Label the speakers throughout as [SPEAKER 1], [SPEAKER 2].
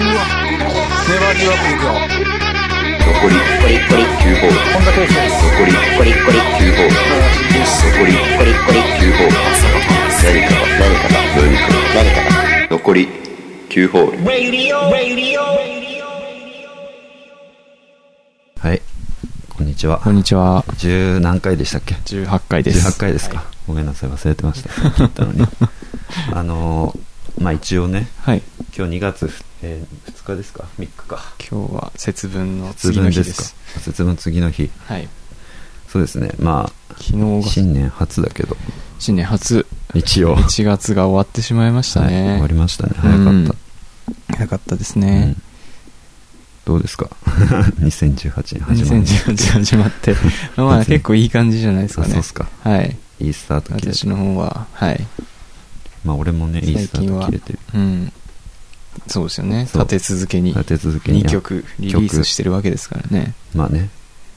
[SPEAKER 1] 粘りよくいくよ
[SPEAKER 2] 残り9ホール
[SPEAKER 1] 本田圭佑です
[SPEAKER 2] 残り9ホール残り9ホール何かが何かが何かが何かが残り9ホールはいこんにちは
[SPEAKER 3] こんにちは。
[SPEAKER 2] 十何回でしたっけ
[SPEAKER 3] 18回です。
[SPEAKER 2] 18回ですか、ごめんなさい忘れてました聞いた のにあのーまあ一応ね
[SPEAKER 3] はい。
[SPEAKER 2] 今日2月、えー2日ですか3日か
[SPEAKER 3] 今日は節分の次の日です。
[SPEAKER 2] か節分次の日
[SPEAKER 3] はい。
[SPEAKER 2] そうですねま
[SPEAKER 3] 昨
[SPEAKER 2] あ
[SPEAKER 3] 日が
[SPEAKER 2] 新年初だけど
[SPEAKER 3] 新年初、
[SPEAKER 2] 一応
[SPEAKER 3] 1月が終わってしまいました
[SPEAKER 2] はい、
[SPEAKER 3] ね。
[SPEAKER 2] 終わりましたね
[SPEAKER 3] う
[SPEAKER 2] 早かった、
[SPEAKER 3] ん早かったです
[SPEAKER 2] う
[SPEAKER 3] ね
[SPEAKER 2] ん。どうですか 2018年始まり
[SPEAKER 3] 2018始まって。まあ結構いい感じじゃないです
[SPEAKER 2] そ
[SPEAKER 3] か
[SPEAKER 2] う
[SPEAKER 3] ね。
[SPEAKER 2] っすか
[SPEAKER 3] はい。
[SPEAKER 2] いいスタート切れて
[SPEAKER 3] 私の方は、はい。
[SPEAKER 2] まあ俺もねいい
[SPEAKER 3] 最
[SPEAKER 2] スター
[SPEAKER 3] 近
[SPEAKER 2] ト
[SPEAKER 3] は
[SPEAKER 2] 切れてる、
[SPEAKER 3] うん。そうですよね。
[SPEAKER 2] そう
[SPEAKER 3] 立て続けに
[SPEAKER 2] 立て続けに
[SPEAKER 3] 2曲リリースしてるわけですからね。
[SPEAKER 2] まあね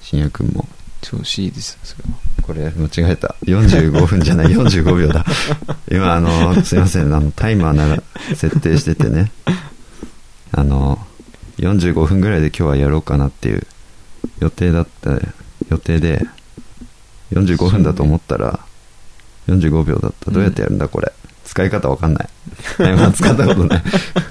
[SPEAKER 2] 信也君も
[SPEAKER 3] 調子いいですよ、それは。
[SPEAKER 2] これ間違えた45分じゃない45秒だ今あのすいませんあのタイマーなら設定しててねあの45分ぐらいで今日はやろうかなっていう予定だった予定で45分だと思ったら45秒だったどうやってやるんだこれ、使い方わかんないタイマー使ったことない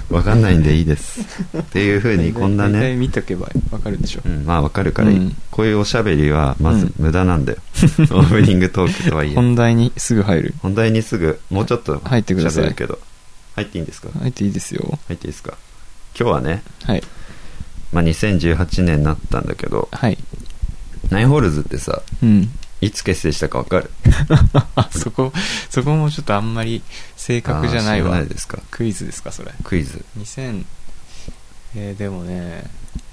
[SPEAKER 2] わかんないんでいいですっていうふうにこんな
[SPEAKER 3] 大体
[SPEAKER 2] ね
[SPEAKER 3] 見とけばわかるでしょ
[SPEAKER 2] う。ん、まあわかるからいい、
[SPEAKER 3] うん
[SPEAKER 2] こういうおしゃべりはまず無駄 なんだよ、オープニングトークとはいえ
[SPEAKER 3] 本題にすぐ入る。
[SPEAKER 2] 本題にすぐもうちょっと
[SPEAKER 3] 入ってください
[SPEAKER 2] 喋るけど入っていいんですか
[SPEAKER 3] 入っていいですよ。
[SPEAKER 2] 入っていいですか今日はね、
[SPEAKER 3] はい。
[SPEAKER 2] まあ、2018年になったんだけど
[SPEAKER 3] はい。
[SPEAKER 2] ナインホールズってさ
[SPEAKER 3] うん。
[SPEAKER 2] いつ結成したかわかる
[SPEAKER 3] あ、そこ、そこもちょっとあんまり正確じゃな
[SPEAKER 2] あー知
[SPEAKER 3] い
[SPEAKER 2] ら
[SPEAKER 3] わ
[SPEAKER 2] ない。ですか
[SPEAKER 3] クイズですか、それ。
[SPEAKER 2] クイズ
[SPEAKER 3] 2000、えーでもね、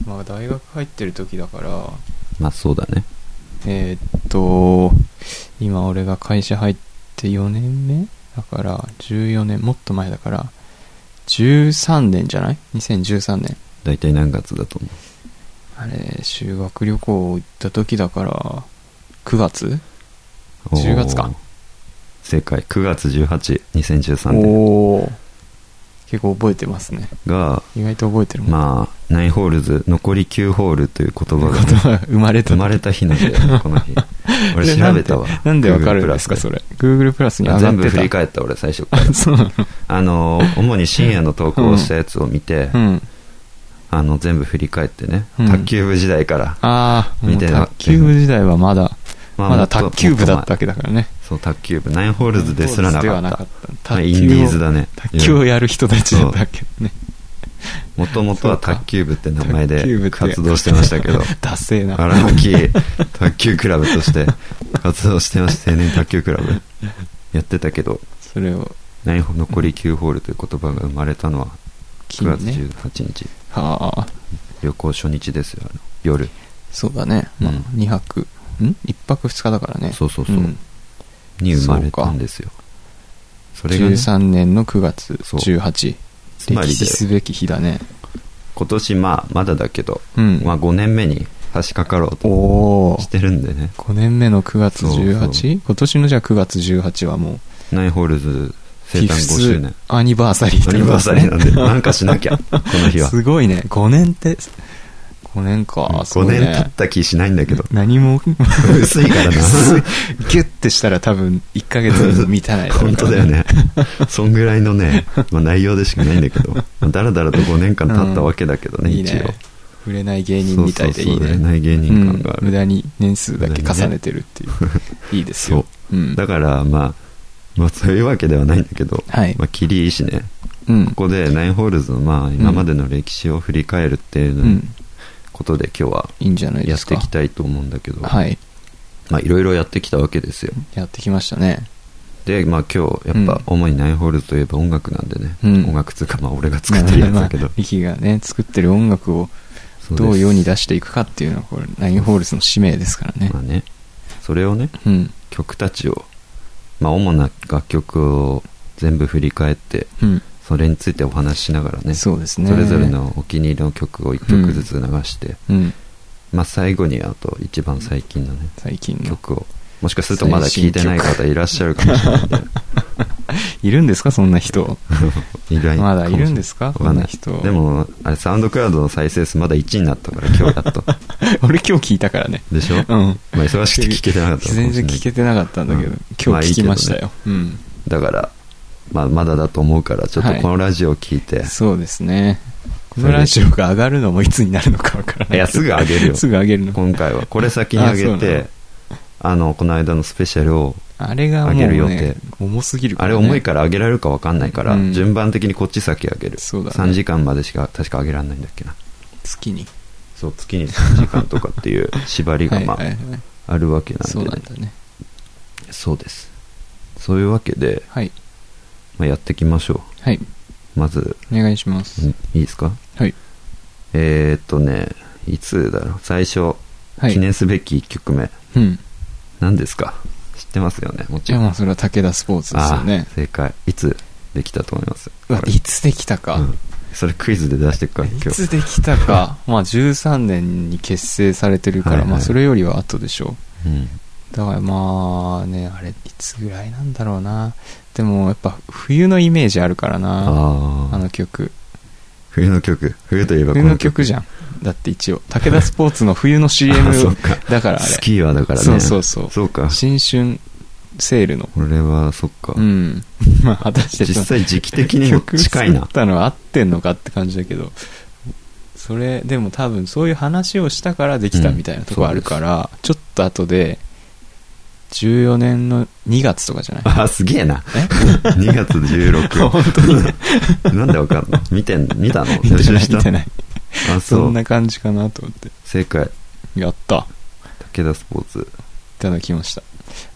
[SPEAKER 3] まあ大学入ってる時だから、
[SPEAKER 2] まあそうだね
[SPEAKER 3] えーっと、今俺が会社入って4年目だから、14年、もっと前だから、13年じゃない ?2013 年。
[SPEAKER 2] 大体何月だと思
[SPEAKER 3] あれ、修学旅行行った時だから、9月
[SPEAKER 2] う
[SPEAKER 3] 10月か
[SPEAKER 2] おー正解9月182013年
[SPEAKER 3] おー結構覚えてますね。
[SPEAKER 2] が
[SPEAKER 3] 意外と覚えてるもん。
[SPEAKER 2] まあナインホールズ残り9ホールという言葉がね、
[SPEAKER 3] 言葉が生まれた。
[SPEAKER 2] 生まれた日なんだよねこの 日俺調べたわ
[SPEAKER 3] なんでなんでわかるんです
[SPEAKER 2] Google
[SPEAKER 3] か、
[SPEAKER 2] プラス
[SPEAKER 3] それ。Google プラスに上がってた。
[SPEAKER 2] 全部振り返った俺最初から
[SPEAKER 3] あ、そう なの
[SPEAKER 2] あ の主に深夜の投稿をしたやつを見て、
[SPEAKER 3] うん。
[SPEAKER 2] あの全部振り返ってね、
[SPEAKER 3] うん
[SPEAKER 2] 卓球部時代から
[SPEAKER 3] ああ、もう
[SPEAKER 2] みたいな
[SPEAKER 3] 卓球部時代はまだ、
[SPEAKER 2] まあ
[SPEAKER 3] ま
[SPEAKER 2] も
[SPEAKER 3] だ
[SPEAKER 2] っと
[SPEAKER 3] 卓球部だった
[SPEAKER 2] も
[SPEAKER 3] わ
[SPEAKER 2] と
[SPEAKER 3] けだからね。
[SPEAKER 2] 前そう卓球部ナインホールズですらな
[SPEAKER 3] で
[SPEAKER 2] か
[SPEAKER 3] は
[SPEAKER 2] っ
[SPEAKER 3] な
[SPEAKER 2] た
[SPEAKER 3] かった。
[SPEAKER 2] まあ
[SPEAKER 3] 卓
[SPEAKER 2] インディーズ
[SPEAKER 3] 球を、
[SPEAKER 2] だね
[SPEAKER 3] 卓球をやる人たちだったけどね。
[SPEAKER 2] もともとは卓球部って名前
[SPEAKER 3] 卓球部
[SPEAKER 2] で
[SPEAKER 3] って
[SPEAKER 2] 活動してました けど
[SPEAKER 3] ダセえな。
[SPEAKER 2] 荒牧卓球クラブとして活動してました青年卓球クラブやってたけど
[SPEAKER 3] それを、
[SPEAKER 2] ナインホ残り9ホールという言葉が生まれたのは9
[SPEAKER 3] 金
[SPEAKER 2] 月
[SPEAKER 3] ね。
[SPEAKER 2] 18日、
[SPEAKER 3] はあ。
[SPEAKER 2] 旅行初日ですよあの夜
[SPEAKER 3] そうだね。
[SPEAKER 2] うん
[SPEAKER 3] まあ、2泊。ん ?1 泊2日だからね。
[SPEAKER 2] そうそうそうんに生まれたんですよそれが、ね、
[SPEAKER 3] 13年の9月
[SPEAKER 2] そう
[SPEAKER 3] 18。
[SPEAKER 2] つま
[SPEAKER 3] 歴
[SPEAKER 2] り
[SPEAKER 3] 史
[SPEAKER 2] です
[SPEAKER 3] べき日だね。
[SPEAKER 2] 今年まあまだだけど、
[SPEAKER 3] うん。
[SPEAKER 2] まあ、5年目に差し掛かろうと
[SPEAKER 3] お
[SPEAKER 2] し
[SPEAKER 3] ー。
[SPEAKER 2] てるんでね
[SPEAKER 3] 5年目の9月 18?
[SPEAKER 2] そうそ
[SPEAKER 3] 今年のじゃあ9月18はもう、
[SPEAKER 2] ナインホールズ生誕5周年
[SPEAKER 3] アニバーサリー
[SPEAKER 2] ア
[SPEAKER 3] とい
[SPEAKER 2] ニ
[SPEAKER 3] うこと
[SPEAKER 2] バー
[SPEAKER 3] です
[SPEAKER 2] サ
[SPEAKER 3] ね
[SPEAKER 2] リーなんでなんかしなきゃこの日は
[SPEAKER 3] すごいね。5年って、5年か。す
[SPEAKER 2] 5
[SPEAKER 3] ごい
[SPEAKER 2] 年
[SPEAKER 3] ね
[SPEAKER 2] 経った気しないんだ けど
[SPEAKER 3] 何 も、
[SPEAKER 2] 薄いからな
[SPEAKER 3] 薄いギュッてしたら多分1ヶ月にも満たないろうから
[SPEAKER 2] 本当だよ。ねそんぐらいのね、まあ、内容でしかないんだけど、まあ、だらだらと5年間経ったわけだけどね、
[SPEAKER 3] いい
[SPEAKER 2] 一応
[SPEAKER 3] ね。触れない芸人みたいでいい
[SPEAKER 2] そうそうそう
[SPEAKER 3] ね。
[SPEAKER 2] 売れない芸人感がある
[SPEAKER 3] うん無駄に年数だけ重ねてるっていう。 いいですよ。うん
[SPEAKER 2] だから、まあ、まあそういうわけではないんだけど、
[SPEAKER 3] はい
[SPEAKER 2] まあ、キリいいしね
[SPEAKER 3] うん
[SPEAKER 2] ここでナインホールズのまあ今までの歴史を振り返るっていううの
[SPEAKER 3] ん。
[SPEAKER 2] ことで今日はい
[SPEAKER 3] いんじゃないで
[SPEAKER 2] やっ
[SPEAKER 3] すか。
[SPEAKER 2] ていきたいと思うんだけど、
[SPEAKER 3] はい。
[SPEAKER 2] まあいろいろやってきたわけですよ
[SPEAKER 3] やってきましたね。
[SPEAKER 2] でまあ今日やっぱ主にナインホールズといえば音楽なんでね、
[SPEAKER 3] うん
[SPEAKER 2] 音楽つうかまあ俺が作ってるやつだけど、
[SPEAKER 3] まあミキがね、作ってる音楽を
[SPEAKER 2] そうです
[SPEAKER 3] どう世に出していくかっていうのは、これ、ナインホールズの使命ですからね
[SPEAKER 2] ま。あねそれをね
[SPEAKER 3] うん。
[SPEAKER 2] 曲たちをまあ主な楽曲を全部振り返って
[SPEAKER 3] うん。
[SPEAKER 2] それについてお話ししながらね
[SPEAKER 3] そうですね。
[SPEAKER 2] それぞれ。のお気に入りの曲を1曲ずつ流して、
[SPEAKER 3] うん。
[SPEAKER 2] まあ最後にあと一番最近のね
[SPEAKER 3] 最近の。
[SPEAKER 2] 曲をもしかするとまだ聴いてない方いらっしゃるかもしれないんで
[SPEAKER 3] いるんですかそんな人。
[SPEAKER 2] いる
[SPEAKER 3] まだいるんですすか
[SPEAKER 2] わ
[SPEAKER 3] そ
[SPEAKER 2] か
[SPEAKER 3] ん
[SPEAKER 2] ん
[SPEAKER 3] な
[SPEAKER 2] ない
[SPEAKER 3] 人。
[SPEAKER 2] で、もあれサウンドクラウドの再生数まだ1位になったから今日やっと
[SPEAKER 3] 俺今日聞いたからね。
[SPEAKER 2] でしょ、
[SPEAKER 3] うん。
[SPEAKER 2] まあ忙しくて聞けてなかったのか
[SPEAKER 3] 全
[SPEAKER 2] もしれ
[SPEAKER 3] 然
[SPEAKER 2] ない
[SPEAKER 3] 聞けてなかったんだけど、
[SPEAKER 2] うん
[SPEAKER 3] 今日聞きましたよ。うん。
[SPEAKER 2] だから、まあ、まだだと思うからちょっと
[SPEAKER 3] はい
[SPEAKER 2] このラジオを聞いて、
[SPEAKER 3] そうですね。こ
[SPEAKER 2] それ
[SPEAKER 3] のラジオが上がるのもいつになるのかわからない。
[SPEAKER 2] いやすぐ上げるよ
[SPEAKER 3] すぐ上げるの。
[SPEAKER 2] 今回はこれ先に上げ
[SPEAKER 3] あそうな
[SPEAKER 2] て
[SPEAKER 3] の
[SPEAKER 2] あのこの間のスペシャルを
[SPEAKER 3] あれがもう、
[SPEAKER 2] 上げる予定
[SPEAKER 3] ね、重すぎるか
[SPEAKER 2] あ
[SPEAKER 3] ら、
[SPEAKER 2] れ
[SPEAKER 3] ね。
[SPEAKER 2] 重いから上げられるか分かんないから、
[SPEAKER 3] うん
[SPEAKER 2] 順番的にこっち先上げる、
[SPEAKER 3] そうだね
[SPEAKER 2] 3時間までしか確か上げられないんだっけな
[SPEAKER 3] 月に。
[SPEAKER 2] そう月に3時間とかっていう縛りがまあ、
[SPEAKER 3] はいはいはい
[SPEAKER 2] あるわけなんで
[SPEAKER 3] そうなんだね。
[SPEAKER 2] そうですそういうわけで、
[SPEAKER 3] はい。
[SPEAKER 2] まあ、やっていきましょ
[SPEAKER 3] はい。
[SPEAKER 2] うまず
[SPEAKER 3] お願いします。
[SPEAKER 2] いいですか
[SPEAKER 3] はい。
[SPEAKER 2] えー、っとねいつだろう最初、
[SPEAKER 3] はい。
[SPEAKER 2] 記念すべき1曲目
[SPEAKER 3] うん。
[SPEAKER 2] 何ですか知ってますよねもち
[SPEAKER 3] じゃ
[SPEAKER 2] ろ
[SPEAKER 3] あ
[SPEAKER 2] ん
[SPEAKER 3] まあそれは武田スポーツですよね
[SPEAKER 2] あー。正解いつできたと思います
[SPEAKER 3] うわ、
[SPEAKER 2] これ
[SPEAKER 3] いつできたか。
[SPEAKER 2] うんそれクイズで出してくから今
[SPEAKER 3] い
[SPEAKER 2] 日
[SPEAKER 3] つできた か。まあ13年に結成されてるから、
[SPEAKER 2] はいはい
[SPEAKER 3] まあそれよりは後でしょ
[SPEAKER 2] うん
[SPEAKER 3] う。だからまあね、あれ、いつぐらいなんだろうな。でもやっぱ冬のイメージあるからな。
[SPEAKER 2] あ
[SPEAKER 3] あ
[SPEAKER 2] あ
[SPEAKER 3] の曲。
[SPEAKER 2] 冬の曲冬といえばこ
[SPEAKER 3] 冬
[SPEAKER 2] の
[SPEAKER 3] の曲じゃん。だって一応。武田スポーツの冬の CM
[SPEAKER 2] あそっか
[SPEAKER 3] だからあ
[SPEAKER 2] ス
[SPEAKER 3] れ。
[SPEAKER 2] キーはだからね
[SPEAKER 3] そうそうそう
[SPEAKER 2] そうか
[SPEAKER 3] 新春セールの。
[SPEAKER 2] これはそっか、
[SPEAKER 3] うん。 まあ果たして
[SPEAKER 2] 実
[SPEAKER 3] その
[SPEAKER 2] 際時期的にも
[SPEAKER 3] 曲
[SPEAKER 2] 近
[SPEAKER 3] 作
[SPEAKER 2] いな
[SPEAKER 3] っ、たのは合ってんのかって感じだけどそれでも多分そういう話をしたからできたみたいなとこあるから、ちょっと後で14年の2月とか じゃない
[SPEAKER 2] ああすげえな2月
[SPEAKER 3] 本
[SPEAKER 2] 16
[SPEAKER 3] 当に
[SPEAKER 2] なんでわかんの見てん見たの
[SPEAKER 3] 見
[SPEAKER 2] 予
[SPEAKER 3] て
[SPEAKER 2] 習
[SPEAKER 3] ない
[SPEAKER 2] した
[SPEAKER 3] 見てない
[SPEAKER 2] あ
[SPEAKER 3] そ
[SPEAKER 2] そうん
[SPEAKER 3] な感じかなと思って
[SPEAKER 2] 正解
[SPEAKER 3] やったい
[SPEAKER 2] 武田スポーツ
[SPEAKER 3] ただきました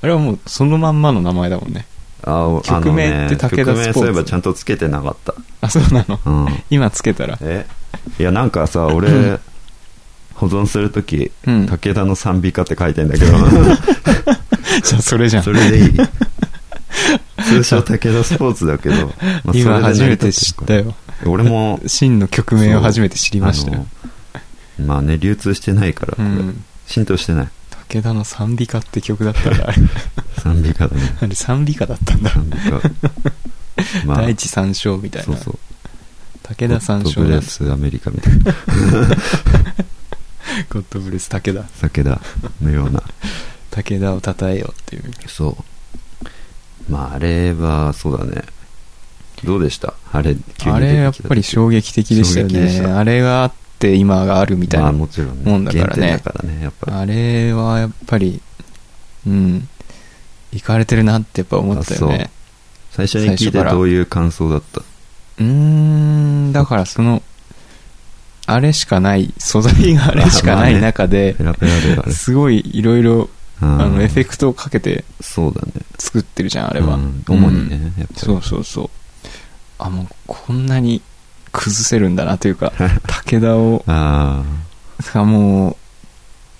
[SPEAKER 3] あれはもうそのまんまの名前だもんね
[SPEAKER 2] あお
[SPEAKER 3] 曲名って武田スポーツ
[SPEAKER 2] 曲名そういえばちゃんとつけてなかっ
[SPEAKER 3] あそうな
[SPEAKER 2] た
[SPEAKER 3] の
[SPEAKER 2] うん
[SPEAKER 3] 今つけたら
[SPEAKER 2] えいやなんかさ 俺保存するとき、
[SPEAKER 3] うん
[SPEAKER 2] 武田の賛美歌って書いてんだけど
[SPEAKER 3] じゃあそれじゃん
[SPEAKER 2] それでい い通称武田スポーツだけど、まあ
[SPEAKER 3] 今
[SPEAKER 2] そ
[SPEAKER 3] 初
[SPEAKER 2] れで成
[SPEAKER 3] め
[SPEAKER 2] り
[SPEAKER 3] て
[SPEAKER 2] 立
[SPEAKER 3] 知
[SPEAKER 2] って
[SPEAKER 3] っ
[SPEAKER 2] る
[SPEAKER 3] たよ
[SPEAKER 2] 俺も
[SPEAKER 3] 真の曲名を初めて知りましたよ、
[SPEAKER 2] あのまあね流通してないからこ
[SPEAKER 3] う
[SPEAKER 2] れ、
[SPEAKER 3] ん、
[SPEAKER 2] 浸透してない
[SPEAKER 3] 武田の賛美歌って曲だったからあれ
[SPEAKER 2] 賛美歌だ ね
[SPEAKER 3] あれ賛美歌だったんだ、
[SPEAKER 2] 賛美歌まあ
[SPEAKER 3] 第一三章みたいな
[SPEAKER 2] そうそう
[SPEAKER 3] 武田三
[SPEAKER 2] ト
[SPEAKER 3] 章
[SPEAKER 2] ブ
[SPEAKER 3] な
[SPEAKER 2] レ
[SPEAKER 3] んです
[SPEAKER 2] スアメリカみたいな
[SPEAKER 3] ゴッドブレス武田
[SPEAKER 2] 酒田のような
[SPEAKER 3] 武田を称えよっていう
[SPEAKER 2] そうまああれはそうだねどうでしたあれ急に出てきた
[SPEAKER 3] あれやっぱり衝撃的でしたよ
[SPEAKER 2] 衝撃でし
[SPEAKER 3] ね
[SPEAKER 2] た
[SPEAKER 3] あれがあって今があるみたい
[SPEAKER 2] まあ
[SPEAKER 3] な、
[SPEAKER 2] もちろんね
[SPEAKER 3] もんだからね
[SPEAKER 2] 原点だからねやっぱり
[SPEAKER 3] あ、れはやっぱりうん行かれてるなってやっぱ思ったよね
[SPEAKER 2] 最初に聞い
[SPEAKER 3] 最初
[SPEAKER 2] て
[SPEAKER 3] から
[SPEAKER 2] どういう感想だった
[SPEAKER 3] うーんだからそのあれしかない素材があれしかな
[SPEAKER 2] まあ
[SPEAKER 3] い
[SPEAKER 2] ね
[SPEAKER 3] 中で
[SPEAKER 2] ペラペラ であれ
[SPEAKER 3] すごいいろいろ あのエフェ
[SPEAKER 2] ク
[SPEAKER 3] クトをかけて
[SPEAKER 2] トそうだね
[SPEAKER 3] 作ってるじゃんあれは、
[SPEAKER 2] うん主にねやっぱり
[SPEAKER 3] そうそうそう。あ、もうこんなに崩せるんだなとい うか、武田を、
[SPEAKER 2] あ
[SPEAKER 3] さもう、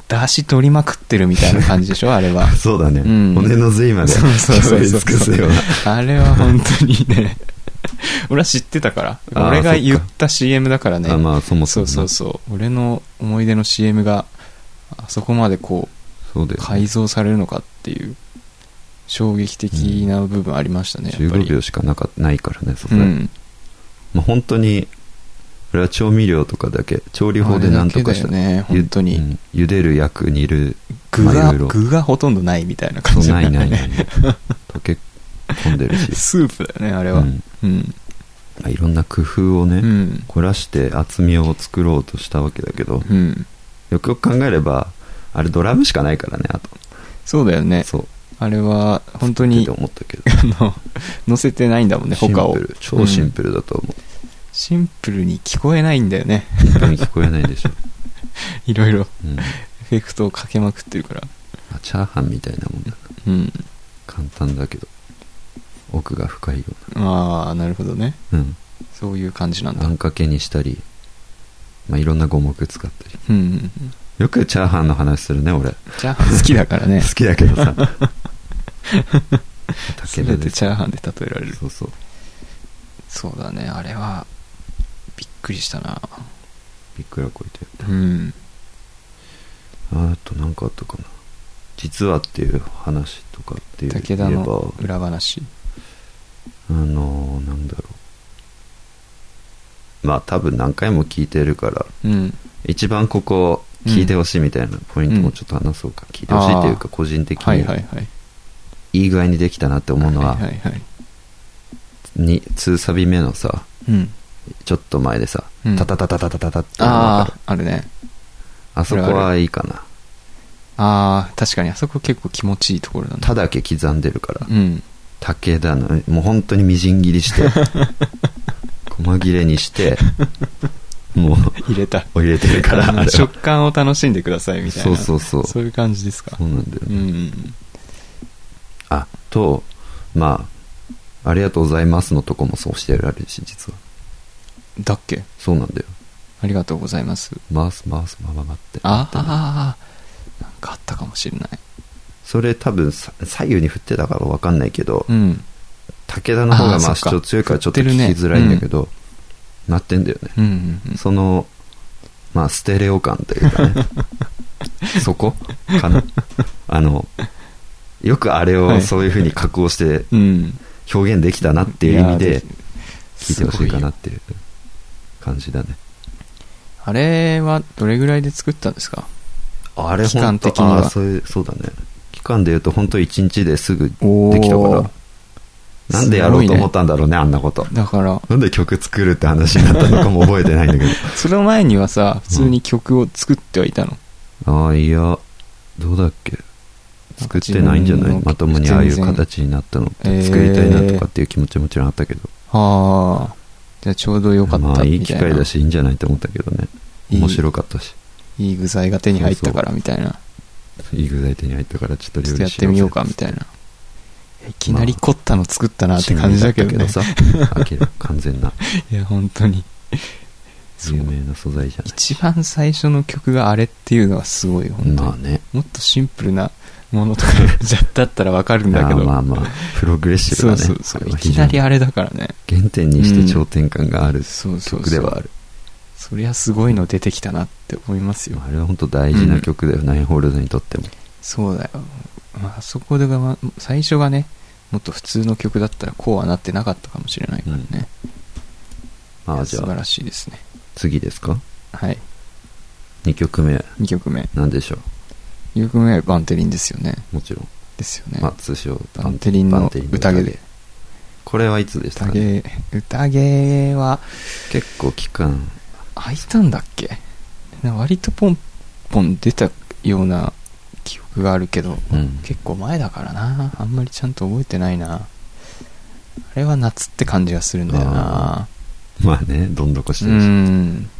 [SPEAKER 3] 出し取りまくってるみたいな感じでしょ、あれは
[SPEAKER 2] あ。そうだね、
[SPEAKER 3] うん
[SPEAKER 2] 骨の髄まで
[SPEAKER 3] そうそ
[SPEAKER 2] 絞
[SPEAKER 3] うそうそう
[SPEAKER 2] り尽くすような
[SPEAKER 3] あれは本当にね、 俺は知ってたから。
[SPEAKER 2] あー
[SPEAKER 3] 俺が言っ
[SPEAKER 2] そった
[SPEAKER 3] CM だからね。
[SPEAKER 2] あまあそもそ
[SPEAKER 3] そ
[SPEAKER 2] も
[SPEAKER 3] うそうそう。俺の思い出の CM が、あそこまでこう、
[SPEAKER 2] そうで
[SPEAKER 3] 改造されるのかっていう、衝撃的な部分ありましたね、やっぱり。
[SPEAKER 2] 15秒しかなかないからねそこ
[SPEAKER 3] う
[SPEAKER 2] ね
[SPEAKER 3] ん。
[SPEAKER 2] まあ、本当にこれは調味料とかだけ調理法でなんとかした
[SPEAKER 3] あれだけだよね本当に
[SPEAKER 2] うん茹でる焼く煮る
[SPEAKER 3] 具
[SPEAKER 2] まあ
[SPEAKER 3] が、
[SPEAKER 2] いろいろ
[SPEAKER 3] 具がほとんどないみたいな
[SPEAKER 2] そ
[SPEAKER 3] 感
[SPEAKER 2] う
[SPEAKER 3] じ
[SPEAKER 2] ない ない
[SPEAKER 3] ね
[SPEAKER 2] ない溶け込んでるし、
[SPEAKER 3] スープだよね、あれ
[SPEAKER 2] う
[SPEAKER 3] は。
[SPEAKER 2] ん
[SPEAKER 3] うん。
[SPEAKER 2] まあ、いろんな工夫をね、
[SPEAKER 3] うん。
[SPEAKER 2] 凝らして厚みを作ろうとしたわけだけど
[SPEAKER 3] うん。
[SPEAKER 2] よくよく考えればあれドラムしかないからねあと
[SPEAKER 3] そうだよね。
[SPEAKER 2] そう
[SPEAKER 3] あれは、本当
[SPEAKER 2] って
[SPEAKER 3] に、
[SPEAKER 2] 思ったけど
[SPEAKER 3] あの、乗せてないんだもんね、
[SPEAKER 2] シン
[SPEAKER 3] 他を
[SPEAKER 2] プ。ル超シンプルだと思う、
[SPEAKER 3] シンプルに聞こえないんだよね。
[SPEAKER 2] 本当に聞こえないでしょ、
[SPEAKER 3] いろいろ、
[SPEAKER 2] うんま
[SPEAKER 3] エフェクトをかけまくってるから。
[SPEAKER 2] あチャーハンみたいなもんだ
[SPEAKER 3] うん。
[SPEAKER 2] 簡単だけど奥が深いよ
[SPEAKER 3] ああ、なるほどね。
[SPEAKER 2] うなうん
[SPEAKER 3] そういう感じなん
[SPEAKER 2] あ
[SPEAKER 3] だ。
[SPEAKER 2] んかけにしたり、まあ、いろんな五目使ったり
[SPEAKER 3] うんうん。
[SPEAKER 2] よくチャーハンの話するね俺
[SPEAKER 3] チャーハン好きだか らね。
[SPEAKER 2] 好きだけど さ
[SPEAKER 3] す
[SPEAKER 2] 竹
[SPEAKER 3] べ
[SPEAKER 2] 部
[SPEAKER 3] て
[SPEAKER 2] で
[SPEAKER 3] チャーハンで例えられる。
[SPEAKER 2] そうそう
[SPEAKER 3] そうだね、あれは、びっくりしたな。
[SPEAKER 2] びっくらこいて
[SPEAKER 3] うん。
[SPEAKER 2] あとなんかあったかな実はっていう話とかっていう
[SPEAKER 3] 武田の
[SPEAKER 2] 言えば
[SPEAKER 3] 裏話。
[SPEAKER 2] うあのーなんだろうまあ多分何回も聞いてるから
[SPEAKER 3] うん。
[SPEAKER 2] 一番ここ聞いてほしいみたいなポイントもちょっと話そうか、聞いてほしいっていうか個人的
[SPEAKER 3] はい
[SPEAKER 2] に
[SPEAKER 3] はいはい。
[SPEAKER 2] いい具合にできたなって思うのは
[SPEAKER 3] はいはいはい。
[SPEAKER 2] に2サビ目のさ
[SPEAKER 3] うん。
[SPEAKER 2] ちょっと前でさ「
[SPEAKER 3] うん
[SPEAKER 2] タタタタタタタタ」って
[SPEAKER 3] ああ、あるね。
[SPEAKER 2] あそこはいいかな
[SPEAKER 3] ああ、確かにあそこ結構気持ちいいところ
[SPEAKER 2] 「
[SPEAKER 3] だな。
[SPEAKER 2] た」だけ刻んでるから
[SPEAKER 3] うん。
[SPEAKER 2] 竹田のもう本当にみじん切りして 細切れにしても
[SPEAKER 3] 入れた。
[SPEAKER 2] う入れてるから
[SPEAKER 3] あの
[SPEAKER 2] あれは
[SPEAKER 3] 食感を楽しんでくださいみたい
[SPEAKER 2] そ
[SPEAKER 3] な。
[SPEAKER 2] うそうそう
[SPEAKER 3] そういう感じですか
[SPEAKER 2] そ。うなんだよ
[SPEAKER 3] う
[SPEAKER 2] ね
[SPEAKER 3] ん。
[SPEAKER 2] あとまあ「ありがとうございます」のとこもそうしてられるし実は
[SPEAKER 3] だっけ
[SPEAKER 2] そうなんだよ
[SPEAKER 3] ありがとうございます。
[SPEAKER 2] 回す回す回回って
[SPEAKER 3] ああ、なんかあったかもしれない。
[SPEAKER 2] それ多分さ左右に振ってたから分かんないけど、
[SPEAKER 3] うん。
[SPEAKER 2] 武田の方
[SPEAKER 3] あ
[SPEAKER 2] が
[SPEAKER 3] ーそ
[SPEAKER 2] ま
[SPEAKER 3] っ
[SPEAKER 2] あ
[SPEAKER 3] か
[SPEAKER 2] 主張強いからちょっと
[SPEAKER 3] 振
[SPEAKER 2] 聞
[SPEAKER 3] ってるね
[SPEAKER 2] きづらいんだけど、なってんだよね、
[SPEAKER 3] うんうんうん。
[SPEAKER 2] そのまあステレオ感というか ねそこかなあのよくあれ
[SPEAKER 3] は
[SPEAKER 2] を
[SPEAKER 3] い
[SPEAKER 2] そういうふうに加工して
[SPEAKER 3] うん。
[SPEAKER 2] 表現できたなっていう意味
[SPEAKER 3] いや
[SPEAKER 2] で
[SPEAKER 3] ー
[SPEAKER 2] 聞いてほしいかな
[SPEAKER 3] すごよ
[SPEAKER 2] っていう感じだね
[SPEAKER 3] あれはどれぐらいで作ったんですか
[SPEAKER 2] あれ
[SPEAKER 3] 期
[SPEAKER 2] 本
[SPEAKER 3] 間
[SPEAKER 2] 当
[SPEAKER 3] 的には
[SPEAKER 2] あーそういうそうだね期間で言うと本当1日ですぐ
[SPEAKER 3] お
[SPEAKER 2] できたからなんでやろうと思ったんだろうねあんなこと
[SPEAKER 3] だから、
[SPEAKER 2] なんで曲作るって話になったのかも覚えてないんだ けど
[SPEAKER 3] その前にはさ、普通に曲を作ってはいたの。
[SPEAKER 2] ああいやどうだっけ作ってないんじゃな
[SPEAKER 3] 自分
[SPEAKER 2] い
[SPEAKER 3] の
[SPEAKER 2] まともにああいう
[SPEAKER 3] 全然
[SPEAKER 2] 形になったのって
[SPEAKER 3] えー
[SPEAKER 2] 作りたいなとかっていう気持ちもちろんあったけど、
[SPEAKER 3] ああ。じゃあちょうどよかったみ
[SPEAKER 2] ま
[SPEAKER 3] たいな。
[SPEAKER 2] あいい機会だしいいんじゃないと思ったけどね
[SPEAKER 3] いい
[SPEAKER 2] 面白かったし
[SPEAKER 3] いい具材が手に入ったからみたいな。
[SPEAKER 2] いい具材手に入ったからちょっと
[SPEAKER 3] ち
[SPEAKER 2] 料
[SPEAKER 3] ょっと
[SPEAKER 2] 理
[SPEAKER 3] やっ
[SPEAKER 2] しよ
[SPEAKER 3] て
[SPEAKER 2] う
[SPEAKER 3] み
[SPEAKER 2] ぜ
[SPEAKER 3] ようかみたいな。いきなり凝ったの作ったなって感じだけどね。
[SPEAKER 2] 趣味 だったけどさ明ら完全ない
[SPEAKER 3] や、本当に。そう
[SPEAKER 2] 有名な素材じゃない
[SPEAKER 3] 一番最初の曲があれっていうのはすごいよ、本当に。
[SPEAKER 2] まあね
[SPEAKER 3] もっとシンプルなものとかじゃだったらわかるんだけ
[SPEAKER 2] ま
[SPEAKER 3] ど。
[SPEAKER 2] あまあまあプログレッシブ
[SPEAKER 3] そ
[SPEAKER 2] だ
[SPEAKER 3] う
[SPEAKER 2] ね
[SPEAKER 3] そうそう。
[SPEAKER 2] これ
[SPEAKER 3] い
[SPEAKER 2] は
[SPEAKER 3] き
[SPEAKER 2] 非常
[SPEAKER 3] な
[SPEAKER 2] に
[SPEAKER 3] りあれだからね。
[SPEAKER 2] 原点にして頂点感がある
[SPEAKER 3] そうそう
[SPEAKER 2] 曲
[SPEAKER 3] そ
[SPEAKER 2] で
[SPEAKER 3] う。
[SPEAKER 2] はある、
[SPEAKER 3] そりゃすごいの出てきたなって思いますよ。
[SPEAKER 2] あれは本当大事な曲だよ、ナインホールズにとっても
[SPEAKER 3] そうだよ。まああそこでが、ま最初がね、もっと普通の曲だったらこうはなってなかったかもしれないからね。
[SPEAKER 2] ああじゃ
[SPEAKER 3] 素晴
[SPEAKER 2] あ
[SPEAKER 3] らしいですね。
[SPEAKER 2] 次ですか
[SPEAKER 3] はい。
[SPEAKER 2] 2曲目
[SPEAKER 3] 2曲目。
[SPEAKER 2] なんでしょ
[SPEAKER 3] 2曲目はバンテリンですよね。
[SPEAKER 2] うもちろん、
[SPEAKER 3] ですよね。
[SPEAKER 2] まあ通称
[SPEAKER 3] バンテリンの宴で。
[SPEAKER 2] これはいつでしたか、ね、
[SPEAKER 3] 宴、宴は、
[SPEAKER 2] 結構期間
[SPEAKER 3] 開いたんだっけな割とポンポン出たような記憶があるけど、
[SPEAKER 2] うん
[SPEAKER 3] 結構前だからなあんまりちゃんと覚えてないなあれは夏って感じがするんだよな
[SPEAKER 2] まあねどんどこし
[SPEAKER 3] う
[SPEAKER 2] てるし
[SPEAKER 3] ん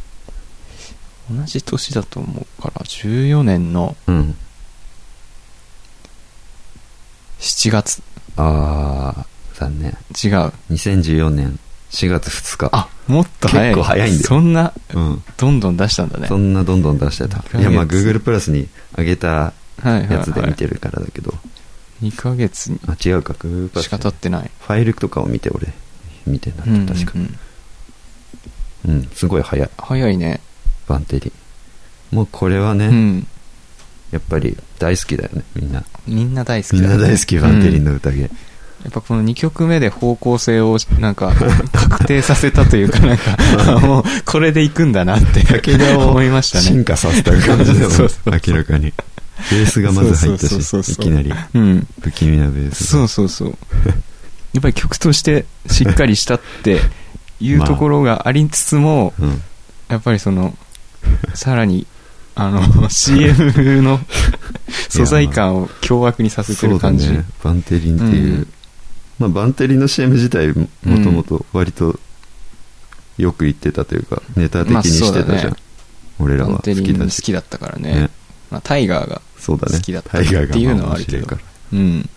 [SPEAKER 3] 同じ年だと思うから14年の
[SPEAKER 2] うん、
[SPEAKER 3] 7月
[SPEAKER 2] ああ残念
[SPEAKER 3] 違う
[SPEAKER 2] 2014年4月2日
[SPEAKER 3] あもっと早い
[SPEAKER 2] 結構早いんだよ
[SPEAKER 3] そんな
[SPEAKER 2] うん
[SPEAKER 3] どんどん出したんだね
[SPEAKER 2] そんなどんどん出してた
[SPEAKER 3] 二ヶ月
[SPEAKER 2] いやまあ Google プラスに上げた
[SPEAKER 3] はいはい、
[SPEAKER 2] やつで
[SPEAKER 3] は
[SPEAKER 2] 見
[SPEAKER 3] い、
[SPEAKER 2] てるからだけど、
[SPEAKER 3] 2ヶ月に
[SPEAKER 2] あ違うか Google プラ
[SPEAKER 3] し
[SPEAKER 2] ス
[SPEAKER 3] か経ってない
[SPEAKER 2] ファイルとかを見て俺見てんだって
[SPEAKER 3] うん
[SPEAKER 2] 確か
[SPEAKER 3] うんうん
[SPEAKER 2] うん、すごい早い
[SPEAKER 3] 早いね
[SPEAKER 2] バンテリンもうこれはね、
[SPEAKER 3] うん
[SPEAKER 2] やっぱり大好きだよねみんな
[SPEAKER 3] みんな大好き
[SPEAKER 2] みん
[SPEAKER 3] だね
[SPEAKER 2] な大好きバンテリンの宴、
[SPEAKER 3] やっぱこの2曲目で方向性をな んか確定させたというかなんかもうこれでいくんだなって
[SPEAKER 2] 武田を
[SPEAKER 3] 思いましたね
[SPEAKER 2] 進化させた感じだもん
[SPEAKER 3] そうそう
[SPEAKER 2] 明らかにベースがまず入った
[SPEAKER 3] そうそうそう
[SPEAKER 2] しい
[SPEAKER 3] そう
[SPEAKER 2] きなり
[SPEAKER 3] うん
[SPEAKER 2] 不気味なベース
[SPEAKER 3] そうそうそうやっぱり曲としてしっかりしたっていうところがありつつ も、
[SPEAKER 2] う、ん、
[SPEAKER 3] やっぱりそのさらにあ の CM の素材感を凶悪にさせて
[SPEAKER 2] そう
[SPEAKER 3] る
[SPEAKER 2] だ
[SPEAKER 3] 感じ、
[SPEAKER 2] ねバンテリンっていう、
[SPEAKER 3] うん
[SPEAKER 2] まあ、バンテリンの CM 自体ももともと割とよく言ってたというかネタ的にして
[SPEAKER 3] ま
[SPEAKER 2] た
[SPEAKER 3] あ
[SPEAKER 2] じ
[SPEAKER 3] そ
[SPEAKER 2] ゃ、
[SPEAKER 3] うんだね
[SPEAKER 2] 俺らは
[SPEAKER 3] バン
[SPEAKER 2] 好
[SPEAKER 3] テリ
[SPEAKER 2] き
[SPEAKER 3] ン
[SPEAKER 2] だ
[SPEAKER 3] 好
[SPEAKER 2] し
[SPEAKER 3] きだったからねまあ、タイガーが
[SPEAKER 2] そうだね
[SPEAKER 3] 好きだった
[SPEAKER 2] タイガーが
[SPEAKER 3] っていうのは
[SPEAKER 2] ま
[SPEAKER 3] あるけど
[SPEAKER 2] 面白いか
[SPEAKER 3] うん。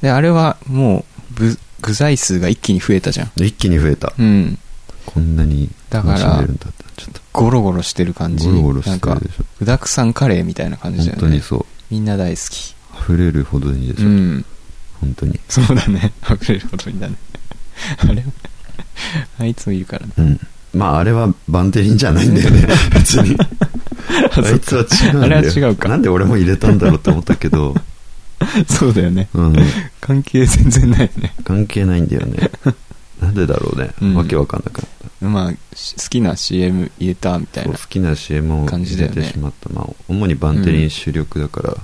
[SPEAKER 3] で、あれはもう、ぶ具材数が一気に増えたじゃん。
[SPEAKER 2] ら一気に増えた、
[SPEAKER 3] うん。
[SPEAKER 2] こんなに
[SPEAKER 3] だから
[SPEAKER 2] 楽しんでるんだったちょっと
[SPEAKER 3] ゴロゴロしてる感じ。
[SPEAKER 2] ゴロゴロ
[SPEAKER 3] な
[SPEAKER 2] してる
[SPEAKER 3] んか、
[SPEAKER 2] でしょ
[SPEAKER 3] 具沢山カレーみたいな感じだ
[SPEAKER 2] 本
[SPEAKER 3] よね。
[SPEAKER 2] 当にそう
[SPEAKER 3] みんな大好き。
[SPEAKER 2] 溢れるほどにでしょ、
[SPEAKER 3] うん。
[SPEAKER 2] 本当に
[SPEAKER 3] そうだね。溢れるほどにだね。あれあいつもいるからね。
[SPEAKER 2] うんまああれはバンテリンじゃないんだよ ね別にあいつは違うんだよ
[SPEAKER 3] あれは違うか
[SPEAKER 2] なんで俺も入れたんだろうって思ったけど
[SPEAKER 3] そうだよね。
[SPEAKER 2] うん。
[SPEAKER 3] 関係全然ないよね。
[SPEAKER 2] 関係ないんだよ ね。なんでだろうね。
[SPEAKER 3] うん
[SPEAKER 2] わけわかんなくなった。
[SPEAKER 3] まあ、し好きな CM 入れたみたい
[SPEAKER 2] そう
[SPEAKER 3] な
[SPEAKER 2] 好。きな CM を
[SPEAKER 3] 感じ
[SPEAKER 2] 入れ
[SPEAKER 3] だよね
[SPEAKER 2] てしまった。まあ、主にバンテリン主力だから、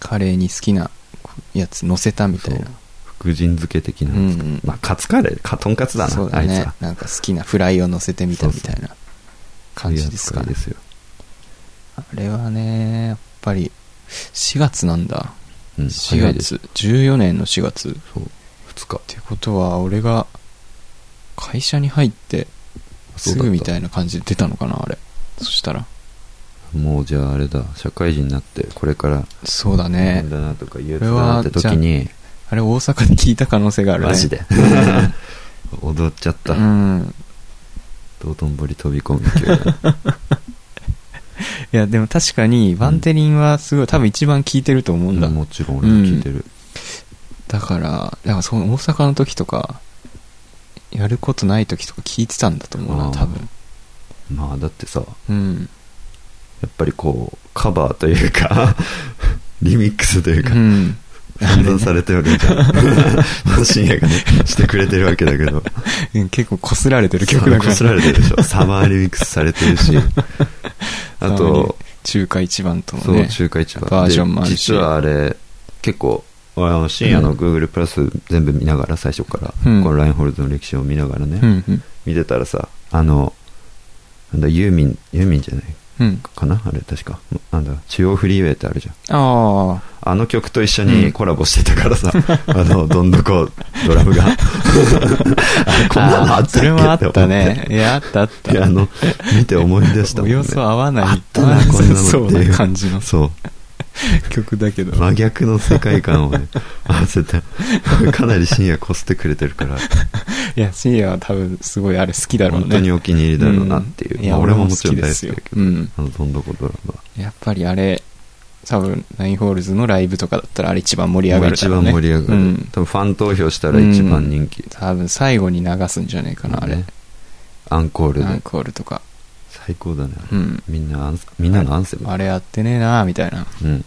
[SPEAKER 3] カレーに好きなやつ乗せたみたいな。
[SPEAKER 2] 福神漬け的なやつか
[SPEAKER 3] うんうん
[SPEAKER 2] まあ、カツカレー、カトンカツだな、
[SPEAKER 3] そうだ
[SPEAKER 2] あいつ
[SPEAKER 3] ね
[SPEAKER 2] は。。
[SPEAKER 3] なんか好きなフライを乗せてみたみたいな感じです
[SPEAKER 2] そ
[SPEAKER 3] か
[SPEAKER 2] ういう扱い
[SPEAKER 3] ね
[SPEAKER 2] で。すよ。
[SPEAKER 3] あれはね、やっぱり4月なんだ。
[SPEAKER 2] うん、
[SPEAKER 3] 4
[SPEAKER 2] 早いです。
[SPEAKER 3] 月。14年の4月。っ
[SPEAKER 2] そう。2日。
[SPEAKER 3] てことは、俺が会社に入ってすぐみたいな感じで出たのかな、あれ。そしたら。
[SPEAKER 2] もうじゃああれだ、社会人になって、これから、
[SPEAKER 3] そうだ
[SPEAKER 2] 大
[SPEAKER 3] ね
[SPEAKER 2] 変。だなとか憂鬱だなって時に、
[SPEAKER 3] あれ大阪で聞いた可能性があるね。
[SPEAKER 2] マジで。 踊っちゃっ
[SPEAKER 3] う
[SPEAKER 2] た。
[SPEAKER 3] ん。
[SPEAKER 2] 道頓堀飛び込む勢いだ。
[SPEAKER 3] いや、でも確かに、バンテリンはすごい、多分一番聞いてると思うんだ。
[SPEAKER 2] うんもちろん俺も聞いてる。
[SPEAKER 3] だから、だからその大阪の時とか、やることない時とか聞いてたんだと思う
[SPEAKER 2] あー
[SPEAKER 3] な、多分。
[SPEAKER 2] まあだってさ、や
[SPEAKER 3] うん。
[SPEAKER 2] っぱりこう、カバーというか、 リミックスという
[SPEAKER 3] う
[SPEAKER 2] か、
[SPEAKER 3] ん。
[SPEAKER 2] 散々されておるじゃん。 まあ深夜がね、してくれてるわけだけど。
[SPEAKER 3] うん結構こすられてる曲だか
[SPEAKER 2] こ
[SPEAKER 3] ら。
[SPEAKER 2] すられてるでしょ。サマーリミックスされてるし。 あ
[SPEAKER 3] サマーリミッ
[SPEAKER 2] と、
[SPEAKER 3] 中華一番との
[SPEAKER 2] そう、
[SPEAKER 3] ね。
[SPEAKER 2] 中華市場。
[SPEAKER 3] バージョンもあ
[SPEAKER 2] で
[SPEAKER 3] るし
[SPEAKER 2] 実はあれ、結構、俺あの深夜の Google プラス全部見ながら、最初から、
[SPEAKER 3] うん
[SPEAKER 2] このラインホールズの歴史を見ながらね、
[SPEAKER 3] うんうん。
[SPEAKER 2] 見てたらさ、あの、なんだ、ユーミン、ユーミンじゃない
[SPEAKER 3] うん。
[SPEAKER 2] かなあれ、確か。なんだ、中央フリーウェイってあるじゃん。
[SPEAKER 3] あ
[SPEAKER 2] あの曲と一緒
[SPEAKER 3] う
[SPEAKER 2] に
[SPEAKER 3] ん
[SPEAKER 2] コラボしてたから さ、あの、どんどこドラムが。あこんなのあ
[SPEAKER 3] あ
[SPEAKER 2] った
[SPEAKER 3] ー。
[SPEAKER 2] っけ
[SPEAKER 3] それもあった
[SPEAKER 2] て思
[SPEAKER 3] ね
[SPEAKER 2] っ。
[SPEAKER 3] いや、あったあって
[SPEAKER 2] いや、
[SPEAKER 3] た。
[SPEAKER 2] あの、見て思い出したも
[SPEAKER 3] お
[SPEAKER 2] ん ね。
[SPEAKER 3] よそ合わない。
[SPEAKER 2] あったな、こんなのっていう。
[SPEAKER 3] そうな感じの
[SPEAKER 2] そう。
[SPEAKER 3] 曲だけど。
[SPEAKER 2] 真逆の世界観を ね、合わせて、かなり深夜こすってくれてるから、
[SPEAKER 3] いや、深夜は多分すごいあれ好きだろうね。
[SPEAKER 2] 本当にお気に入りだろうなっていう。
[SPEAKER 3] んいや、
[SPEAKER 2] まあ
[SPEAKER 3] 俺も好き
[SPEAKER 2] 大
[SPEAKER 3] で
[SPEAKER 2] 好
[SPEAKER 3] す
[SPEAKER 2] き
[SPEAKER 3] よ
[SPEAKER 2] だ。け
[SPEAKER 3] う
[SPEAKER 2] ど、
[SPEAKER 3] ん。
[SPEAKER 2] あの、どんどこドラマ。
[SPEAKER 3] やっぱりあれ、多分、ナインホールズのライブとかだったらあれ一番盛り上
[SPEAKER 2] も
[SPEAKER 3] が
[SPEAKER 2] う
[SPEAKER 3] るだ
[SPEAKER 2] 一
[SPEAKER 3] ろう
[SPEAKER 2] 番
[SPEAKER 3] ね。
[SPEAKER 2] 盛り上が
[SPEAKER 3] う
[SPEAKER 2] る
[SPEAKER 3] ん。
[SPEAKER 2] 多分ファン投票したら一番人気。
[SPEAKER 3] 多分最後に流すんじゃないかな、あれ。
[SPEAKER 2] アンコール
[SPEAKER 3] アン
[SPEAKER 2] で。
[SPEAKER 3] コールとか。
[SPEAKER 2] 最高だね。
[SPEAKER 3] うん。
[SPEAKER 2] みんなアンス、みんなのアンセム。
[SPEAKER 3] あれやってねえなみたいな。
[SPEAKER 2] うん。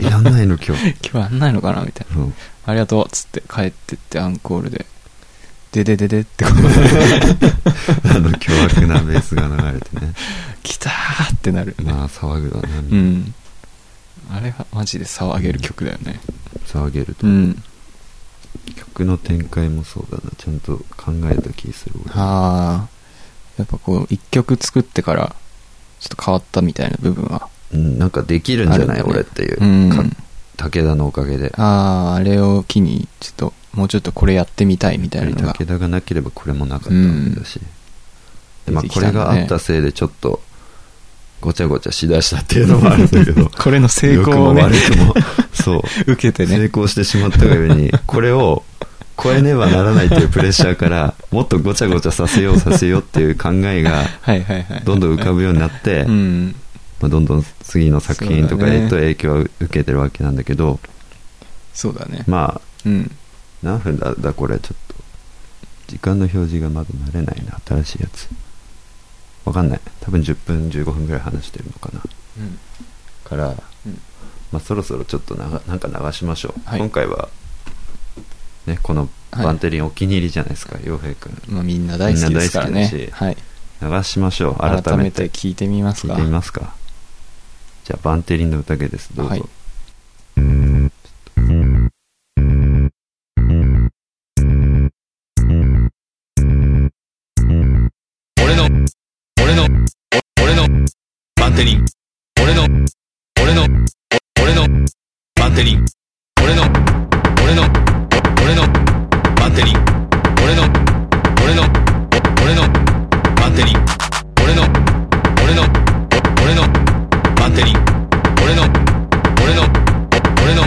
[SPEAKER 2] やんないの今日。
[SPEAKER 3] 今日やんないのかなみたいな。
[SPEAKER 2] うん
[SPEAKER 3] ありがとうっつって帰ってってアンコールで。ででででってこう、
[SPEAKER 2] あの、凶悪なベースが流れて ね。
[SPEAKER 3] 来たーってなるよね。
[SPEAKER 2] まあ、騒ぐだな、みん
[SPEAKER 3] う。
[SPEAKER 2] なん
[SPEAKER 3] あれはマジで騒げる曲だよね。
[SPEAKER 2] 騒げると
[SPEAKER 3] う。ん。
[SPEAKER 2] 曲の展開もそうだな。ちゃんと考えた気する。俺
[SPEAKER 3] ああ。やっぱこう、一曲作ってから、ちょっと変わったみたいな部分は。
[SPEAKER 2] うんなんかできるんじゃない、
[SPEAKER 3] あるんだね
[SPEAKER 2] 俺っていう、
[SPEAKER 3] うん。
[SPEAKER 2] か武田のおかげで
[SPEAKER 3] ああ、あれを機に、ちょっと、もうちょっとこれやってみたいみたいなのが。
[SPEAKER 2] 武田がなければこれもなかったわけだし、でまあ、
[SPEAKER 3] 出て
[SPEAKER 2] こ
[SPEAKER 3] きた
[SPEAKER 2] れ
[SPEAKER 3] んだね
[SPEAKER 2] があったせいでちょっとごちゃごちゃしだしたっていうのもあるんだけど
[SPEAKER 3] これの成功をね
[SPEAKER 2] 良、くも悪くも そう、
[SPEAKER 3] 受けて
[SPEAKER 2] 成
[SPEAKER 3] ね。
[SPEAKER 2] 功してしまったがゆえにこれを超えねばならないっていうプレッシャーからもっとごちゃごちゃさせようさせようっていう考えが
[SPEAKER 3] はいはいはい。
[SPEAKER 2] どんどん浮かぶようになって、
[SPEAKER 3] うん。
[SPEAKER 2] まあ、どんどん次の作品とかへと影響を受けてるわけなんだけど
[SPEAKER 3] そうだね。
[SPEAKER 2] まあ
[SPEAKER 3] うん。
[SPEAKER 2] 何分だだこれちょっと時間の表示がまだ慣れないな新しいやつわかんない多分10分15分ぐらい話してるのかな
[SPEAKER 3] うん。
[SPEAKER 2] から、
[SPEAKER 3] うん
[SPEAKER 2] まあ、そろそろちょっとながなんか流しましょう、
[SPEAKER 3] はい
[SPEAKER 2] 今回はねこの
[SPEAKER 3] はい
[SPEAKER 2] バンテリンお気に入りじゃないですか陽、平くん
[SPEAKER 3] まあみんな大好きですから
[SPEAKER 2] みんな大好き
[SPEAKER 3] ね。
[SPEAKER 2] だ
[SPEAKER 3] はい。
[SPEAKER 2] 流しましょう改
[SPEAKER 3] 改
[SPEAKER 2] め
[SPEAKER 3] め
[SPEAKER 2] て
[SPEAKER 3] て聞いてみます
[SPEAKER 2] 聞
[SPEAKER 3] か
[SPEAKER 2] いて。みますかじゃあバンテリンの宴ですどうぞ、
[SPEAKER 3] はい
[SPEAKER 4] 俺の、俺の、俺の、バンテリン。俺の、俺の、俺の、バンテリン。俺の、俺の、俺の、バンテリン。俺の、俺の、俺の、バンテリン。俺の、俺の、俺の、バンテリン。俺の、俺の、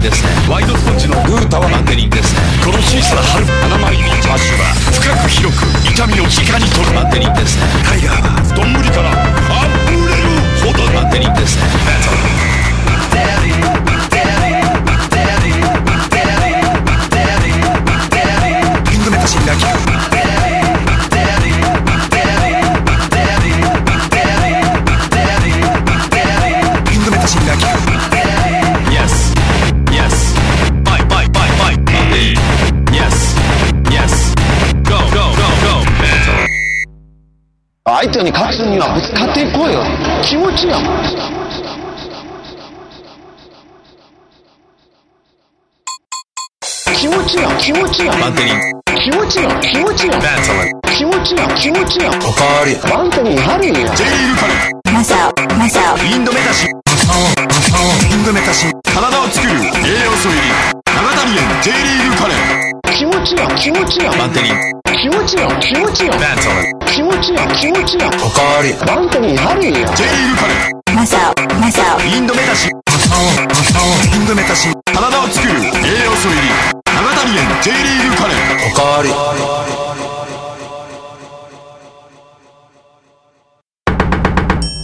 [SPEAKER 4] ですねワイドスポンジのウータはマンテリンですねこの小さな春7枚のマッシュは深く広く痛みを直に取るマンテリンですねタイガーはどんぶりからあふれるほどマンテリンですねメタルピンクメタ信頼機構ピンクメタ信頼機構 Yes. Yes. Bye bye bye bye. Monday. Yes. Yes. Go go go go.
[SPEAKER 5] 相手に勝つにはぶつかっていこうよ気持ちやもん気持ちや気持ちや
[SPEAKER 4] バンテリン。
[SPEAKER 5] 気持ちや気持ちや
[SPEAKER 4] バンテリン。
[SPEAKER 5] 気持ちや気持ちや
[SPEAKER 4] おかわり。
[SPEAKER 5] バンテリンハリーや
[SPEAKER 4] ジェイルカレインドメタシン。インドメタシン。体を作る栄養素入り。長谷園 J リーグカレー。
[SPEAKER 5] 気持ちや気持ちや
[SPEAKER 4] バンテリン。
[SPEAKER 5] 気持ちや気持ちや
[SPEAKER 4] バンテリン。
[SPEAKER 5] 気持ちや気持ちや
[SPEAKER 4] おかわり。
[SPEAKER 5] バンテリンハリーや
[SPEAKER 4] J リーグカレー。インドメタシン。インドメタシン。体を作る栄養素入り。長谷園 J リーグカレー。おかわり。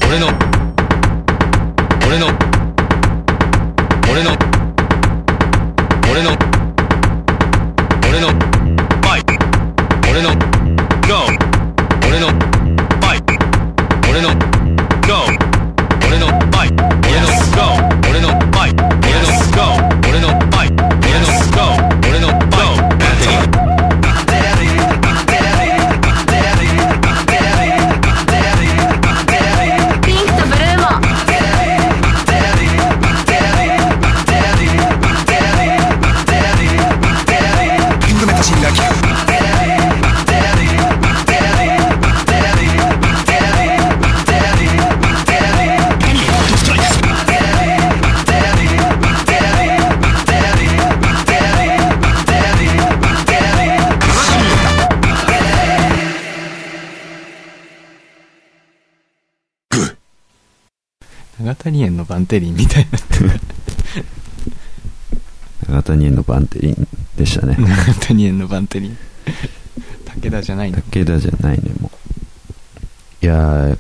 [SPEAKER 4] 俺の俺の俺の俺の俺のバイ俺の GO 俺のバイ俺の GO 俺のバイ俺の GO 俺のバイ俺の GO 俺のバイ俺の GO 俺のバイバンテリー
[SPEAKER 1] ピンクとブルーも
[SPEAKER 4] ピンクメタ信頼機構
[SPEAKER 3] 長谷園のバンテリンみたいな。
[SPEAKER 2] 長谷園のバンテリンでしたね
[SPEAKER 3] 長谷園のバンテリン。武田じゃないんだ。
[SPEAKER 2] 武田じゃないねもういやー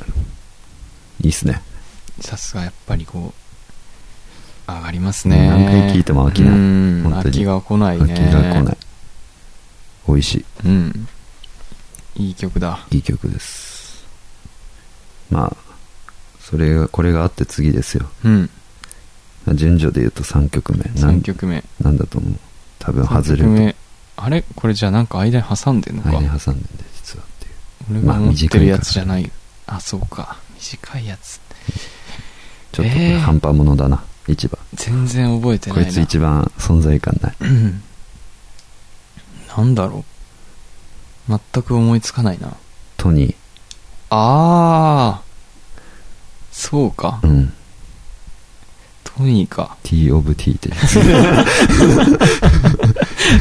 [SPEAKER 2] いいっすね
[SPEAKER 3] さすがやっぱりこう、上がりますね。
[SPEAKER 2] 何回聞いても飽きない
[SPEAKER 3] うん
[SPEAKER 2] 本当
[SPEAKER 3] 飽
[SPEAKER 2] に
[SPEAKER 3] きが来ない
[SPEAKER 2] 飽
[SPEAKER 3] ね。
[SPEAKER 2] きが来ない美味し
[SPEAKER 3] うん。いい曲だ。
[SPEAKER 2] いいい曲ですまあそれがこれがあって次ですよ
[SPEAKER 3] うん。
[SPEAKER 2] 順序で言うと3曲目なん
[SPEAKER 3] 3曲目。
[SPEAKER 2] なんだと思う多分
[SPEAKER 3] 三
[SPEAKER 2] 外れ
[SPEAKER 3] 曲
[SPEAKER 2] る
[SPEAKER 3] 目。あれこれじゃあなんか間に挟んでんのか。
[SPEAKER 2] 間に挟んでんで実はっていう
[SPEAKER 3] 俺
[SPEAKER 2] ま
[SPEAKER 3] が
[SPEAKER 2] あ
[SPEAKER 3] 持ってるやつじ
[SPEAKER 2] 短いから
[SPEAKER 3] ゃない。あ、そうか。短いや
[SPEAKER 2] ち
[SPEAKER 3] つ。
[SPEAKER 2] ょっとこ
[SPEAKER 3] え
[SPEAKER 2] れ
[SPEAKER 3] ー
[SPEAKER 2] 半端者だな一番
[SPEAKER 3] 全然覚えてない
[SPEAKER 2] こ
[SPEAKER 3] な。
[SPEAKER 2] いつ一番存在感 ない
[SPEAKER 3] うんなんだろう全く思いつかないな。
[SPEAKER 2] トニ
[SPEAKER 3] あー。そうか
[SPEAKER 2] ー。うん
[SPEAKER 3] トニーか。
[SPEAKER 2] T of T って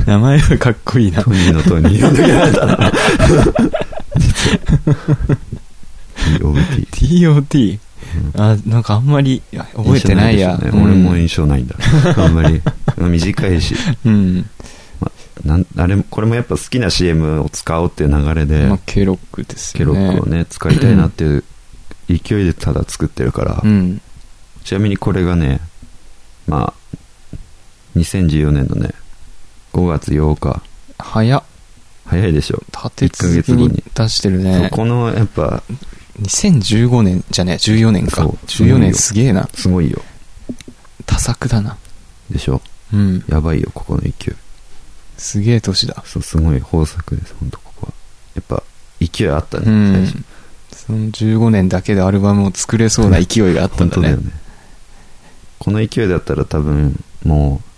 [SPEAKER 3] 名前がかっこいいな
[SPEAKER 2] ト。ニーのトニーの時なんだな実は T of T
[SPEAKER 3] TOT。あ、なんかあんまりいや覚えてないや。
[SPEAKER 2] 印象でしょう
[SPEAKER 3] うん
[SPEAKER 2] ね、俺も印象ないんだあんまり短いし
[SPEAKER 3] うん。
[SPEAKER 2] なんあれもこれもやっぱ好きな CM を使おうっていう流れで、
[SPEAKER 3] まあ、ケロックです
[SPEAKER 2] ケ
[SPEAKER 3] よ
[SPEAKER 2] ロ
[SPEAKER 3] ね。
[SPEAKER 2] ックをね使いたいなっていう勢いでただ作ってるから、
[SPEAKER 3] うん。
[SPEAKER 2] ちなみにこれがねまあ2014年のね5月8日
[SPEAKER 3] 早っ。
[SPEAKER 2] 早いでしょ、
[SPEAKER 3] 立て続け
[SPEAKER 2] 一ヶ月後
[SPEAKER 3] に
[SPEAKER 2] に
[SPEAKER 3] 出してる
[SPEAKER 2] そう
[SPEAKER 3] ね。
[SPEAKER 2] このやっぱ
[SPEAKER 3] 2015年じゃねえ、14年か
[SPEAKER 2] そう。
[SPEAKER 3] 14年すげえな。
[SPEAKER 2] すごいよ
[SPEAKER 3] 多作だな。
[SPEAKER 2] でしょ
[SPEAKER 3] うん。
[SPEAKER 2] やばいよここの勢い
[SPEAKER 3] すげえ年だ。
[SPEAKER 2] そうすごい豊作です本当ここはやっぱ勢いあったね、
[SPEAKER 3] うん
[SPEAKER 2] 最初。
[SPEAKER 3] その15年だけでアルバムを作れそうな勢いがあったん
[SPEAKER 2] 本当
[SPEAKER 3] だ
[SPEAKER 2] だ
[SPEAKER 3] ね
[SPEAKER 2] よ。ねこの勢いだったら多分もう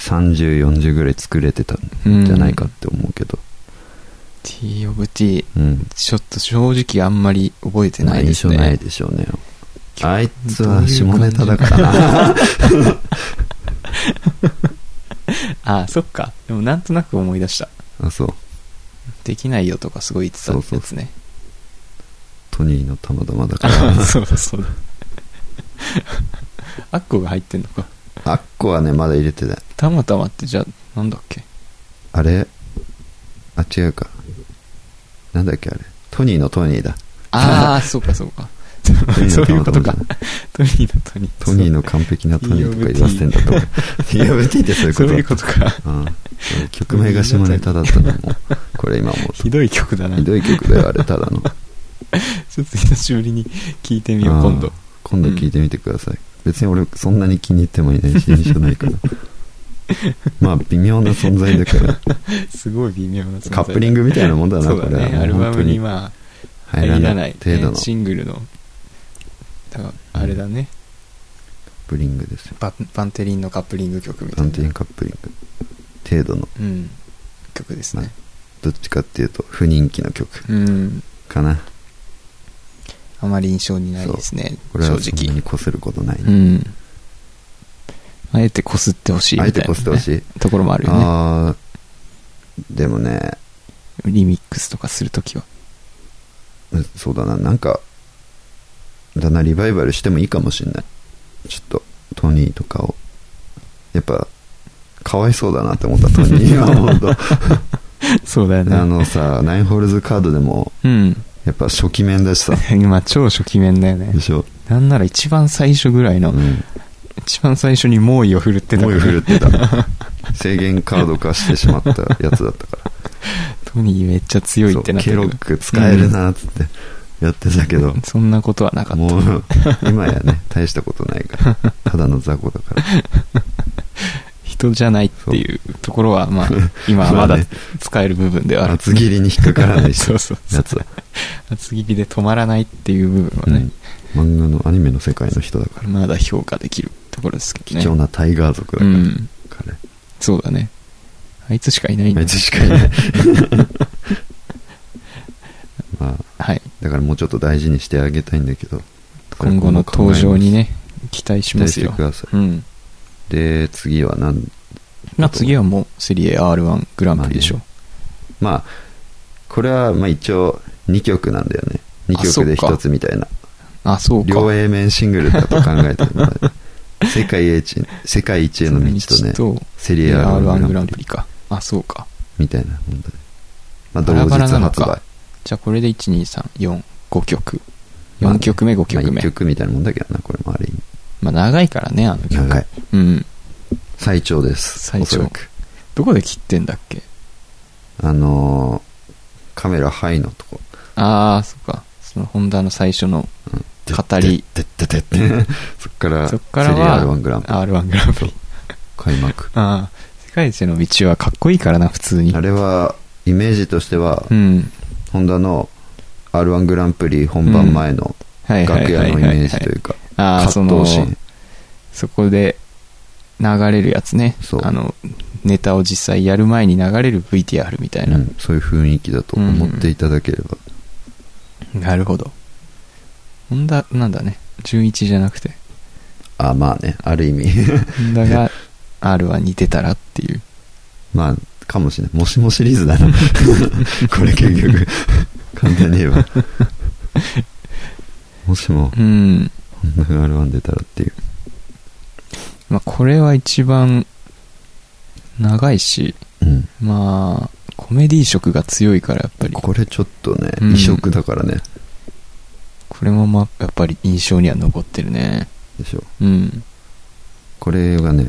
[SPEAKER 2] 3040ぐらい作れてたんじゃないかって思うけど、
[SPEAKER 3] T of T、
[SPEAKER 2] うん
[SPEAKER 3] ちょっと正直あんまり覚えてないです
[SPEAKER 2] 印象
[SPEAKER 3] ね。
[SPEAKER 2] ないでしょうねあいつは下ネタだから な
[SPEAKER 3] ああ、そっか。でもなんとなく思い出した。
[SPEAKER 2] あそう
[SPEAKER 3] できないよとかすごい言ってたやつね。
[SPEAKER 2] トニーのたまたまだか
[SPEAKER 3] あ
[SPEAKER 2] ら
[SPEAKER 3] そうだそうだ。アッコが入ってんのか。
[SPEAKER 2] あっこはね、まだ入れてない。
[SPEAKER 3] たまたまってじゃあ、なんだっけ
[SPEAKER 2] あれあ、違うか。なんだっけ、あれ。トニーのトニーだ。
[SPEAKER 3] ああ、そうかそうか
[SPEAKER 2] ニ。ー
[SPEAKER 3] そういう
[SPEAKER 2] のト
[SPEAKER 3] こと
[SPEAKER 2] ニー
[SPEAKER 3] か。トニーのトニー。
[SPEAKER 2] トニーの完璧なトニーとか言わせてんだと 思う。EOBT ってそういうこ
[SPEAKER 3] そ
[SPEAKER 2] と
[SPEAKER 3] う
[SPEAKER 2] だ
[SPEAKER 3] い
[SPEAKER 2] っ
[SPEAKER 3] う
[SPEAKER 2] た
[SPEAKER 3] ことか。
[SPEAKER 2] うん曲名が下ネタだった のも、これ今思うと
[SPEAKER 3] ひ。どい曲だな。
[SPEAKER 2] ひどい曲だよ、あれ、ただ の。
[SPEAKER 3] ちょっと久しぶりに聞いてみよ
[SPEAKER 2] あ
[SPEAKER 3] う、
[SPEAKER 2] ー
[SPEAKER 3] 今度。。
[SPEAKER 2] 今度聞いてみてください。別に俺、そんなに気に入ってもいないし、印象ない から。まあ、微妙な存在だから、
[SPEAKER 3] すごい微妙な存在
[SPEAKER 2] カップリングみたいなもんだな、
[SPEAKER 3] そう
[SPEAKER 2] こ
[SPEAKER 3] だ
[SPEAKER 2] れは。
[SPEAKER 3] ね。アル
[SPEAKER 2] もう
[SPEAKER 3] バ
[SPEAKER 2] 本
[SPEAKER 3] ム
[SPEAKER 2] 当
[SPEAKER 3] に
[SPEAKER 2] に
[SPEAKER 3] まあ、
[SPEAKER 2] 入らない
[SPEAKER 3] ね
[SPEAKER 2] 程度の
[SPEAKER 3] シングルの、だからあれだね、
[SPEAKER 2] カップリングですよ。
[SPEAKER 3] バンバンテリンのカップリング曲みた
[SPEAKER 2] バ
[SPEAKER 3] い
[SPEAKER 2] ンテリ
[SPEAKER 3] な
[SPEAKER 2] ン。カップリング。程度の、
[SPEAKER 3] うん。曲ですね。
[SPEAKER 2] どっちかっていうと、不人気の曲
[SPEAKER 3] うん。
[SPEAKER 2] かな。
[SPEAKER 3] あまり印象にないですね、
[SPEAKER 2] これ
[SPEAKER 3] 正
[SPEAKER 2] はそんな
[SPEAKER 3] 直。
[SPEAKER 2] にこすることない、
[SPEAKER 3] うん。あえてこすってほしい
[SPEAKER 2] あ
[SPEAKER 3] み
[SPEAKER 2] え
[SPEAKER 3] た
[SPEAKER 2] て
[SPEAKER 3] いな
[SPEAKER 2] こ
[SPEAKER 3] ね、
[SPEAKER 2] してほしい。
[SPEAKER 3] ところもあるよね。
[SPEAKER 2] あーでもね、
[SPEAKER 3] リミックスとかするときは。
[SPEAKER 2] うんそうだな、なんか、だな、リバイバルしてもいいかもしんない。ちょっと、トニーとかを。やっぱ、かわいそうだなって思った、トニ ー。今思うと。
[SPEAKER 3] そうだよ
[SPEAKER 2] あ
[SPEAKER 3] ね。
[SPEAKER 2] のさ、ナインホールズカードでも、
[SPEAKER 3] うん。
[SPEAKER 2] やっぱ初期面だしさ。
[SPEAKER 3] 今、超初期面だよね
[SPEAKER 2] で。しょ。
[SPEAKER 3] なんなら一番最初ぐらいうの、
[SPEAKER 2] ん。
[SPEAKER 3] 一番最初に猛威を振るってたか
[SPEAKER 2] 思い
[SPEAKER 3] ら
[SPEAKER 2] 振るってた。制限カード化してしまったやつだったから。
[SPEAKER 3] トニーめっちゃ強いってなって
[SPEAKER 2] そうケロック使えるなっつって、やってたけど。
[SPEAKER 3] そんなことはなかっ
[SPEAKER 2] もう、今や ね、大したことないから。ただの雑魚だから。
[SPEAKER 3] た。人じゃないっていうところは、まあ、今はまだ
[SPEAKER 2] そうね
[SPEAKER 3] 使える部分ではある。
[SPEAKER 2] 厚切りに引っかからないし
[SPEAKER 3] そうそうそ
[SPEAKER 2] や
[SPEAKER 3] う。
[SPEAKER 2] つは、
[SPEAKER 3] 厚切りで止まらないっていう部分は
[SPEAKER 2] う
[SPEAKER 3] ね
[SPEAKER 2] ん、漫画のアニメの世界の人だから
[SPEAKER 3] まだ評価できるところですけ
[SPEAKER 2] 貴
[SPEAKER 3] どね。
[SPEAKER 2] 重なタイガー族だ
[SPEAKER 3] う
[SPEAKER 2] から、
[SPEAKER 3] ん。
[SPEAKER 2] 彼
[SPEAKER 3] そうだね。あいつしかいないん
[SPEAKER 2] あ
[SPEAKER 3] だ
[SPEAKER 2] い。つしかいない まあ
[SPEAKER 3] はい。
[SPEAKER 2] だからもうちょっと大事にしてあげたいんだけどこれ
[SPEAKER 3] 今後の登場にね、期待し
[SPEAKER 2] 期
[SPEAKER 3] ま
[SPEAKER 2] 待
[SPEAKER 3] す
[SPEAKER 2] して
[SPEAKER 3] よ
[SPEAKER 2] く。ださ
[SPEAKER 3] うん。
[SPEAKER 2] いで次はなん
[SPEAKER 3] まあ次はもう、セリエ R1 グランプリでしょ。
[SPEAKER 2] まあこれはまあ一応2曲なんだよね2
[SPEAKER 3] あそ
[SPEAKER 2] 曲で
[SPEAKER 3] っか
[SPEAKER 2] 1つみたいな
[SPEAKER 3] あ、そうか。
[SPEAKER 2] 両 A 面シングルだと考えてるので世界一世界一への道とね
[SPEAKER 3] 道と
[SPEAKER 2] セリエ
[SPEAKER 3] R1
[SPEAKER 2] R1
[SPEAKER 3] グ
[SPEAKER 2] グ
[SPEAKER 3] ラ
[SPEAKER 2] ラ
[SPEAKER 3] ン
[SPEAKER 2] ン
[SPEAKER 3] プ
[SPEAKER 2] プ
[SPEAKER 3] リ
[SPEAKER 2] リ
[SPEAKER 3] か。あ、そうか。
[SPEAKER 2] みたいなもんだねまあ
[SPEAKER 3] バ
[SPEAKER 2] 同
[SPEAKER 3] ラ
[SPEAKER 2] 日
[SPEAKER 3] バラなの
[SPEAKER 2] 発
[SPEAKER 3] か
[SPEAKER 2] 売
[SPEAKER 3] じゃあこれで1、2、3、4、5曲。
[SPEAKER 2] まあね
[SPEAKER 3] 4曲目、5曲
[SPEAKER 2] まあ、
[SPEAKER 3] 目
[SPEAKER 2] 1。曲みたいなもんだけどなこれもある意味
[SPEAKER 3] まあ長いからね、あの曲。
[SPEAKER 2] 長い
[SPEAKER 3] うん。
[SPEAKER 2] 最長です
[SPEAKER 3] 最長
[SPEAKER 2] おそらく
[SPEAKER 3] どこで切ってんだっけ
[SPEAKER 2] あのーカメラハイのとこ
[SPEAKER 3] ああ、そっか。そのホンダの最初の語
[SPEAKER 2] 語
[SPEAKER 3] り。
[SPEAKER 2] てってってって そっから
[SPEAKER 3] そっからは
[SPEAKER 2] セリア R1 グランプリ
[SPEAKER 3] R1 グランプリ。
[SPEAKER 2] 開幕
[SPEAKER 3] ああ、世界一の道はかっこいいからな、普通に
[SPEAKER 2] あ。れはイメージとしては、
[SPEAKER 3] うん。
[SPEAKER 2] ホンダの R1 グランプリ本番前の
[SPEAKER 3] はいはい
[SPEAKER 2] 楽
[SPEAKER 3] は
[SPEAKER 2] 屋
[SPEAKER 3] い
[SPEAKER 2] の
[SPEAKER 3] は
[SPEAKER 2] イ
[SPEAKER 3] い、
[SPEAKER 2] メ
[SPEAKER 3] はい
[SPEAKER 2] ージというか
[SPEAKER 3] ああ、そ
[SPEAKER 2] 葛
[SPEAKER 3] の
[SPEAKER 2] 藤、シーン
[SPEAKER 3] そこで流れるやつね。
[SPEAKER 2] そう
[SPEAKER 3] あの、ネタを実際やる前に流れる VTR みたいな。
[SPEAKER 2] うんそういう雰囲気だと思っていただければ、
[SPEAKER 3] なるほど。ホンダ、なんだね。11じゃなくて。
[SPEAKER 2] あまあねある意味
[SPEAKER 3] ホンダが R1 に出たらっていう。
[SPEAKER 2] まあかもしれないもしもシリーズだな これ結局簡単に言えばもしも
[SPEAKER 3] うん。
[SPEAKER 2] こんな R1 出たらっていう
[SPEAKER 3] まあ、これは一番長いし、
[SPEAKER 2] うん
[SPEAKER 3] まあ、コメディ色が強いから、やっぱり。
[SPEAKER 2] これちょっとね、
[SPEAKER 3] うん
[SPEAKER 2] 異色だからね
[SPEAKER 3] これも、まあ、やっぱり印象には残ってるね。
[SPEAKER 2] でしょ
[SPEAKER 3] うん。
[SPEAKER 2] これがね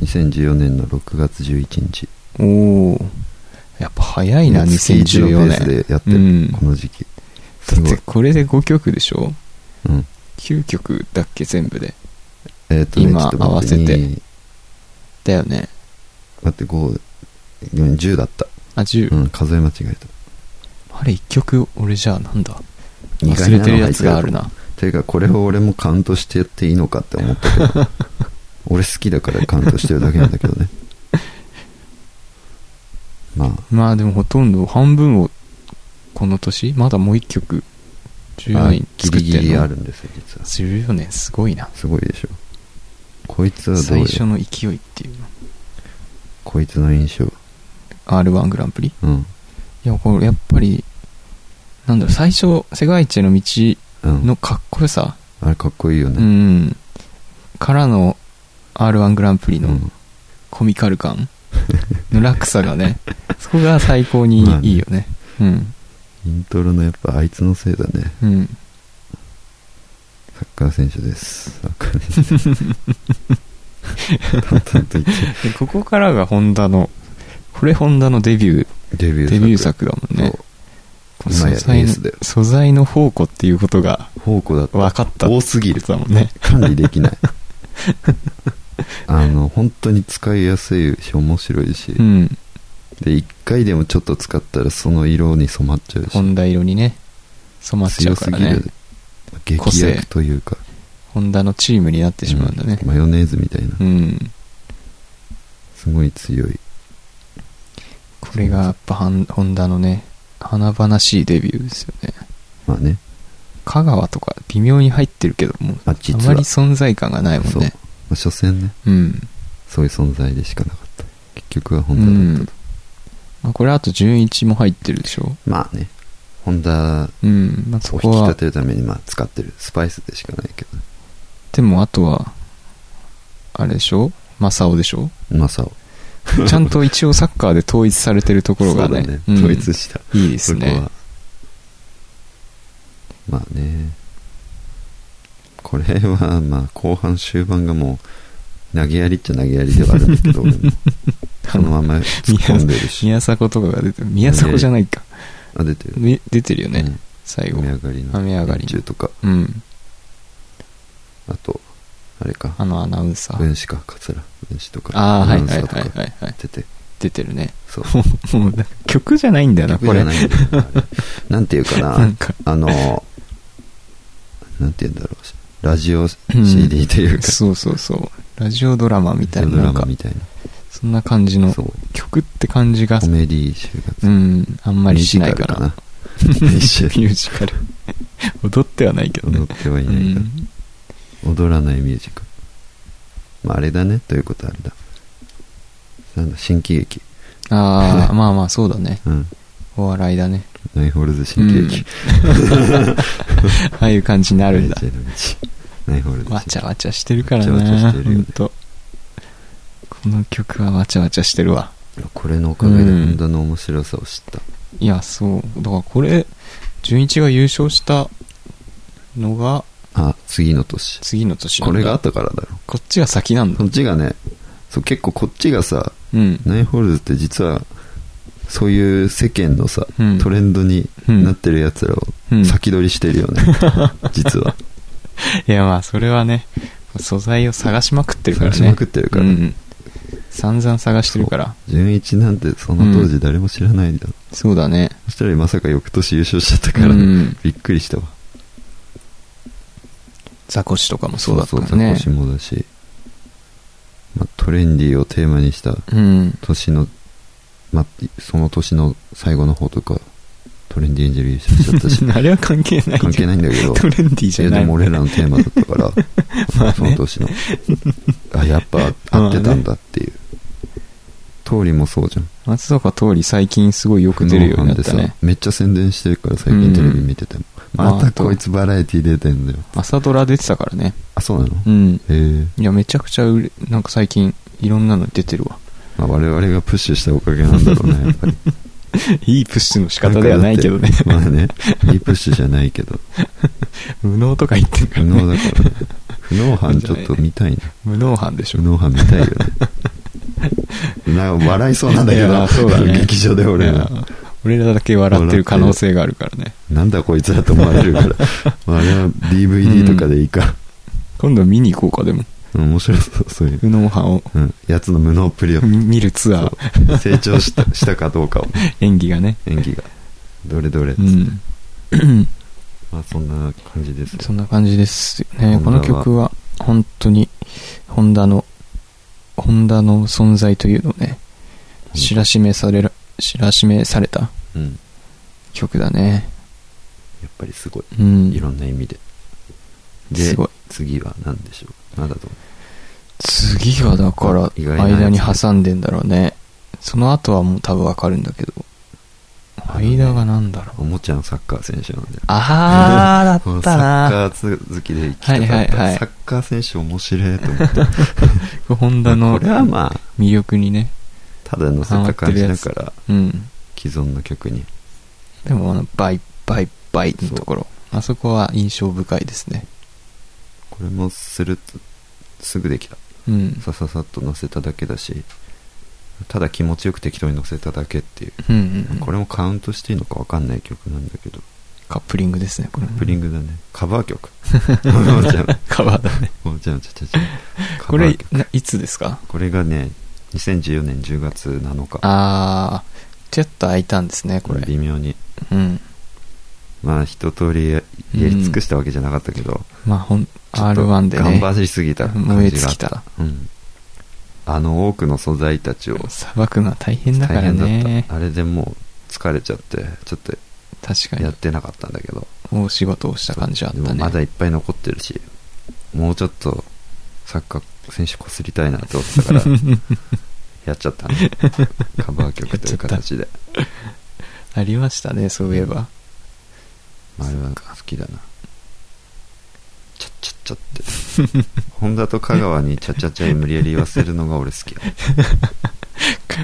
[SPEAKER 2] 2014年の6月11日
[SPEAKER 3] おお。やっぱ早いな、
[SPEAKER 2] 月一の
[SPEAKER 3] 2014
[SPEAKER 2] ペース
[SPEAKER 3] 年。
[SPEAKER 2] でやってる、
[SPEAKER 3] うん
[SPEAKER 2] この時期
[SPEAKER 3] だ
[SPEAKER 2] す
[SPEAKER 3] っ
[SPEAKER 2] ごい
[SPEAKER 3] て、これで5曲でしょ
[SPEAKER 2] うん、
[SPEAKER 3] ?9 曲だっけ、全部で。
[SPEAKER 2] えっ、とね
[SPEAKER 3] 今
[SPEAKER 2] ちょっと待って
[SPEAKER 3] 合わせて
[SPEAKER 2] に
[SPEAKER 3] だよね。
[SPEAKER 2] 待って5 10だった、
[SPEAKER 3] あ、10。
[SPEAKER 2] うん、数え間違えた
[SPEAKER 3] あれ、1曲、俺じゃあ、なんだ
[SPEAKER 2] 意
[SPEAKER 3] 忘
[SPEAKER 2] 外なの入ってる
[SPEAKER 3] れてるやつがあるな。
[SPEAKER 2] ていうかこれを俺もカウントしてやっていいのかって思った けど俺好きだからカウントしてるだけなんだけどねまあ
[SPEAKER 3] まあ、でもほとんど半分を、この年まだもう1曲、
[SPEAKER 2] あ
[SPEAKER 3] 14年
[SPEAKER 2] ギ
[SPEAKER 3] 作っ
[SPEAKER 2] リギ
[SPEAKER 3] てん
[SPEAKER 2] リ
[SPEAKER 3] の
[SPEAKER 2] あるんですよ実は
[SPEAKER 3] 14年すごいな
[SPEAKER 2] すごいでしょこいつはどう
[SPEAKER 3] 最
[SPEAKER 2] よ
[SPEAKER 3] 初の勢いっていうの
[SPEAKER 2] こいつの印象
[SPEAKER 3] r 1グランプリい
[SPEAKER 2] うん
[SPEAKER 3] やこれやっぱりなんだろう最初世界一への道
[SPEAKER 2] うん
[SPEAKER 3] のかっこよさ
[SPEAKER 2] あれかっこいいよ
[SPEAKER 3] う
[SPEAKER 2] ね、
[SPEAKER 3] んからの R1 グランプリ
[SPEAKER 2] う
[SPEAKER 3] の
[SPEAKER 2] ん、
[SPEAKER 3] コミカル感の落差が ね、そこが最高にいいよね。うん。
[SPEAKER 2] イントロのやっぱあいつのせいだね
[SPEAKER 3] うん。
[SPEAKER 2] サッカー選手ですサッカー選手淡々と言って
[SPEAKER 3] でここからがホンダの、これホンダのデビュー、
[SPEAKER 2] デビュー作
[SPEAKER 3] デビュー作だもんね
[SPEAKER 2] そ。
[SPEAKER 3] こ
[SPEAKER 2] う
[SPEAKER 3] の
[SPEAKER 2] 今
[SPEAKER 3] 素
[SPEAKER 2] やエ
[SPEAKER 3] 材
[SPEAKER 2] ー
[SPEAKER 3] の
[SPEAKER 2] スだよ、
[SPEAKER 3] 素材の宝庫っていうことが
[SPEAKER 2] 宝庫だった
[SPEAKER 3] 分かった。
[SPEAKER 2] 多すぎる
[SPEAKER 3] だもんね。
[SPEAKER 2] 管理できないあの本当に使いやすいし面白いし、
[SPEAKER 3] うん。
[SPEAKER 2] で1回でもちょっと使ったらその色に染まっちゃうし
[SPEAKER 3] ホンダ色にね、染まっち
[SPEAKER 2] 強
[SPEAKER 3] ゃうか
[SPEAKER 2] す
[SPEAKER 3] ら
[SPEAKER 2] ぎ
[SPEAKER 3] ね
[SPEAKER 2] る。劇薬というか
[SPEAKER 3] ホンダのチームになってしまうんだね
[SPEAKER 2] う。んマヨネーズみたいな
[SPEAKER 3] うん。
[SPEAKER 2] すごい強い
[SPEAKER 3] これがやっぱハンホンダのね、華々しいデビューですよね。
[SPEAKER 2] まあね
[SPEAKER 3] 香川とか微妙に入ってるけども、
[SPEAKER 2] あ
[SPEAKER 3] あ
[SPEAKER 2] 実
[SPEAKER 3] ま
[SPEAKER 2] は
[SPEAKER 3] り存在感がないもん
[SPEAKER 2] そう、ま
[SPEAKER 3] ね。
[SPEAKER 2] あ、所詮ね
[SPEAKER 3] うん。
[SPEAKER 2] そういう存在でしかなかった結局は
[SPEAKER 3] う
[SPEAKER 2] ホンダだった、
[SPEAKER 3] ん。まあ、これあと純一も入ってるでしょ。
[SPEAKER 2] まあねホンダを
[SPEAKER 3] うん。まあ、そ
[SPEAKER 2] 引き
[SPEAKER 3] こは
[SPEAKER 2] 立、てるためにまあ使ってるスパイスでしかないけどね
[SPEAKER 3] でもあとは、あれでしょマサオで しょ
[SPEAKER 2] マサオ
[SPEAKER 3] ちゃんと一応サッカーで統一されてるところが
[SPEAKER 2] そ
[SPEAKER 3] ね。
[SPEAKER 2] うだね
[SPEAKER 3] うん
[SPEAKER 2] 統一した、
[SPEAKER 3] いいです
[SPEAKER 2] そこ
[SPEAKER 3] ね。
[SPEAKER 2] はまあねこれはまあ後半終盤がもう投げやりっちゃ投げやりではあるんだけ ど俺もそのまま突っ込んでるし
[SPEAKER 3] 宮迫とかが出てる。宮迫じゃないか。
[SPEAKER 2] あ出てる
[SPEAKER 3] み出てるよね、
[SPEAKER 2] うん
[SPEAKER 3] 最後
[SPEAKER 2] 雨。上がりの
[SPEAKER 3] 雨上がりの
[SPEAKER 2] 連中とか
[SPEAKER 3] うん。
[SPEAKER 2] あとあれか
[SPEAKER 3] あのアナウンサー。
[SPEAKER 2] 分子か桂分子とか
[SPEAKER 3] ああ、
[SPEAKER 2] ア
[SPEAKER 3] は
[SPEAKER 2] ナ
[SPEAKER 3] い
[SPEAKER 2] ウン
[SPEAKER 3] は
[SPEAKER 2] サ
[SPEAKER 3] い
[SPEAKER 2] ーとか
[SPEAKER 3] はいはいはい。
[SPEAKER 2] 出て
[SPEAKER 3] 出てる ね。
[SPEAKER 2] そう
[SPEAKER 3] もう、もうなんか曲じゃないんだよな、
[SPEAKER 2] 曲
[SPEAKER 3] こ
[SPEAKER 2] じ
[SPEAKER 3] れ。
[SPEAKER 2] ゃないんだよなあれなんていうか
[SPEAKER 3] なん
[SPEAKER 2] な
[SPEAKER 3] か、
[SPEAKER 2] あのなんていうんだろうラジオ
[SPEAKER 3] うん
[SPEAKER 2] CD というか
[SPEAKER 3] そうそうそう。ラジオドラマみたいな、
[SPEAKER 2] ド
[SPEAKER 3] な
[SPEAKER 2] ラ
[SPEAKER 3] ん
[SPEAKER 2] マ
[SPEAKER 3] か、
[SPEAKER 2] みたい
[SPEAKER 3] そんな感じ
[SPEAKER 2] な
[SPEAKER 3] の
[SPEAKER 2] そ、う
[SPEAKER 3] 曲って感じが
[SPEAKER 2] コ、メディー就活あ
[SPEAKER 3] うん、あんまりしないから。 ミュージカル。 踊ってはないけど
[SPEAKER 2] 踊っ
[SPEAKER 3] ね。
[SPEAKER 2] てはいうないが
[SPEAKER 3] ん、
[SPEAKER 2] 踊らないミュージカルまああれだねということはあれだなんだ新喜劇
[SPEAKER 3] ああ、まあまあ、そうだね。
[SPEAKER 2] うん
[SPEAKER 3] お笑いだね。
[SPEAKER 2] ナイフォールズ新喜劇
[SPEAKER 3] ああいう感じになるんだ
[SPEAKER 2] ナ。イフォールズ
[SPEAKER 3] わちゃわちゃしてるから
[SPEAKER 2] わちゃわちゃ
[SPEAKER 3] な。
[SPEAKER 2] してるよ
[SPEAKER 3] ほんと。この曲はわちゃわちゃしてるわ。
[SPEAKER 2] これのおかげで
[SPEAKER 3] うん
[SPEAKER 2] ホンダの面白さを知った
[SPEAKER 3] いや、そう。だからこれ、純一が優勝したのが、
[SPEAKER 2] あ次の年
[SPEAKER 3] 次の年なん
[SPEAKER 2] こ
[SPEAKER 3] だ
[SPEAKER 2] れがあったからだろ
[SPEAKER 3] こっちが先なんだ
[SPEAKER 2] こ。っちがねそう結構こっちがさ
[SPEAKER 3] うん。
[SPEAKER 2] ナイフォールズって実はそういう世間のさ、
[SPEAKER 3] うん
[SPEAKER 2] トレンドになってるやつら
[SPEAKER 3] う
[SPEAKER 2] を
[SPEAKER 3] ん
[SPEAKER 2] 先取りしてるよ ね、実はい
[SPEAKER 3] や、まあ、それはね、素材を探しまくってるからね。
[SPEAKER 2] 探しまくってるから
[SPEAKER 3] うん。散々探してるから。
[SPEAKER 2] 純一なんてその当時誰も知らないんだ、
[SPEAKER 3] そうだね。
[SPEAKER 2] そしたらまさか翌年優勝しちゃったからね、
[SPEAKER 3] うん
[SPEAKER 2] びっくりしたわ
[SPEAKER 3] ザコシとかもそうだった
[SPEAKER 2] そう
[SPEAKER 3] から
[SPEAKER 2] そうザ
[SPEAKER 3] ね。
[SPEAKER 2] コシもだし、まあ、トレンディーをテーマにした
[SPEAKER 3] うん。
[SPEAKER 2] 年の、まあ、その年の最後の方とかトレンディエンジェル優勝しちゃ ったし
[SPEAKER 3] あれは関係ない
[SPEAKER 2] 関係ないんだけど
[SPEAKER 3] トレンディーじゃ
[SPEAKER 2] いや
[SPEAKER 3] ない
[SPEAKER 2] でも
[SPEAKER 3] もんね。
[SPEAKER 2] 俺らのテーマだったから
[SPEAKER 3] まあね
[SPEAKER 2] その年のあやっ ぱ合ってたんだっていう通りもそうじゃん
[SPEAKER 3] 松坂桃李最近すごいよく出るようになったね。
[SPEAKER 2] めっちゃ宣伝してるから最近テレビ見てても、
[SPEAKER 3] うん
[SPEAKER 2] またこいつバラエティ出てんだよ
[SPEAKER 3] 朝ドラ出てたからね。
[SPEAKER 2] あそうなの、
[SPEAKER 3] う
[SPEAKER 2] へ
[SPEAKER 3] ん。
[SPEAKER 2] え、
[SPEAKER 3] いや、めちゃくちゃ売れ、なんか最近、いろんなの出てるわ。
[SPEAKER 2] まあ、我々がプッシュしたおかげなんだろ うねやっぱり
[SPEAKER 3] いいプッシュの仕方ではないけどね
[SPEAKER 2] ん。かだってまあねいいプッシュじゃないけど
[SPEAKER 3] 無能とか言ってるか
[SPEAKER 2] 不
[SPEAKER 3] ら
[SPEAKER 2] 能
[SPEAKER 3] ね。
[SPEAKER 2] だか らね不能犯ちょっと見たいな
[SPEAKER 3] 無能犯でしょ
[SPEAKER 2] 不。能犯見たいよ ねなんか笑いそう なんだけ
[SPEAKER 3] いや
[SPEAKER 2] ど
[SPEAKER 3] そうだ ね
[SPEAKER 2] 劇場で俺
[SPEAKER 3] い
[SPEAKER 2] ら
[SPEAKER 3] や俺らだけ笑ってる可能性があるからね。
[SPEAKER 2] なんだこいつらと思われる からまああれは DVD とかでいいか、
[SPEAKER 3] 今度見に行こうか、で
[SPEAKER 2] う
[SPEAKER 3] も。
[SPEAKER 2] ん面白そうそういう、
[SPEAKER 3] 無能犯を
[SPEAKER 2] うん、やつの無能っぷりを
[SPEAKER 3] 見るツアー、
[SPEAKER 2] そう成長したしたかどうかを
[SPEAKER 3] 演技がね。
[SPEAKER 2] 演技がどれどれ、
[SPEAKER 3] うん。
[SPEAKER 2] まあそんな感じですね
[SPEAKER 3] そんな感じですよね。こ
[SPEAKER 2] ホンダ
[SPEAKER 3] の
[SPEAKER 2] は
[SPEAKER 3] 曲は、本当に、ホンダの、ホンダの存在というのをね、知らしめされら、知らしめされた
[SPEAKER 2] うん
[SPEAKER 3] 曲だね。
[SPEAKER 2] やっぱりすごい
[SPEAKER 3] うん。
[SPEAKER 2] いろんな意味で、
[SPEAKER 3] す
[SPEAKER 2] で
[SPEAKER 3] ごい。
[SPEAKER 2] 次は何でしょうなんだと思
[SPEAKER 3] 次がだから
[SPEAKER 2] 意外なやつ
[SPEAKER 3] 間に挟んでんだろうねその後はもう多分わかるんだけど
[SPEAKER 2] う
[SPEAKER 3] 間がなんだろう。
[SPEAKER 2] おもちゃのサッカー選手なんだよ。
[SPEAKER 3] あー、だった
[SPEAKER 2] サ
[SPEAKER 3] な
[SPEAKER 2] ッカー好きで行きたかった、
[SPEAKER 3] はいはいはい
[SPEAKER 2] サッカー選手面白いと思って。
[SPEAKER 3] ホンダ
[SPEAKER 2] まあ
[SPEAKER 3] の
[SPEAKER 2] これはまあ、
[SPEAKER 3] 魅力にね。
[SPEAKER 2] ただ乗せた感じだから、
[SPEAKER 3] うん。
[SPEAKER 2] 既存の曲に。
[SPEAKER 3] でもあの、バイ、バイ、バイのところ。あそこは印象深いですね。
[SPEAKER 2] これもすると、すぐできた。
[SPEAKER 3] うん。
[SPEAKER 2] さささっと乗せただけだし、ただ気持ちよく適当に乗せただけっていう。
[SPEAKER 3] うんうんうん。
[SPEAKER 2] これもカウントしていいのかわかんない曲なんだけど、
[SPEAKER 3] カップリングですね、これ。
[SPEAKER 2] プリングだね。カバー 曲。もうじゃあ
[SPEAKER 3] カバーだね。
[SPEAKER 2] もうじゃあ、ちゃちゃちゃ。
[SPEAKER 3] こ
[SPEAKER 2] カバ
[SPEAKER 3] れ
[SPEAKER 2] ー曲、
[SPEAKER 3] ないつですか
[SPEAKER 2] これがね、2014年10月7日。
[SPEAKER 3] あー、ちょっと空いたんですね、これ。
[SPEAKER 2] 微妙に。
[SPEAKER 3] うん。
[SPEAKER 2] まあ、一通りややり尽くしたわけじゃなかったけど、
[SPEAKER 3] まあ、ほん、
[SPEAKER 2] ちょっと
[SPEAKER 3] R1 でね。
[SPEAKER 2] 頑張りすぎた感じがあった
[SPEAKER 3] 燃え尽きた。
[SPEAKER 2] うん。あの多くの素材たちを
[SPEAKER 3] 砂漠が大変だか
[SPEAKER 2] 大
[SPEAKER 3] ら
[SPEAKER 2] 変だった。
[SPEAKER 3] ね。
[SPEAKER 2] あれでもう疲れちゃって、ちょっと
[SPEAKER 3] 確か
[SPEAKER 2] や
[SPEAKER 3] に
[SPEAKER 2] っ。てなかったんだけど、
[SPEAKER 3] 大仕事をした感じはあっ
[SPEAKER 2] でも
[SPEAKER 3] たね。
[SPEAKER 2] まだいっぱい残ってるし、もうちょっとサッカー選手こすりたいなと思ったから、やっちゃったね。カバー曲という形で。
[SPEAKER 3] ありましたね、そういえば。
[SPEAKER 2] まあ、あれは好きだな。ちゃっちゃっちゃって。本田と香川にちゃちゃちゃい無理やり言わせるのが俺好き。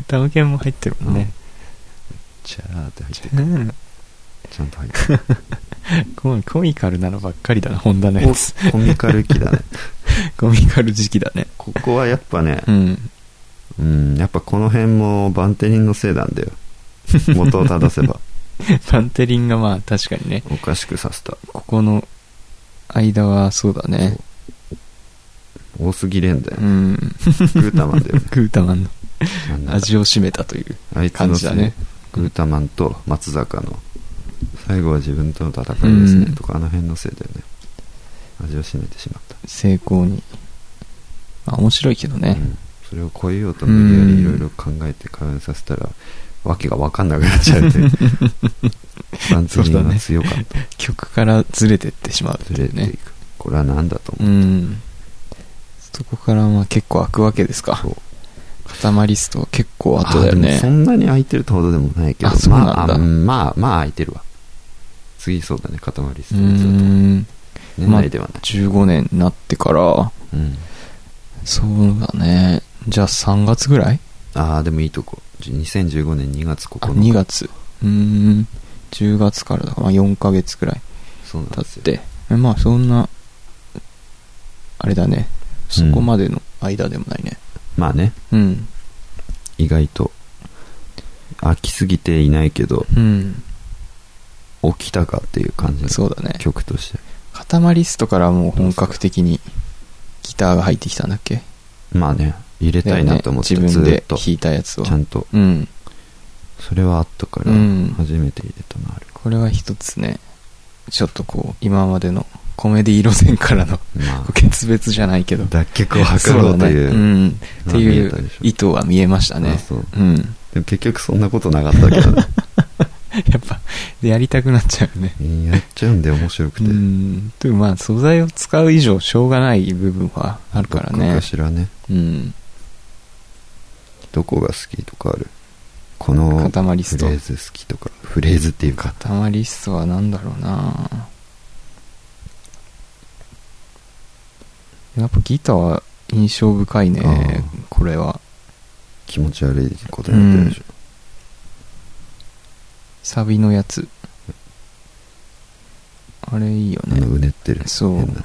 [SPEAKER 3] ダム犬も入ってるもんね。
[SPEAKER 2] チャーって入って
[SPEAKER 3] う
[SPEAKER 2] る。
[SPEAKER 3] ん。
[SPEAKER 2] ちゃんと入ってる。
[SPEAKER 3] ココミカルなのばっかりだな、ホンダのやつ。
[SPEAKER 2] コミカル気だね。
[SPEAKER 3] コミカル時期だね。
[SPEAKER 2] ここはやっぱね
[SPEAKER 3] う、ん。
[SPEAKER 2] うん、やっぱこの辺もバンテリンのせいなんだよ。元を正せば。
[SPEAKER 3] パンテリンがまあ確かにね、
[SPEAKER 2] おかしくさせた。
[SPEAKER 3] ここの間はそうだね。
[SPEAKER 2] 多すぎれんだよ
[SPEAKER 3] う。ん。
[SPEAKER 2] グータマンだよね。
[SPEAKER 3] グータマンの
[SPEAKER 2] なんなら
[SPEAKER 3] 味を占めたという。
[SPEAKER 2] あいつ
[SPEAKER 3] 感
[SPEAKER 2] の
[SPEAKER 3] じだね
[SPEAKER 2] グータマンと松坂の最後は自分との戦いです
[SPEAKER 3] う
[SPEAKER 2] ね
[SPEAKER 3] ん
[SPEAKER 2] とかあの辺のせいだよね味を占めてしまった、
[SPEAKER 3] 成功に。まあ面白いけど
[SPEAKER 2] う
[SPEAKER 3] ね。
[SPEAKER 2] んそれを超えようと無理やりいろいろ考えて考えさせたらわけが分かんなくなっちゃう というバンツリーが強かった、
[SPEAKER 3] 曲からずれてってしまうって
[SPEAKER 2] ずれ
[SPEAKER 3] いう
[SPEAKER 2] て
[SPEAKER 3] ね
[SPEAKER 2] い。くこれは何だと
[SPEAKER 3] う。
[SPEAKER 2] 思うん
[SPEAKER 3] そこからまあ結構開くわけですか
[SPEAKER 2] そう。
[SPEAKER 3] 塊リスト結構
[SPEAKER 2] あ
[SPEAKER 3] 後だよ
[SPEAKER 2] でも
[SPEAKER 3] ね
[SPEAKER 2] そ。んなに空いてるってほどでもないけど
[SPEAKER 3] あそう
[SPEAKER 2] ま
[SPEAKER 3] な
[SPEAKER 2] あ
[SPEAKER 3] んだ
[SPEAKER 2] あまあまあ空いてるわ次そうだね塊ス
[SPEAKER 3] う
[SPEAKER 2] ト
[SPEAKER 3] ー
[SPEAKER 2] レート
[SPEAKER 3] ん。
[SPEAKER 2] 年内ではない、
[SPEAKER 3] 15年になってから、
[SPEAKER 2] うん
[SPEAKER 3] そうだね。じゃあ3月ぐらい
[SPEAKER 2] ああでもいいとこ2015年2月9
[SPEAKER 3] あ、
[SPEAKER 2] 日
[SPEAKER 3] 2月。うーん。10月からだから、まあ、4ヶ月くらい
[SPEAKER 2] そうなん
[SPEAKER 3] 経
[SPEAKER 2] で
[SPEAKER 3] っ
[SPEAKER 2] すよ
[SPEAKER 3] て。えまあそんな、あれだね。そこまでの間でもないね。
[SPEAKER 2] まあね
[SPEAKER 3] うん。
[SPEAKER 2] 意外と飽きすぎていないけど
[SPEAKER 3] うん。
[SPEAKER 2] 起きたかっていう感じの
[SPEAKER 3] そうだね。
[SPEAKER 2] 曲として
[SPEAKER 3] 塊リストからもう本格的にギターが入ってきたんだっけ
[SPEAKER 2] まあね入れたいなと思って、
[SPEAKER 3] だよね
[SPEAKER 2] ず
[SPEAKER 3] 自分
[SPEAKER 2] ーっ
[SPEAKER 3] で
[SPEAKER 2] と
[SPEAKER 3] 弾
[SPEAKER 2] ち
[SPEAKER 3] いたやつを。
[SPEAKER 2] ゃんと
[SPEAKER 3] うん。
[SPEAKER 2] それはあったから
[SPEAKER 3] うん
[SPEAKER 2] 初めて入れたのあれ、
[SPEAKER 3] これは一つね、ちょっとこう、今までのコメディ路線からの
[SPEAKER 2] まあ
[SPEAKER 3] 決別じゃないけど。
[SPEAKER 2] 脱却を図ろうという
[SPEAKER 3] そだねうん。
[SPEAKER 2] まあ
[SPEAKER 3] って
[SPEAKER 2] 見
[SPEAKER 3] い
[SPEAKER 2] えたで
[SPEAKER 3] う
[SPEAKER 2] しょ
[SPEAKER 3] 意図は見えました
[SPEAKER 2] あ
[SPEAKER 3] ね。
[SPEAKER 2] そう
[SPEAKER 3] うん。
[SPEAKER 2] でも結局そんなことなかったけどね
[SPEAKER 3] やっぱ、でやりたくなっちゃうね。
[SPEAKER 2] うんやっちゃうんで面白く
[SPEAKER 3] う
[SPEAKER 2] て、
[SPEAKER 3] ん。という、まあ、素材を使う以上、しょうがない部分はあるから
[SPEAKER 2] どこ
[SPEAKER 3] ね
[SPEAKER 2] か。しらね
[SPEAKER 3] うん。
[SPEAKER 2] どこが好きとかあるこのフレ
[SPEAKER 3] 塊リスト。
[SPEAKER 2] ーズ好きとかフレーズっていうか
[SPEAKER 3] 塊リストは何だろうなやっぱギターは印象深いね
[SPEAKER 2] あ。
[SPEAKER 3] これは。
[SPEAKER 2] 気持ち悪いことになってるでしょ、
[SPEAKER 3] サビのやつあれいいよ
[SPEAKER 2] あの
[SPEAKER 3] ね
[SPEAKER 2] うねってる
[SPEAKER 3] そう
[SPEAKER 2] 変な、ま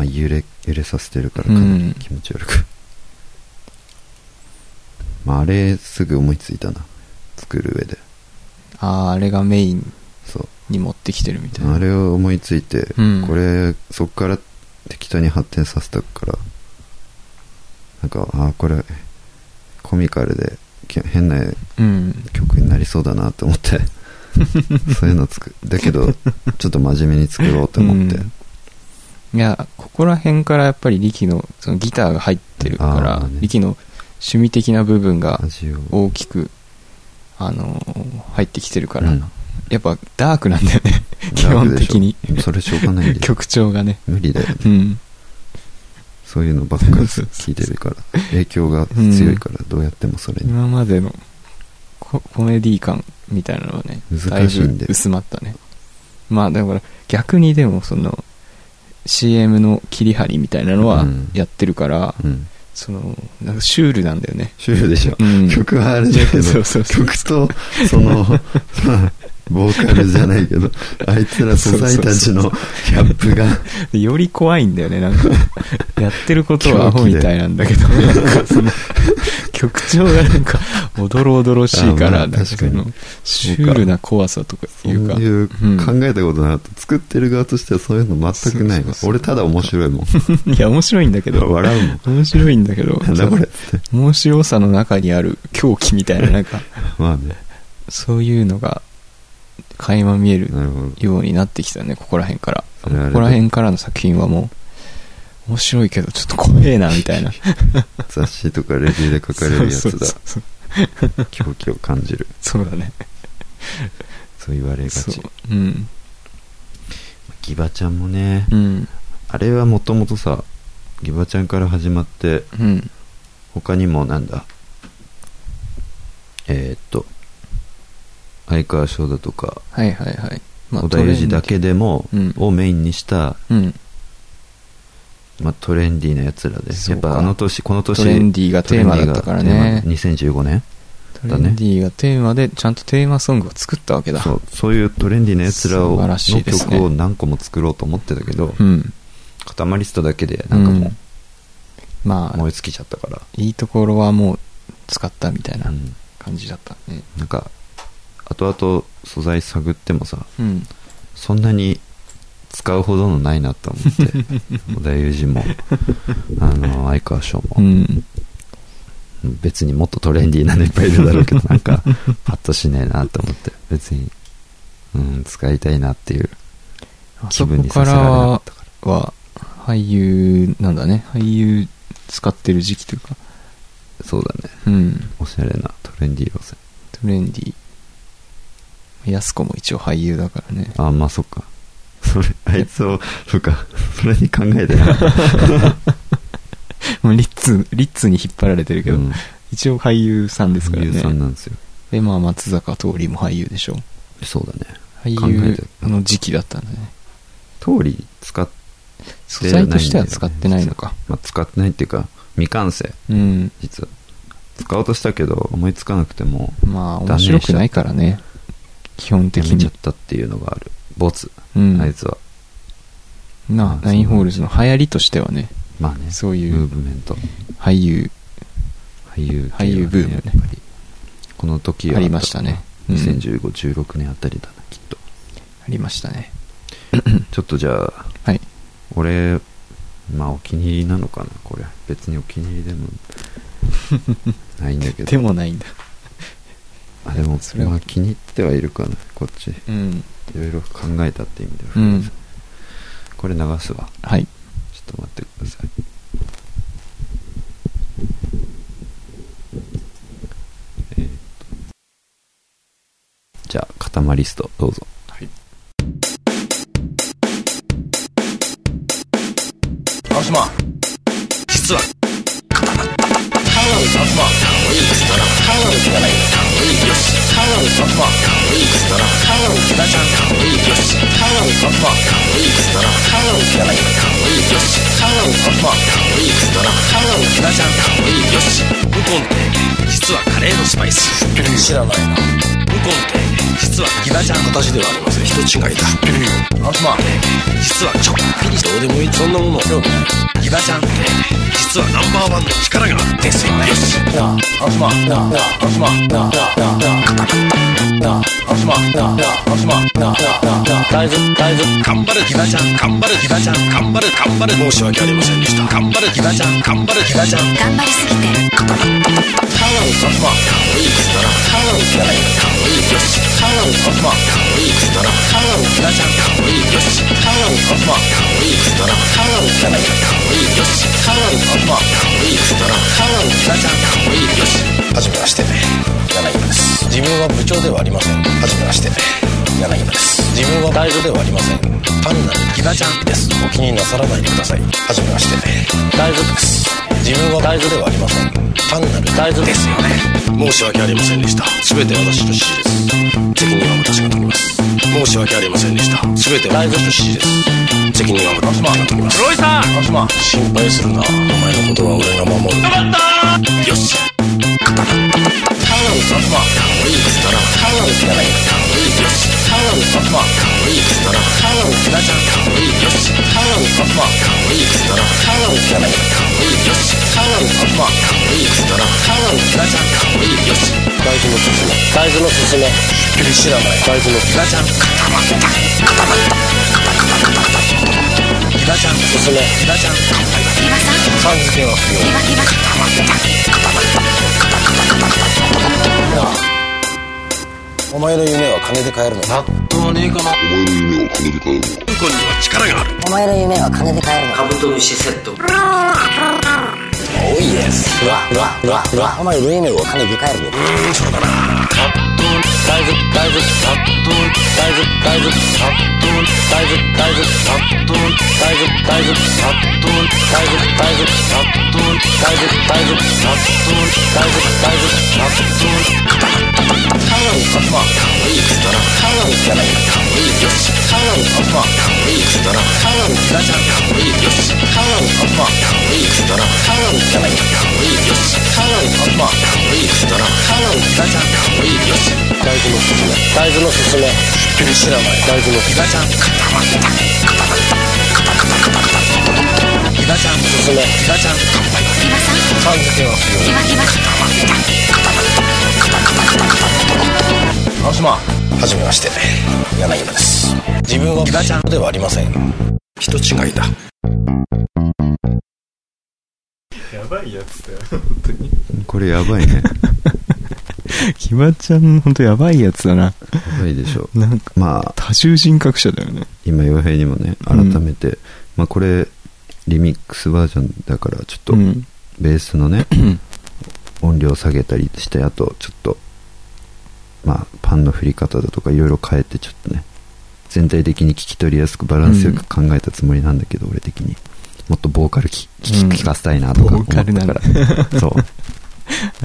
[SPEAKER 2] あ、揺れ揺れさせてるからかな
[SPEAKER 3] う
[SPEAKER 2] り
[SPEAKER 3] ん
[SPEAKER 2] 気持ち悪く、 まああれすぐ思いついたな作る上で
[SPEAKER 3] あああれがメイン
[SPEAKER 2] そう
[SPEAKER 3] に持ってきてるみたいな
[SPEAKER 2] あれを思いついて、
[SPEAKER 3] うん
[SPEAKER 2] これそっから適当に発展させたからなんかああこれコミカルでけ変な
[SPEAKER 3] うん
[SPEAKER 2] 曲になりそうだなと思って そういうの作だけどちょっと真面目に作ろうと思って、
[SPEAKER 3] うんいやここら辺からやっぱり力のそのギターが入ってるか
[SPEAKER 2] あ
[SPEAKER 3] ら、
[SPEAKER 2] ーね
[SPEAKER 3] 力の趣味的な部分が
[SPEAKER 2] 味を
[SPEAKER 3] 大きくあのー入ってきてるから、
[SPEAKER 2] うん
[SPEAKER 3] やっぱダークなんだよね基
[SPEAKER 2] ダー
[SPEAKER 3] 本
[SPEAKER 2] クでしょ
[SPEAKER 3] 的に
[SPEAKER 2] それしょうがないんで
[SPEAKER 3] 曲調がね
[SPEAKER 2] 無理だよね
[SPEAKER 3] うん
[SPEAKER 2] そういうのばっかり聞いてるから影響が強いからどうやってもそれに
[SPEAKER 3] 今までのこココメディ感みたいなのはね、だい
[SPEAKER 2] 難しいん
[SPEAKER 3] ぶ
[SPEAKER 2] で
[SPEAKER 3] 薄まったね。まあだから逆にでもその CM の切り張りみたいなのは
[SPEAKER 2] うん
[SPEAKER 3] やってるから、
[SPEAKER 2] うん。
[SPEAKER 3] その、なんかシュールなんだよね。
[SPEAKER 2] シュールでしょ
[SPEAKER 3] う。ん
[SPEAKER 2] 曲はあれだけど、
[SPEAKER 3] そうそうそう
[SPEAKER 2] 曲と、そ の、まあ、ボーカルじゃないけど、あいつら素材たちのギャップが、
[SPEAKER 3] でより怖いんだよね、なんか。 やってることはアホみたいなんだけど、なんかその、 曲調がなんか、おどろおどろしいか
[SPEAKER 2] あま
[SPEAKER 3] ら、
[SPEAKER 2] あ
[SPEAKER 3] なんかそ
[SPEAKER 2] 確か
[SPEAKER 3] の
[SPEAKER 2] に、
[SPEAKER 3] シュールな怖さとか
[SPEAKER 2] そう
[SPEAKER 3] いうか。
[SPEAKER 2] いう
[SPEAKER 3] うん
[SPEAKER 2] 考えたことなかった。作ってる側としてはそういうの全くない
[SPEAKER 3] そうそう
[SPEAKER 2] わ。
[SPEAKER 3] そう
[SPEAKER 2] 俺ただ面白いもん。
[SPEAKER 3] いや、面白いんだけど、
[SPEAKER 2] 笑うもん。
[SPEAKER 3] 面白いんだけど、
[SPEAKER 2] なんだこれっつって。
[SPEAKER 3] 面白さの中にある狂気みたいな、なん か、
[SPEAKER 2] まあね。
[SPEAKER 3] そういうのが、垣間見える
[SPEAKER 2] なるほど。
[SPEAKER 3] ようになってきたね、ここら辺から。
[SPEAKER 2] それはあれ
[SPEAKER 3] ここら辺からの作品はもう、面白いけど、ちょっと怖えな、みたいな。
[SPEAKER 2] 雑誌とかレビューで書かれるや
[SPEAKER 3] そう
[SPEAKER 2] つ
[SPEAKER 3] そう
[SPEAKER 2] だ
[SPEAKER 3] そ。うそう
[SPEAKER 2] 狂気を感じる。
[SPEAKER 3] そうだね。
[SPEAKER 2] そう言われが
[SPEAKER 3] そう
[SPEAKER 2] ち。。
[SPEAKER 3] うん。
[SPEAKER 2] ギバちゃんもね、
[SPEAKER 3] うん。
[SPEAKER 2] あれはもともとさ、ギバちゃんから始まって、
[SPEAKER 3] うん。
[SPEAKER 2] 他にもなんだえーっと相川翔太とか
[SPEAKER 3] はいはいはい。
[SPEAKER 2] 織田裕二だけでも、
[SPEAKER 3] うん
[SPEAKER 2] をメインにした、
[SPEAKER 3] トレンディ。
[SPEAKER 2] まあ、トレンディーなやつらで
[SPEAKER 3] そ
[SPEAKER 2] や
[SPEAKER 3] う
[SPEAKER 2] っ
[SPEAKER 3] か
[SPEAKER 2] ぱあの年この
[SPEAKER 3] うん。
[SPEAKER 2] 年
[SPEAKER 3] トレンディーがテーマだったから
[SPEAKER 2] ト。
[SPEAKER 3] ね
[SPEAKER 2] レンディーがテーマ2015年
[SPEAKER 3] トレ
[SPEAKER 2] だね
[SPEAKER 3] ンディーがテーマで、ちゃんとテーマソングを作ったわけだ。
[SPEAKER 2] そうそういうトレンディーなやつら
[SPEAKER 3] 素
[SPEAKER 2] を
[SPEAKER 3] 晴らしい
[SPEAKER 2] の
[SPEAKER 3] ですね
[SPEAKER 2] 曲を何個も作ろうと思ってたけど、
[SPEAKER 3] うん。
[SPEAKER 2] カタマリストだけでなんかも
[SPEAKER 3] ま
[SPEAKER 2] う
[SPEAKER 3] あ
[SPEAKER 2] 燃え、尽きちゃったから、
[SPEAKER 3] いいところはもう使ったみたいな
[SPEAKER 2] うん
[SPEAKER 3] 感じだったね。
[SPEAKER 2] なんか後々素材探ってもさ
[SPEAKER 3] うん。
[SPEAKER 2] そんなに使うほどのないなと思って 織田裕二もあの相川翔
[SPEAKER 3] う
[SPEAKER 2] も、
[SPEAKER 3] ん。
[SPEAKER 2] 別にもっとトレンディーなのいっぱいいるだろうけどなん かパッとしねえなと思って別に、うん、使いたいなっていう
[SPEAKER 3] あ
[SPEAKER 2] 気
[SPEAKER 3] そ
[SPEAKER 2] 分
[SPEAKER 3] こ
[SPEAKER 2] にさ
[SPEAKER 3] か
[SPEAKER 2] せら
[SPEAKER 3] ら
[SPEAKER 2] れなかっ
[SPEAKER 3] は
[SPEAKER 2] たから
[SPEAKER 3] 俳優、なんだね。俳優使ってる時期というか。
[SPEAKER 2] そうだね
[SPEAKER 3] うん。
[SPEAKER 2] おしゃれなトレンディー路線
[SPEAKER 3] トレンディー。やす子も一応俳優だからね。
[SPEAKER 2] あまあそっかそれあいつをそっかそれに考えてなかった
[SPEAKER 3] もうリッツ、リッツに引っ張られてるけ
[SPEAKER 2] けど
[SPEAKER 3] ど、一応俳優さんですから
[SPEAKER 2] 俳優さん
[SPEAKER 3] ね。
[SPEAKER 2] なんですよ
[SPEAKER 3] で、まあ松坂桃李も俳優でしょ。
[SPEAKER 2] そうだね
[SPEAKER 3] 俳
[SPEAKER 2] 考えて
[SPEAKER 3] 優
[SPEAKER 2] る
[SPEAKER 3] の時期だったんだね。
[SPEAKER 2] 通り使っ、
[SPEAKER 3] 素材としては使ってないのか。
[SPEAKER 2] まあ、使ってないっていうか未完成
[SPEAKER 3] うん。
[SPEAKER 2] 実は使おうとしたけど思いつかなくても
[SPEAKER 3] まあ面白くないからね。基本
[SPEAKER 2] や
[SPEAKER 3] 的
[SPEAKER 2] めちゃ
[SPEAKER 3] に
[SPEAKER 2] っ。たっていうのがあるボツ、
[SPEAKER 3] うん。
[SPEAKER 2] あいつは
[SPEAKER 3] な
[SPEAKER 2] あ
[SPEAKER 3] ナインホールズの流行りとしてはね、
[SPEAKER 2] まあね
[SPEAKER 3] そうい
[SPEAKER 2] ムー
[SPEAKER 3] う
[SPEAKER 2] ブメント
[SPEAKER 3] 俳優
[SPEAKER 2] 俳優系はね
[SPEAKER 3] 俳優ブームね
[SPEAKER 2] やっぱりこの時は
[SPEAKER 3] ありましたねうん
[SPEAKER 2] 201516年あたりだなきっと
[SPEAKER 3] ありましたね。
[SPEAKER 2] ちょっとじゃあ
[SPEAKER 3] はい。
[SPEAKER 2] 俺まあお気に入りなのかなこれ別にお気に入りでもないんだけど
[SPEAKER 3] でもないんだ。
[SPEAKER 2] あでも
[SPEAKER 3] それは
[SPEAKER 2] まあ気に入ってはいるかなこっちい
[SPEAKER 3] うん。
[SPEAKER 2] ろいろ考えたって意味では、
[SPEAKER 3] うん
[SPEAKER 2] これ流すわ
[SPEAKER 3] はい。
[SPEAKER 2] ちょっと待ってください。えーっとじゃあ、固まリスト、どうぞ。
[SPEAKER 4] 青島実はウコンって実はカレーのスパイス知ってる知らないなウコンって実はギラちゃん形ではありません人違いだ知ってるよあつま実はちょっぴりどうでもいいそんなものギラちゃんって実はナンバーワンの力があるんですよねよしなああつまなああつまなあなあなああつまなああつまなあなあ大豆大豆頑張れギラちゃん頑張れギラちゃん頑張れ頑張れ申し訳ありませんでした頑張れギラちゃん頑張れギラちゃん
[SPEAKER 1] 頑張りすぎてる
[SPEAKER 4] はじめまして柳です自分は部長ではありませんはじめまして柳田です自分は大夫ではありません単なるギガちゃんですお気になさらないでくださいはじめまして大夫です自分は大夫ではありません単なる大夫ですよね申し訳ありませんでした全て私の指示です責任は私が取ります申し訳ありませんでした全て私の指示です責任は私が取りますロイさん心配するなお前のことは俺が守るよしタウンサマータウンイクストラタウンスナライタウンイクスタウンサマータウンイクストラタウンスナジャンタウンイクスタウンサマータウンイクストラタウンスナライタウンイクスタウンサマータウンイクストラタウンスナジャンタウンイクス大豆のすすめ大豆のすすめ知らない大豆のスナジャン固まった固まったギガちゃんすすめギガちゃん乾杯ギガさんさん付けは不要ギガギガ固まった固まったなあお前の夢は金で買えるのか
[SPEAKER 6] お前の夢は金で買えるのか
[SPEAKER 4] おいエスうわうわうわ
[SPEAKER 6] お
[SPEAKER 4] うわ
[SPEAKER 6] 前の夢は金で買えるのか
[SPEAKER 4] 大豆大豆サットン大豆大豆サットン大豆大豆サットン大豆大豆サットン大豆大豆サットン大豆大豆サットン大豆大豆サットンタウンサマータウンイクストラタウンじゃないタウンよしタウンサマータウンイクストラタウンラジャンタウンよしタウンサマータウンイクストラタウンじゃないタウンよしタウンサマータウンイクストラタウンラジャンタウンよし大豆のすすめ大豆のすすめ知らない大豆のラジャン固まった固まったギガちゃんすすめギガちゃん乾杯ギガさんさん付けは不要ギガギガ固まった青島はじめまして柳村です自分はギガちゃんではありません人違いだ
[SPEAKER 3] やばいやつだよ。
[SPEAKER 2] これやばい ね。
[SPEAKER 3] ひばちゃん、ほんとやばいやつだな。
[SPEAKER 2] やばいでしょ。
[SPEAKER 3] なんか、
[SPEAKER 2] まあ、
[SPEAKER 3] 多重人格者だよね。
[SPEAKER 2] 今、洋平にもね、改めて、まあこれ、リミックスバージョンだから、ちょっと、
[SPEAKER 3] うん。
[SPEAKER 2] ベースのね、音量下げたりして、あと、ちょっと、まあ、パンの振り方だとか、いろいろ変えて、ちょっとね、全体的に聞き取りやすく、バランスよく考えたつもりなんだけど、俺的に。もっとボーカルき聞
[SPEAKER 3] うん
[SPEAKER 2] き聞かせたいなとか思ったから、
[SPEAKER 3] ボーカ
[SPEAKER 2] そう、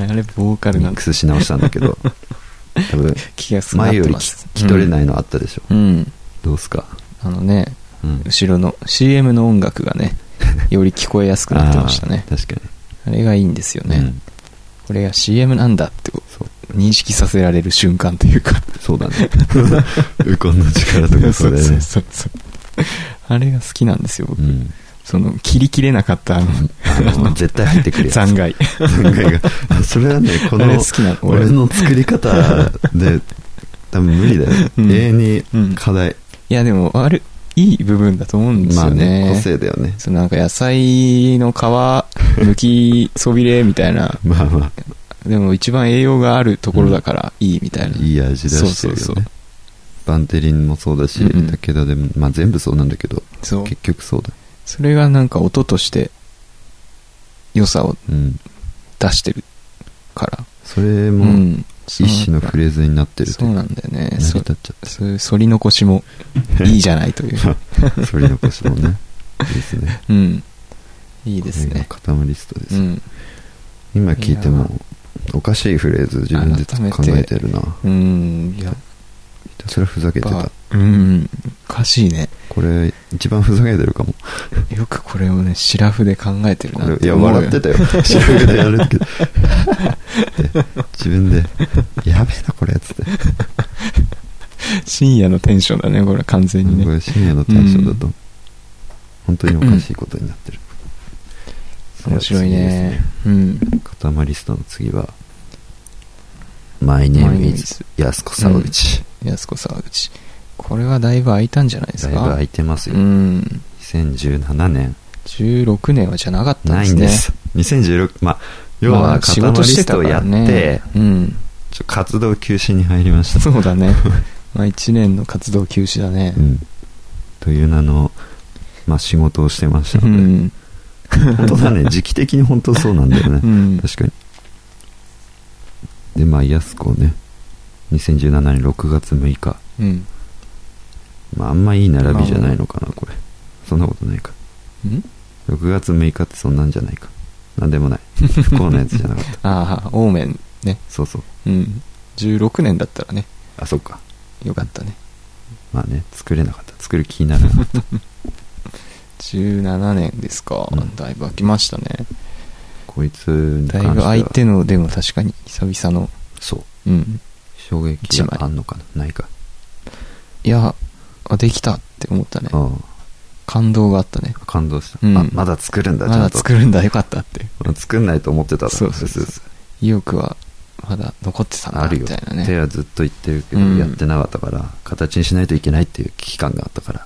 [SPEAKER 3] あれ、ボーカル
[SPEAKER 2] ミ
[SPEAKER 3] な
[SPEAKER 2] ッ
[SPEAKER 3] ん
[SPEAKER 2] クス
[SPEAKER 3] か
[SPEAKER 2] し直したんだけ ど、多分、
[SPEAKER 3] 気がすごい。
[SPEAKER 2] 前より聞き取れないのあったでしょ。
[SPEAKER 3] うん。うん。
[SPEAKER 2] どうすか
[SPEAKER 3] あのね、
[SPEAKER 2] うん。
[SPEAKER 3] 後ろの CM の音楽がね、より聞こえやすくなってましたね
[SPEAKER 2] あー確か
[SPEAKER 3] あれがいいんですよ
[SPEAKER 2] に。
[SPEAKER 3] ね。
[SPEAKER 2] うん
[SPEAKER 3] これが CM なんだってこ
[SPEAKER 2] そう
[SPEAKER 3] う認識させられる瞬間というか。
[SPEAKER 2] そうだね。 ウコンの力とかそ
[SPEAKER 3] そ
[SPEAKER 2] れ
[SPEAKER 3] う
[SPEAKER 2] ね。
[SPEAKER 3] そうそうそう。あれが好きなんですよ、僕
[SPEAKER 2] うん
[SPEAKER 3] その、切り切れなかった、あの、
[SPEAKER 2] あの絶対入ってくるやつ。
[SPEAKER 3] 残骸。
[SPEAKER 2] 残骸が。 それはね、この
[SPEAKER 3] あれ好きなの俺
[SPEAKER 2] 俺の作り方で 多分無理だよ。
[SPEAKER 3] うん
[SPEAKER 2] 永遠に課題。
[SPEAKER 3] いや、でも、あれ、いい部分だと思うんです
[SPEAKER 2] まあ
[SPEAKER 3] よね。
[SPEAKER 2] ね、個性だよね。
[SPEAKER 3] そのなんか野菜の皮、剥きそびれみたいな。
[SPEAKER 2] まあまあ、
[SPEAKER 3] でも一番栄養があるところだからいいみたいな。
[SPEAKER 2] いい味出して
[SPEAKER 3] そうそ
[SPEAKER 2] る
[SPEAKER 3] う
[SPEAKER 2] よ
[SPEAKER 3] そう
[SPEAKER 2] ね。バンテリンもそうだし、
[SPEAKER 3] うんうん
[SPEAKER 2] 武田でも、まあ全部そうなんだけど、
[SPEAKER 3] そう。
[SPEAKER 2] 結局そうだ。
[SPEAKER 3] それがなんか音として良さを
[SPEAKER 2] うん。
[SPEAKER 3] 出してるから。
[SPEAKER 2] それ
[SPEAKER 3] う
[SPEAKER 2] も
[SPEAKER 3] ん。
[SPEAKER 2] 一種のフレーズになってると
[SPEAKER 3] そ
[SPEAKER 2] いうう
[SPEAKER 3] な
[SPEAKER 2] か
[SPEAKER 3] んだよね。
[SPEAKER 2] 成り
[SPEAKER 3] そ
[SPEAKER 2] 立っちゃって
[SPEAKER 3] そういう反り残しもいいじゃないという。
[SPEAKER 2] 反り残しもね。いいですね。
[SPEAKER 3] うん。いい です
[SPEAKER 2] これが
[SPEAKER 3] ね。
[SPEAKER 2] 塊リストで
[SPEAKER 3] う
[SPEAKER 2] す。
[SPEAKER 3] ん。
[SPEAKER 2] 今聞いて
[SPEAKER 3] いや
[SPEAKER 2] も、おかしいフレーズ自分で考えてるな。
[SPEAKER 3] うん。いや、
[SPEAKER 2] ひたすらふざけてた。
[SPEAKER 3] うん。おかしいね。
[SPEAKER 2] これ、一番ふざけてるかも。
[SPEAKER 3] よくこれをね、シラフで考えてる
[SPEAKER 2] こ
[SPEAKER 3] な
[SPEAKER 2] れ
[SPEAKER 3] っ
[SPEAKER 2] い
[SPEAKER 3] て
[SPEAKER 2] や、
[SPEAKER 3] 思うよ
[SPEAKER 2] 笑って たよ。知らでやるけど。で自分で、やべえな、これ、つって。
[SPEAKER 3] 深夜のテンションだね、これ完全に
[SPEAKER 2] こ
[SPEAKER 3] ね。
[SPEAKER 2] れ深夜のテンションだと、本当におかしいことになってる。
[SPEAKER 3] 面白い
[SPEAKER 2] 次です
[SPEAKER 3] ね。。うん。
[SPEAKER 2] カタマリストの次は、My name is 安子沢内。
[SPEAKER 3] 安子沢口。これはだいぶ空いたんじゃないです
[SPEAKER 2] だい
[SPEAKER 3] か。
[SPEAKER 2] ぶ空いてますよ
[SPEAKER 3] う。ん。
[SPEAKER 2] 2017年。
[SPEAKER 3] 16年はじゃなかったん
[SPEAKER 2] な
[SPEAKER 3] で
[SPEAKER 2] い
[SPEAKER 3] す
[SPEAKER 2] ん
[SPEAKER 3] ね。
[SPEAKER 2] です。2016、まあ、要は、カタマリストをやって、
[SPEAKER 3] うん。
[SPEAKER 2] ちょ活動休止に入りました。
[SPEAKER 3] そう だね。まあ1年の活動休止だね
[SPEAKER 2] う。ん、という名の、まあ、仕事をしてまし
[SPEAKER 3] う
[SPEAKER 2] たので、
[SPEAKER 3] ん。
[SPEAKER 2] 本当だね、時期的に本当そうなんだよ
[SPEAKER 3] う
[SPEAKER 2] ね、
[SPEAKER 3] ん。
[SPEAKER 2] 確かに。で、まあ、安子をね、 2017年6月6日
[SPEAKER 3] うん。
[SPEAKER 2] まああんまいい並びじゃないのかなこれそんなことないか
[SPEAKER 3] ん
[SPEAKER 2] 6月6日ってそんなんじゃないかなんでもない不幸なやつじゃなか った
[SPEAKER 3] ああ、オーメンね。
[SPEAKER 2] そうそう
[SPEAKER 3] うん。16年だったらね、
[SPEAKER 2] あそっか
[SPEAKER 3] よかったね。
[SPEAKER 2] まあね作れなかった作る気にならなか った
[SPEAKER 3] 17年ですか。
[SPEAKER 2] うん
[SPEAKER 3] だいぶ空きましたね。
[SPEAKER 2] こいつに
[SPEAKER 3] だ
[SPEAKER 2] 関
[SPEAKER 3] い
[SPEAKER 2] しては
[SPEAKER 3] ぶ相手の、でも確かに久々の、
[SPEAKER 2] そう
[SPEAKER 3] うん。
[SPEAKER 2] 衝撃があんのかなないか
[SPEAKER 3] いや、あ、できたって思ったね。
[SPEAKER 2] あ
[SPEAKER 3] 感動があったね。
[SPEAKER 2] あ感動した、
[SPEAKER 3] うん
[SPEAKER 2] あまだ作るんだち
[SPEAKER 3] ま
[SPEAKER 2] ゃん
[SPEAKER 3] だ
[SPEAKER 2] と
[SPEAKER 3] 作るんだ、よかったって。
[SPEAKER 2] 作んないと思ってただろ
[SPEAKER 3] そうそうそう
[SPEAKER 2] う
[SPEAKER 3] 意欲はまだ残ってたん
[SPEAKER 2] あ
[SPEAKER 3] だ、
[SPEAKER 2] る
[SPEAKER 3] み
[SPEAKER 2] よ、
[SPEAKER 3] たいな
[SPEAKER 2] 手
[SPEAKER 3] ね。
[SPEAKER 2] はずっと言ってるけど、
[SPEAKER 3] うん
[SPEAKER 2] やってなかったから形にしないといけないっていう危機感があったから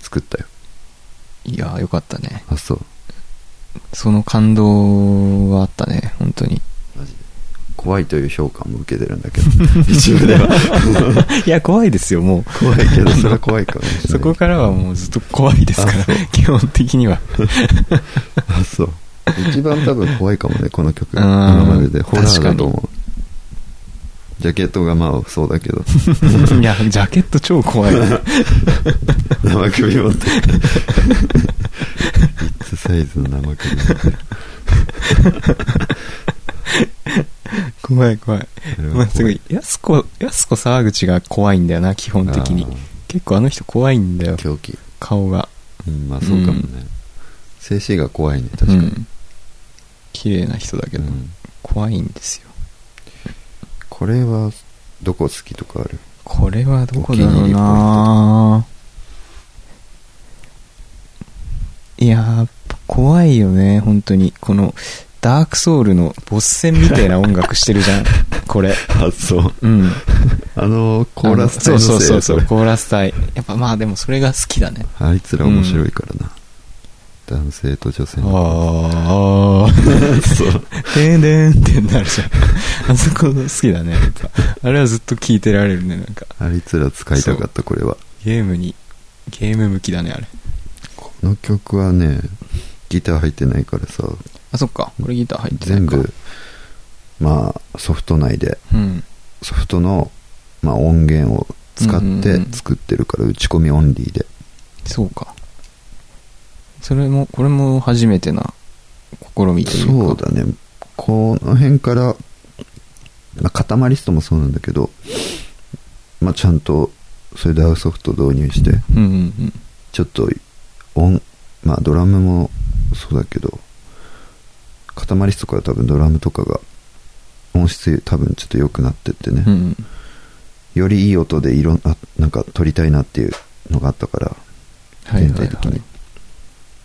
[SPEAKER 2] 作ったよ
[SPEAKER 3] いやー、よかったね。
[SPEAKER 2] あそう
[SPEAKER 3] その感動はあったね、本 当に。
[SPEAKER 2] マジで怖いという評価も受けてるんだけど 一部では
[SPEAKER 3] いや、怖いですよ、もう。
[SPEAKER 2] 怖いけどそれは 怖いかもしれない
[SPEAKER 3] そこからはもうずっと怖いですから
[SPEAKER 2] あそう、
[SPEAKER 3] 基本的には。
[SPEAKER 2] あそう一番多分怖いかもねこの曲
[SPEAKER 3] うん
[SPEAKER 2] 今まででホラー
[SPEAKER 3] 確か
[SPEAKER 2] だ
[SPEAKER 3] に
[SPEAKER 2] と思うジャケットがまあそうだけど
[SPEAKER 3] いや、ジャケット 超怖い。
[SPEAKER 2] 生首持ってるビッツサイズの生首持ってる
[SPEAKER 3] 怖い怖い。
[SPEAKER 2] それは怖
[SPEAKER 3] まあ、すごい。やすこ、やすこ沢口が怖いんだよな、基本的に
[SPEAKER 2] あ。
[SPEAKER 3] 結構あの人怖いんだよ
[SPEAKER 2] ー、狂気
[SPEAKER 3] 顔が。
[SPEAKER 2] うんまあそうかもね、静止が怖いね確か
[SPEAKER 3] う
[SPEAKER 2] に、
[SPEAKER 3] ん。綺麗な人だけど、
[SPEAKER 2] うん
[SPEAKER 3] 怖いんですよ。
[SPEAKER 2] これはどこ好きとかある
[SPEAKER 3] これはどこだろうないやー、やっぱ怖いよね、本当に。この、ダークソウルのボス戦みたいな音楽して るじゃん、これ。
[SPEAKER 2] あそう
[SPEAKER 3] うん。
[SPEAKER 2] あのコーラス隊
[SPEAKER 3] あ
[SPEAKER 2] のせい
[SPEAKER 3] のそうそうそうそう、
[SPEAKER 2] それ
[SPEAKER 3] コーラス隊。やっぱまあでもそれが好きだね。
[SPEAKER 2] あいつら面白いからな、男性と女性の
[SPEAKER 3] ああ。
[SPEAKER 2] そう
[SPEAKER 3] でんでん ってなるじゃん。あそこ好きだね、やっぱあれはずっと聴いてられるね、なんか。
[SPEAKER 2] あいつら使いたかったこれは
[SPEAKER 3] ゲームに、ゲーム向きだね、あれ。
[SPEAKER 2] この曲はねギター入ってないからさ
[SPEAKER 3] あ、そっか。これギター入ってない
[SPEAKER 2] 全
[SPEAKER 3] か。
[SPEAKER 2] 部。まあソフト内で
[SPEAKER 3] うん。
[SPEAKER 2] ソフトの、まあ、音源を使って作ってるから、打ち込みオンリーで
[SPEAKER 3] そうか。それも、これも初めてな試みというか。
[SPEAKER 2] そうだねこの辺から、まあ、カタマリストもそうなんだけど、まあ、ちゃんとそういうダウソフト導入して
[SPEAKER 3] うんうん
[SPEAKER 2] ちょっと音、まあ、ドラムもそうだけどカタマリストから多分ドラムとかが音質多分ちょっと良くなってってね、
[SPEAKER 3] うん。うん
[SPEAKER 2] よりいい音でいろんななんか撮りたいなっていうのがあったから
[SPEAKER 3] はいは
[SPEAKER 2] 全
[SPEAKER 3] いはい
[SPEAKER 2] 体的に、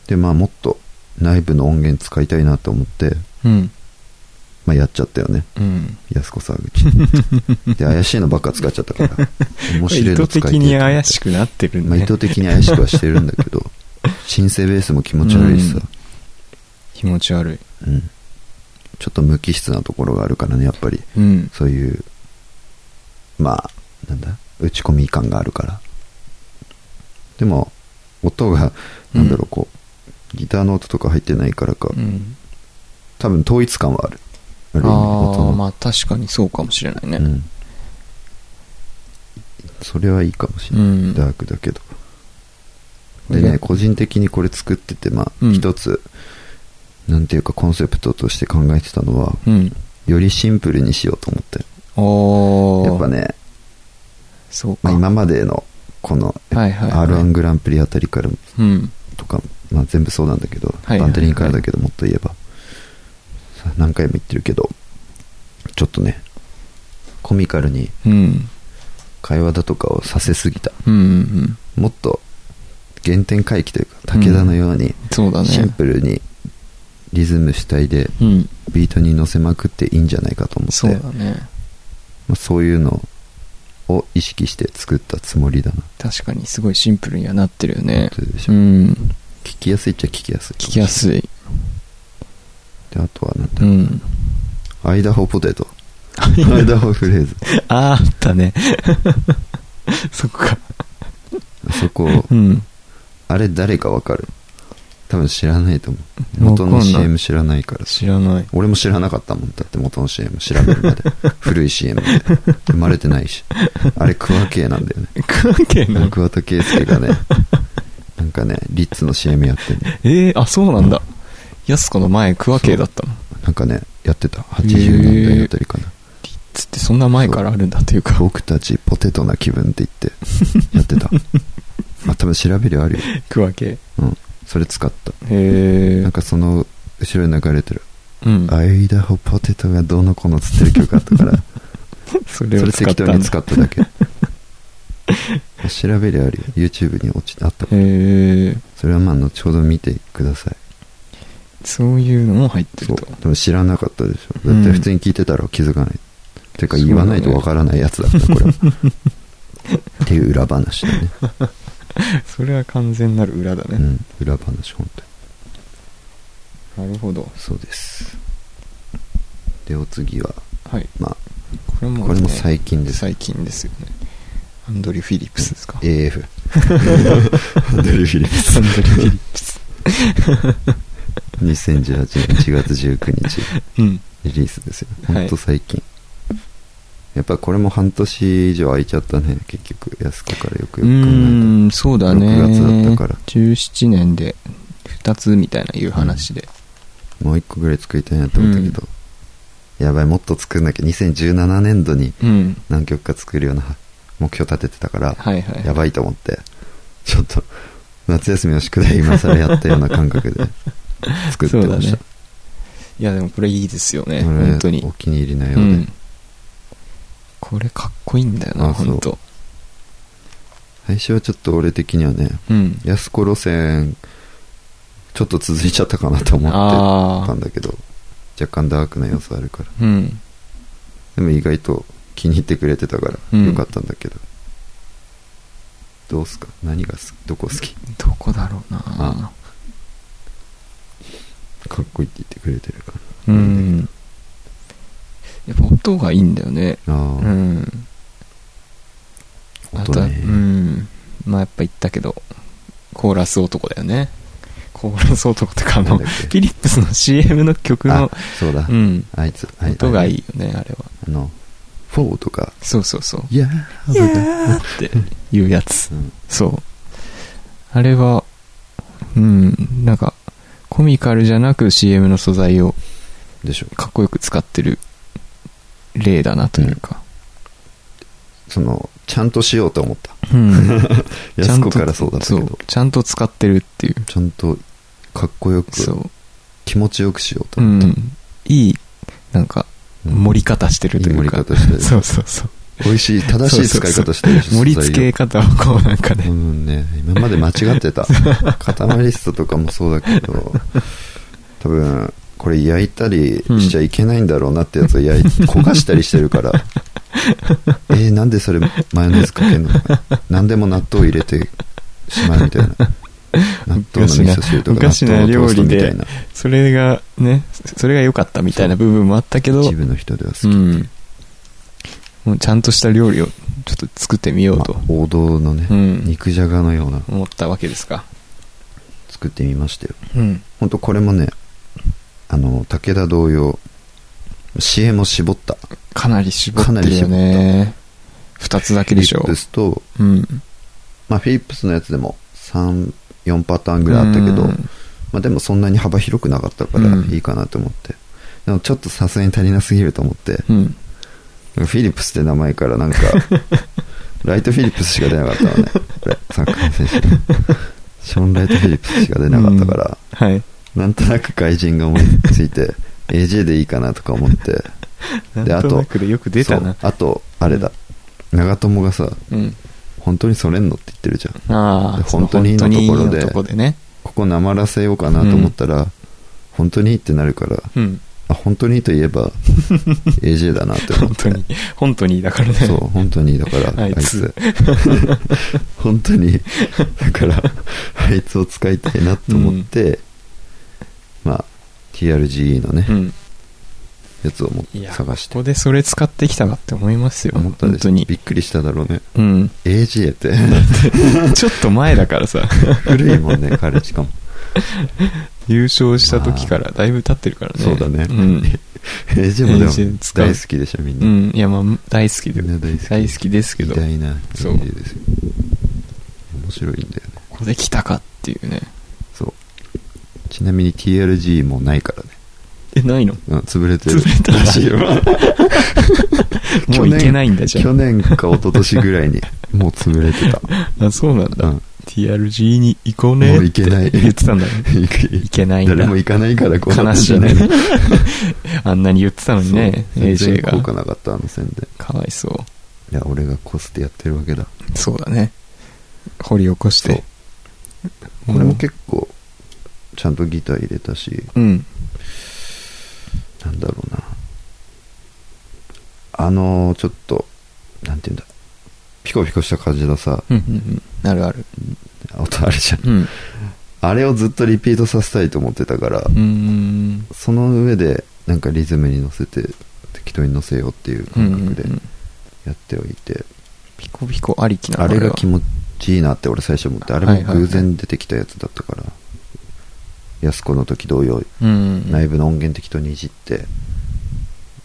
[SPEAKER 2] でまあもっと内部の音源使いたいなと思って、
[SPEAKER 3] うん。うん。
[SPEAKER 2] まあ、やっちゃったよね
[SPEAKER 3] うん。
[SPEAKER 2] 安子沢 口で怪しいのばっか使っちゃったから面白い
[SPEAKER 3] 意
[SPEAKER 2] の
[SPEAKER 3] 図
[SPEAKER 2] 使いた
[SPEAKER 3] 的
[SPEAKER 2] い
[SPEAKER 3] に怪し
[SPEAKER 2] く、
[SPEAKER 3] くなってるん
[SPEAKER 2] ま
[SPEAKER 3] だ
[SPEAKER 2] あ、意
[SPEAKER 3] ね。
[SPEAKER 2] 図的に怪しくはしてるんだけ どシンセベースも気持ち悪いしさ、
[SPEAKER 3] 気持ち悪い。
[SPEAKER 2] うんちょっと無機質なところがあるからねやっぱり
[SPEAKER 3] うん。
[SPEAKER 2] そういうまあなんだ打ち込み感があるからでも音がなんだろうこう、ギターの音とか入ってないからか、
[SPEAKER 3] うん。
[SPEAKER 2] 多分統一感はあるある意味
[SPEAKER 3] あ
[SPEAKER 2] の
[SPEAKER 3] あ、まあ確かにそうかもしれないね。
[SPEAKER 2] うん、それはいいかもしれない、
[SPEAKER 3] うん
[SPEAKER 2] ダークだけど
[SPEAKER 3] う
[SPEAKER 2] で
[SPEAKER 3] ん
[SPEAKER 2] ね個人的にこれ作っててま
[SPEAKER 3] う
[SPEAKER 2] あ
[SPEAKER 3] ん
[SPEAKER 2] 一つ、なんていうかコンセプトとして考えてたのは
[SPEAKER 3] うん。
[SPEAKER 2] よりシンプルにしようと思って
[SPEAKER 3] おー。
[SPEAKER 2] やっぱ。ね、
[SPEAKER 3] そう
[SPEAKER 2] ま
[SPEAKER 3] か。
[SPEAKER 2] あ、今までのこの
[SPEAKER 3] はいはいはい
[SPEAKER 2] r 1グランプリあたりから
[SPEAKER 3] うん。
[SPEAKER 2] とか、まあ、全部そうなんだけど、
[SPEAKER 3] はいはいはい
[SPEAKER 2] バンテリンからだけどもっと言えばさ何回も言ってるけどちょっとねコミカルに
[SPEAKER 3] うん。
[SPEAKER 2] 会話だとかをさせすぎた
[SPEAKER 3] うんうんうん。
[SPEAKER 2] もっと原点回帰というか武田のように
[SPEAKER 3] そうだね。
[SPEAKER 2] シンプルにリズム主体で
[SPEAKER 3] うん。
[SPEAKER 2] ビートに乗せまくっていいんじゃないかと思って
[SPEAKER 3] そうだね。
[SPEAKER 2] まあそういうのを意識して作ったつもりだな
[SPEAKER 3] 確かにすごいシンプルにはなってるよね
[SPEAKER 2] そうで。し
[SPEAKER 3] う
[SPEAKER 2] ょ
[SPEAKER 3] ん。
[SPEAKER 2] 聞きやすいっちゃ聞きやすい
[SPEAKER 3] 聞きやすい。
[SPEAKER 2] であとはなんだ
[SPEAKER 3] うん。
[SPEAKER 2] アイダホポテ トアイダホフレーズ
[SPEAKER 3] あーあったね。 そっか。
[SPEAKER 2] そこ
[SPEAKER 3] うん。
[SPEAKER 2] あれ誰かわかる多分知らないと思う。
[SPEAKER 3] わか
[SPEAKER 2] 元
[SPEAKER 3] んない
[SPEAKER 2] の CM 知らないから。
[SPEAKER 3] 知らない。
[SPEAKER 2] 俺も知らなかったもん。だって元の CM 知らないま で。古い CM で。生まれてないし。あれ、桑系なんだよね。
[SPEAKER 3] 関係ない。
[SPEAKER 2] 桑田佳祐がね、なんかね、リッツの CM やってんの
[SPEAKER 3] えー、あ、そうなんだ。やす子の前、クワ系だったの。
[SPEAKER 2] なんかね、やってた。80年代あたりかな。
[SPEAKER 3] つって、そんな前からあるんだというか。
[SPEAKER 2] 僕たちポテトな気分って言って、やって た。あ、多分調べりゃあるよ。
[SPEAKER 3] クワ系。
[SPEAKER 2] うん。それ使った。
[SPEAKER 3] へえ
[SPEAKER 2] なん。かその、後ろに流れてる、
[SPEAKER 3] うん。
[SPEAKER 2] アイダホポテトがどうのこうのつってる曲あ ったから、
[SPEAKER 3] そ
[SPEAKER 2] そ
[SPEAKER 3] れを
[SPEAKER 2] れ
[SPEAKER 3] 使っ
[SPEAKER 2] 適当
[SPEAKER 3] たんだ。
[SPEAKER 2] に使っただけ。調べりゃあるよ。YouTube に落ちてあったから。
[SPEAKER 3] へえ。
[SPEAKER 2] それはまあ、後ほど見てください。
[SPEAKER 3] そういうのも入って
[SPEAKER 2] そ
[SPEAKER 3] る
[SPEAKER 2] う
[SPEAKER 3] と。。
[SPEAKER 2] でも知らなかったでしょ。だって普通に聞いてたら気づかない。てか言わないとわからないやつだった、こ れは。っていう裏話だね。
[SPEAKER 3] それは完全なる裏だ
[SPEAKER 2] う
[SPEAKER 3] ね。
[SPEAKER 2] ん。裏話、本当に。
[SPEAKER 3] なるほど。
[SPEAKER 2] そうです。で、お次は、
[SPEAKER 3] はい。
[SPEAKER 2] まあ、
[SPEAKER 3] これも、
[SPEAKER 2] これも最近です。
[SPEAKER 3] 最近ですよね。アンドリュー・フィリップスですか。
[SPEAKER 2] AF。アンドリュー・フィリップス
[SPEAKER 3] アンドリュー・フィリップス。
[SPEAKER 2] 2018年1月19日
[SPEAKER 3] うん。
[SPEAKER 2] リリースですよ。
[SPEAKER 3] はい
[SPEAKER 2] ほんと最近。やっぱこれも半年以上空いちゃったね、結局。安子からよくよく考
[SPEAKER 3] う
[SPEAKER 2] え
[SPEAKER 3] ーん、そうだね。
[SPEAKER 2] 6月だったから
[SPEAKER 3] 17年で2つみたいないう話で。
[SPEAKER 2] たら。もう一個ぐらい作りたいなと思ったけど、やばい、もっと作んなきゃ。2017年度に
[SPEAKER 3] うん。
[SPEAKER 2] 何曲か作るような目標立ててたから、
[SPEAKER 3] はいはい。
[SPEAKER 2] やばいと思って、ちょっと、夏休みの宿題今更やったような感覚 で作ってました。
[SPEAKER 3] いや、でもこれいいですよね。
[SPEAKER 2] これ
[SPEAKER 3] 本当に
[SPEAKER 2] お。気に入りなよう
[SPEAKER 3] う
[SPEAKER 2] で。
[SPEAKER 3] ん。これかっこいいんだよな、
[SPEAKER 2] あそう
[SPEAKER 3] 本当
[SPEAKER 2] 最初はちょっと俺的にはね、
[SPEAKER 3] うん。
[SPEAKER 2] 安子路線、ちょっと続いちゃったかなと思って
[SPEAKER 3] あ
[SPEAKER 2] た
[SPEAKER 3] あ
[SPEAKER 2] んだけど、若干ダークな要素あるから。
[SPEAKER 3] ー。うん。
[SPEAKER 2] でも意外と気に入ってくれてたか
[SPEAKER 3] う
[SPEAKER 2] ら、
[SPEAKER 3] ん
[SPEAKER 2] よかったんだけど。どうすか何が好きどこ好き
[SPEAKER 3] どこだろうな
[SPEAKER 2] あかっこいいって言ってくれてるか
[SPEAKER 3] うん。やっぱ音がいいんだよね。
[SPEAKER 2] ら。あ
[SPEAKER 3] う
[SPEAKER 2] あ、
[SPEAKER 3] ん。あと
[SPEAKER 2] 音
[SPEAKER 3] は、う
[SPEAKER 2] ね。
[SPEAKER 3] ん。まあやっぱ言ったけど、コーラス男だよね。コーラス男とか
[SPEAKER 2] な
[SPEAKER 3] の、
[SPEAKER 2] ん
[SPEAKER 3] フ
[SPEAKER 2] だっけ
[SPEAKER 3] ィリップスの CM の曲
[SPEAKER 2] あ
[SPEAKER 3] の、、
[SPEAKER 2] そうだ
[SPEAKER 3] う。ん。
[SPEAKER 2] あいつ、あ
[SPEAKER 3] 音がいい
[SPEAKER 2] い。
[SPEAKER 3] よね、あれは。
[SPEAKER 2] あの、フォーとか、
[SPEAKER 3] そうそうそう。
[SPEAKER 2] いやーとか
[SPEAKER 3] っていうやつ
[SPEAKER 2] う。ん
[SPEAKER 3] そう。あれは、うん、なんか、コミカルじゃなく CM の素材を
[SPEAKER 2] でしょ。
[SPEAKER 3] かっこよく使ってる例だなというか。
[SPEAKER 2] その、ちゃんとしようと思った。
[SPEAKER 3] うん。ちゃ
[SPEAKER 2] 安
[SPEAKER 3] んと
[SPEAKER 2] 子からそうだったけ
[SPEAKER 3] そ
[SPEAKER 2] ど
[SPEAKER 3] う、ちゃんと使ってるっていう。
[SPEAKER 2] ちゃんとかっこよく、
[SPEAKER 3] そう。
[SPEAKER 2] 気持ちよくしようと
[SPEAKER 3] う
[SPEAKER 2] 思った。
[SPEAKER 3] ん。いい、なんか、盛り方してるというか。
[SPEAKER 2] いい盛り方してる
[SPEAKER 3] そうそうそう。
[SPEAKER 2] 美味しい、正しい使い方してるでしょ
[SPEAKER 3] 盛り付け
[SPEAKER 2] 素
[SPEAKER 3] 方をこうなんか
[SPEAKER 2] 材を
[SPEAKER 3] ね
[SPEAKER 2] う。んね、今まで間違って た。カタマリストとかもそうだけど、多分、これ焼いたりしちゃいけないんだろうなってやつを焼い、焦がしたりしてる から。えー、なんでそれマヨネーズかけんのなんでも納豆入れてしまうみたいな。納豆の味噌汁と
[SPEAKER 3] お
[SPEAKER 2] か
[SPEAKER 3] か
[SPEAKER 2] 納
[SPEAKER 3] しな
[SPEAKER 2] 豆のトーストみた
[SPEAKER 3] おか
[SPEAKER 2] い
[SPEAKER 3] しな料理
[SPEAKER 2] な。
[SPEAKER 3] それがね、それが良かったみたいな部分もあったけど、
[SPEAKER 2] 一部の人では好き
[SPEAKER 3] う。ん。もうちゃんとした料理をちょっと作ってみようと
[SPEAKER 2] まあ王道のね、
[SPEAKER 3] うん
[SPEAKER 2] 肉じゃがのような
[SPEAKER 3] 思ったわけですか。
[SPEAKER 2] 作ってみましたよ
[SPEAKER 3] うん。
[SPEAKER 2] 本当これもねあの武田同様 CM を絞った
[SPEAKER 3] かなり絞ってるよね。二つだけ
[SPEAKER 2] フィ
[SPEAKER 3] でし
[SPEAKER 2] リッ
[SPEAKER 3] ょ
[SPEAKER 2] プ。スと、
[SPEAKER 3] うん。
[SPEAKER 2] まあ、フィリップスのやつでも34パターンぐらいあったけど、
[SPEAKER 3] うん
[SPEAKER 2] まあ、でもそんなに幅広くなかったから
[SPEAKER 3] うん
[SPEAKER 2] いいかなと思って、でもちょっとさすがに足りなすぎると思って、
[SPEAKER 3] うん。
[SPEAKER 2] フィリップスって名前から なんかライトフィリップスしか出なかったのねこれサッカーの選手のショーン・ライト・フィリップスしか出なかったから、
[SPEAKER 3] はい。
[SPEAKER 2] なんとなく外人が思いついて AJ でいいかなとか思ってで
[SPEAKER 3] な
[SPEAKER 2] あ
[SPEAKER 3] ん
[SPEAKER 2] と
[SPEAKER 3] となくでよく出たな
[SPEAKER 2] そう。あとあれだ、長友がさ
[SPEAKER 3] うん。
[SPEAKER 2] 本当にそれんのって言ってるじゃん
[SPEAKER 3] ああ、
[SPEAKER 2] で本当にいい
[SPEAKER 3] そ
[SPEAKER 2] の
[SPEAKER 3] の本
[SPEAKER 2] ところで
[SPEAKER 3] いいのとこでね。
[SPEAKER 2] ここなまらせようかなと思ったら、本当にいいってなるから
[SPEAKER 3] うん。
[SPEAKER 2] あ本当にいいといえ ば AJ だなって思っ
[SPEAKER 3] 本
[SPEAKER 2] て
[SPEAKER 3] 当に。本当にだからね。
[SPEAKER 2] そう本当にだから
[SPEAKER 3] あ
[SPEAKER 2] あ
[SPEAKER 3] い
[SPEAKER 2] い
[SPEAKER 3] つ
[SPEAKER 2] つ 本当にだからあいつを使いたいなと思って、まあ TRGE のね、
[SPEAKER 3] うん。
[SPEAKER 2] やつをも
[SPEAKER 3] いや、
[SPEAKER 2] 探して
[SPEAKER 3] ここでそれ使ってきたかって思いますよ。
[SPEAKER 2] 思ったで
[SPEAKER 3] 本
[SPEAKER 2] し
[SPEAKER 3] 当
[SPEAKER 2] ょ
[SPEAKER 3] に。
[SPEAKER 2] びっくりしただろうね
[SPEAKER 3] うん。
[SPEAKER 2] AJ って
[SPEAKER 3] ちょっと前だからさ。
[SPEAKER 2] 古いもんね彼しかも
[SPEAKER 3] 優勝した時からだいぶ経ってるからね。
[SPEAKER 2] そうだね
[SPEAKER 3] うん。
[SPEAKER 2] 平時もでも
[SPEAKER 3] 平時使う
[SPEAKER 2] 大好きでしょみん
[SPEAKER 3] う
[SPEAKER 2] な、
[SPEAKER 3] ん。いや、まあ、大好きで
[SPEAKER 2] みんな大好き
[SPEAKER 3] 大好きですけ
[SPEAKER 2] 偉
[SPEAKER 3] ど、
[SPEAKER 2] 大な
[SPEAKER 3] そう
[SPEAKER 2] 人間ですよ面白いんだよね
[SPEAKER 3] ここで来たかっていうね。
[SPEAKER 2] そうちなみに TRG もないからね、
[SPEAKER 3] え、ないの
[SPEAKER 2] うん、潰れてる
[SPEAKER 3] 潰れたらしいよ。 もういけないんだじゃ
[SPEAKER 2] 去
[SPEAKER 3] ん。
[SPEAKER 2] 年か一昨年ぐらいにもう潰れてた、
[SPEAKER 3] あ、そうなんだ。
[SPEAKER 2] うん
[SPEAKER 3] TRG に行こうね
[SPEAKER 2] もう
[SPEAKER 3] っ
[SPEAKER 2] 行け
[SPEAKER 3] て
[SPEAKER 2] ない
[SPEAKER 3] 言ってたんだね。行けないんだ
[SPEAKER 2] 誰も行かないからこうな
[SPEAKER 3] 悲
[SPEAKER 2] ってん
[SPEAKER 3] し
[SPEAKER 2] じ
[SPEAKER 3] い
[SPEAKER 2] ゃな
[SPEAKER 3] ね
[SPEAKER 2] いの。
[SPEAKER 3] あんなに言ってたのにね、
[SPEAKER 2] そう全
[SPEAKER 3] AJ
[SPEAKER 2] 然効
[SPEAKER 3] が。
[SPEAKER 2] 果なかったあの宣伝
[SPEAKER 3] かわいそう。
[SPEAKER 2] いや俺がこすってやってるわけだ
[SPEAKER 3] そうだね。掘り起こして。
[SPEAKER 2] これも結構ちゃんとギター入れたし
[SPEAKER 3] うん。
[SPEAKER 2] なんだろうなあのちょっとなんていうんだピコピコした感じのさ
[SPEAKER 3] うん。うんうん。あるある。
[SPEAKER 2] 音あるじゃん
[SPEAKER 3] うん。
[SPEAKER 2] あれをずっとリピートさせたいと思ってたから
[SPEAKER 3] うーん。
[SPEAKER 2] その上でなんかリズムに乗せて適当に乗せようっていう
[SPEAKER 3] うん
[SPEAKER 2] 感
[SPEAKER 3] うんう
[SPEAKER 2] 覚で
[SPEAKER 3] ん。
[SPEAKER 2] やっておいて
[SPEAKER 3] ピコピコありきなの
[SPEAKER 2] あれが気
[SPEAKER 3] 持
[SPEAKER 2] 持ちいいなって俺最初思ってあれ
[SPEAKER 3] は
[SPEAKER 2] も
[SPEAKER 3] いはいはい
[SPEAKER 2] 偶然出てきたやつだったから安子の時同様
[SPEAKER 3] うん。
[SPEAKER 2] 内部の音源適当にいじって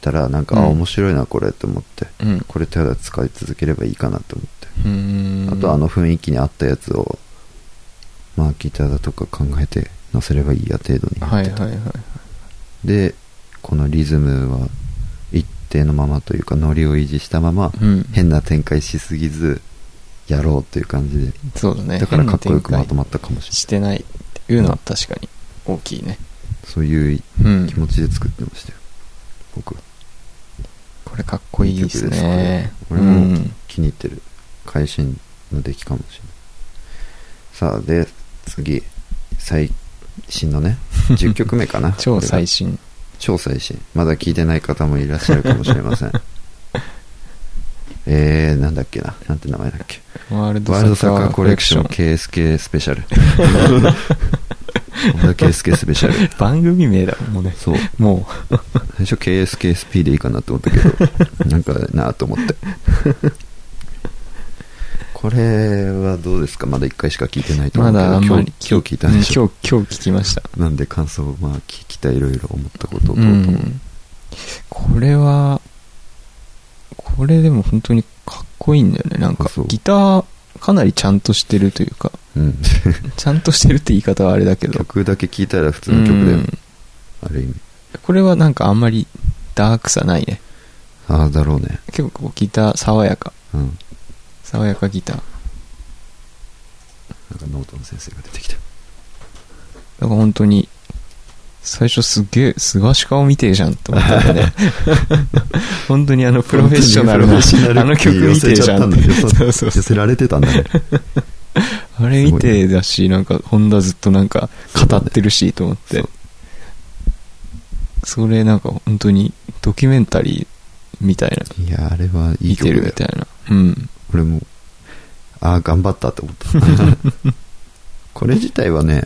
[SPEAKER 2] たらなんか、あ
[SPEAKER 3] うん
[SPEAKER 2] 面白いなこれと思って、
[SPEAKER 3] うん
[SPEAKER 2] これただ使い続ければいいかなと思って、
[SPEAKER 3] うーん。
[SPEAKER 2] あとあの雰囲気に合ったやつをまあギターだとか考えて乗せればいいや程度に、
[SPEAKER 3] はいはいはい。
[SPEAKER 2] でこのリズムは一定のままというかノリを維持したまま、
[SPEAKER 3] うん
[SPEAKER 2] 変な展開しすぎずやろうという感じで
[SPEAKER 3] そうだね。
[SPEAKER 2] だからかっこよくまと
[SPEAKER 3] ま
[SPEAKER 2] まったかもしれない
[SPEAKER 3] してないっていうのは確かに大きいね。
[SPEAKER 2] そういう
[SPEAKER 3] うん。
[SPEAKER 2] 気持ちで作ってましたよ僕は
[SPEAKER 3] これかっこいいですね。
[SPEAKER 2] これも
[SPEAKER 3] うん
[SPEAKER 2] 気に入ってる会心の出来かもしれないさあで次最新 のね10曲目かな
[SPEAKER 3] 超最
[SPEAKER 2] 新
[SPEAKER 3] 新。
[SPEAKER 2] 超最新まだ聞いてない方もいらっしゃるかもしれませ んえー、なんだっけななんて名前だっけ
[SPEAKER 3] ワールド
[SPEAKER 2] ワールドサッカーコレクション
[SPEAKER 3] コ
[SPEAKER 2] KSK スペシャル 本田 KSK スペシャル
[SPEAKER 3] 番組名だもんね。
[SPEAKER 2] そう
[SPEAKER 3] も
[SPEAKER 2] 最初 KSKSP でいいかなと思ったけどなんかなと思 ってこれはどうですかまだ1回しか聞いてないと
[SPEAKER 3] う、
[SPEAKER 2] 思
[SPEAKER 3] ま
[SPEAKER 2] うけど
[SPEAKER 3] だあんまり。
[SPEAKER 2] 今日今日聞いたんでしょ
[SPEAKER 3] うん今日、今日聞きました。
[SPEAKER 2] なんで感想をまあ聞きたいろいろ思ったことをどうと
[SPEAKER 3] う
[SPEAKER 2] 思う、
[SPEAKER 3] ん。これは、これでも本当にかっこいいんだよね。なん
[SPEAKER 2] あ
[SPEAKER 3] か
[SPEAKER 2] そう、
[SPEAKER 3] ギター、かなりちゃんとしてるというか、
[SPEAKER 2] うん、
[SPEAKER 3] ちゃんとしてるって言い方はあれだけど、
[SPEAKER 2] 曲だけ聞いたら普通の曲だよ、
[SPEAKER 3] うん
[SPEAKER 2] ある意味
[SPEAKER 3] これはなんかあんまりダークさないね。
[SPEAKER 2] ああだろうね
[SPEAKER 3] 結構こうギター爽やか。
[SPEAKER 2] うん
[SPEAKER 3] 爽やかギター。だか
[SPEAKER 2] なんかノートの先生が出てきた
[SPEAKER 3] ら本当に、最初すげえ、菅氏顔見てえじゃんって思ったん だね。本当にあのプロフェッショナルな、
[SPEAKER 2] 本当にプロフェッショナル
[SPEAKER 3] あの曲見てえじゃんって。
[SPEAKER 2] 寄せちゃったんだ
[SPEAKER 3] そう
[SPEAKER 2] 寄せ
[SPEAKER 3] そう
[SPEAKER 2] 寄せられてたんだね
[SPEAKER 3] あれ見てだし、なんか、ホンダずっとなんか、語ってるし、と思っ
[SPEAKER 2] そ
[SPEAKER 3] て
[SPEAKER 2] う。
[SPEAKER 3] それなんか、本当に、ドキュメンタリーみたいな、
[SPEAKER 2] いやあれはいい
[SPEAKER 3] 見
[SPEAKER 2] 曲
[SPEAKER 3] て
[SPEAKER 2] だ
[SPEAKER 3] る
[SPEAKER 2] よ
[SPEAKER 3] みたいな。うん。
[SPEAKER 2] 俺もああ頑張ったと思った これ自体はね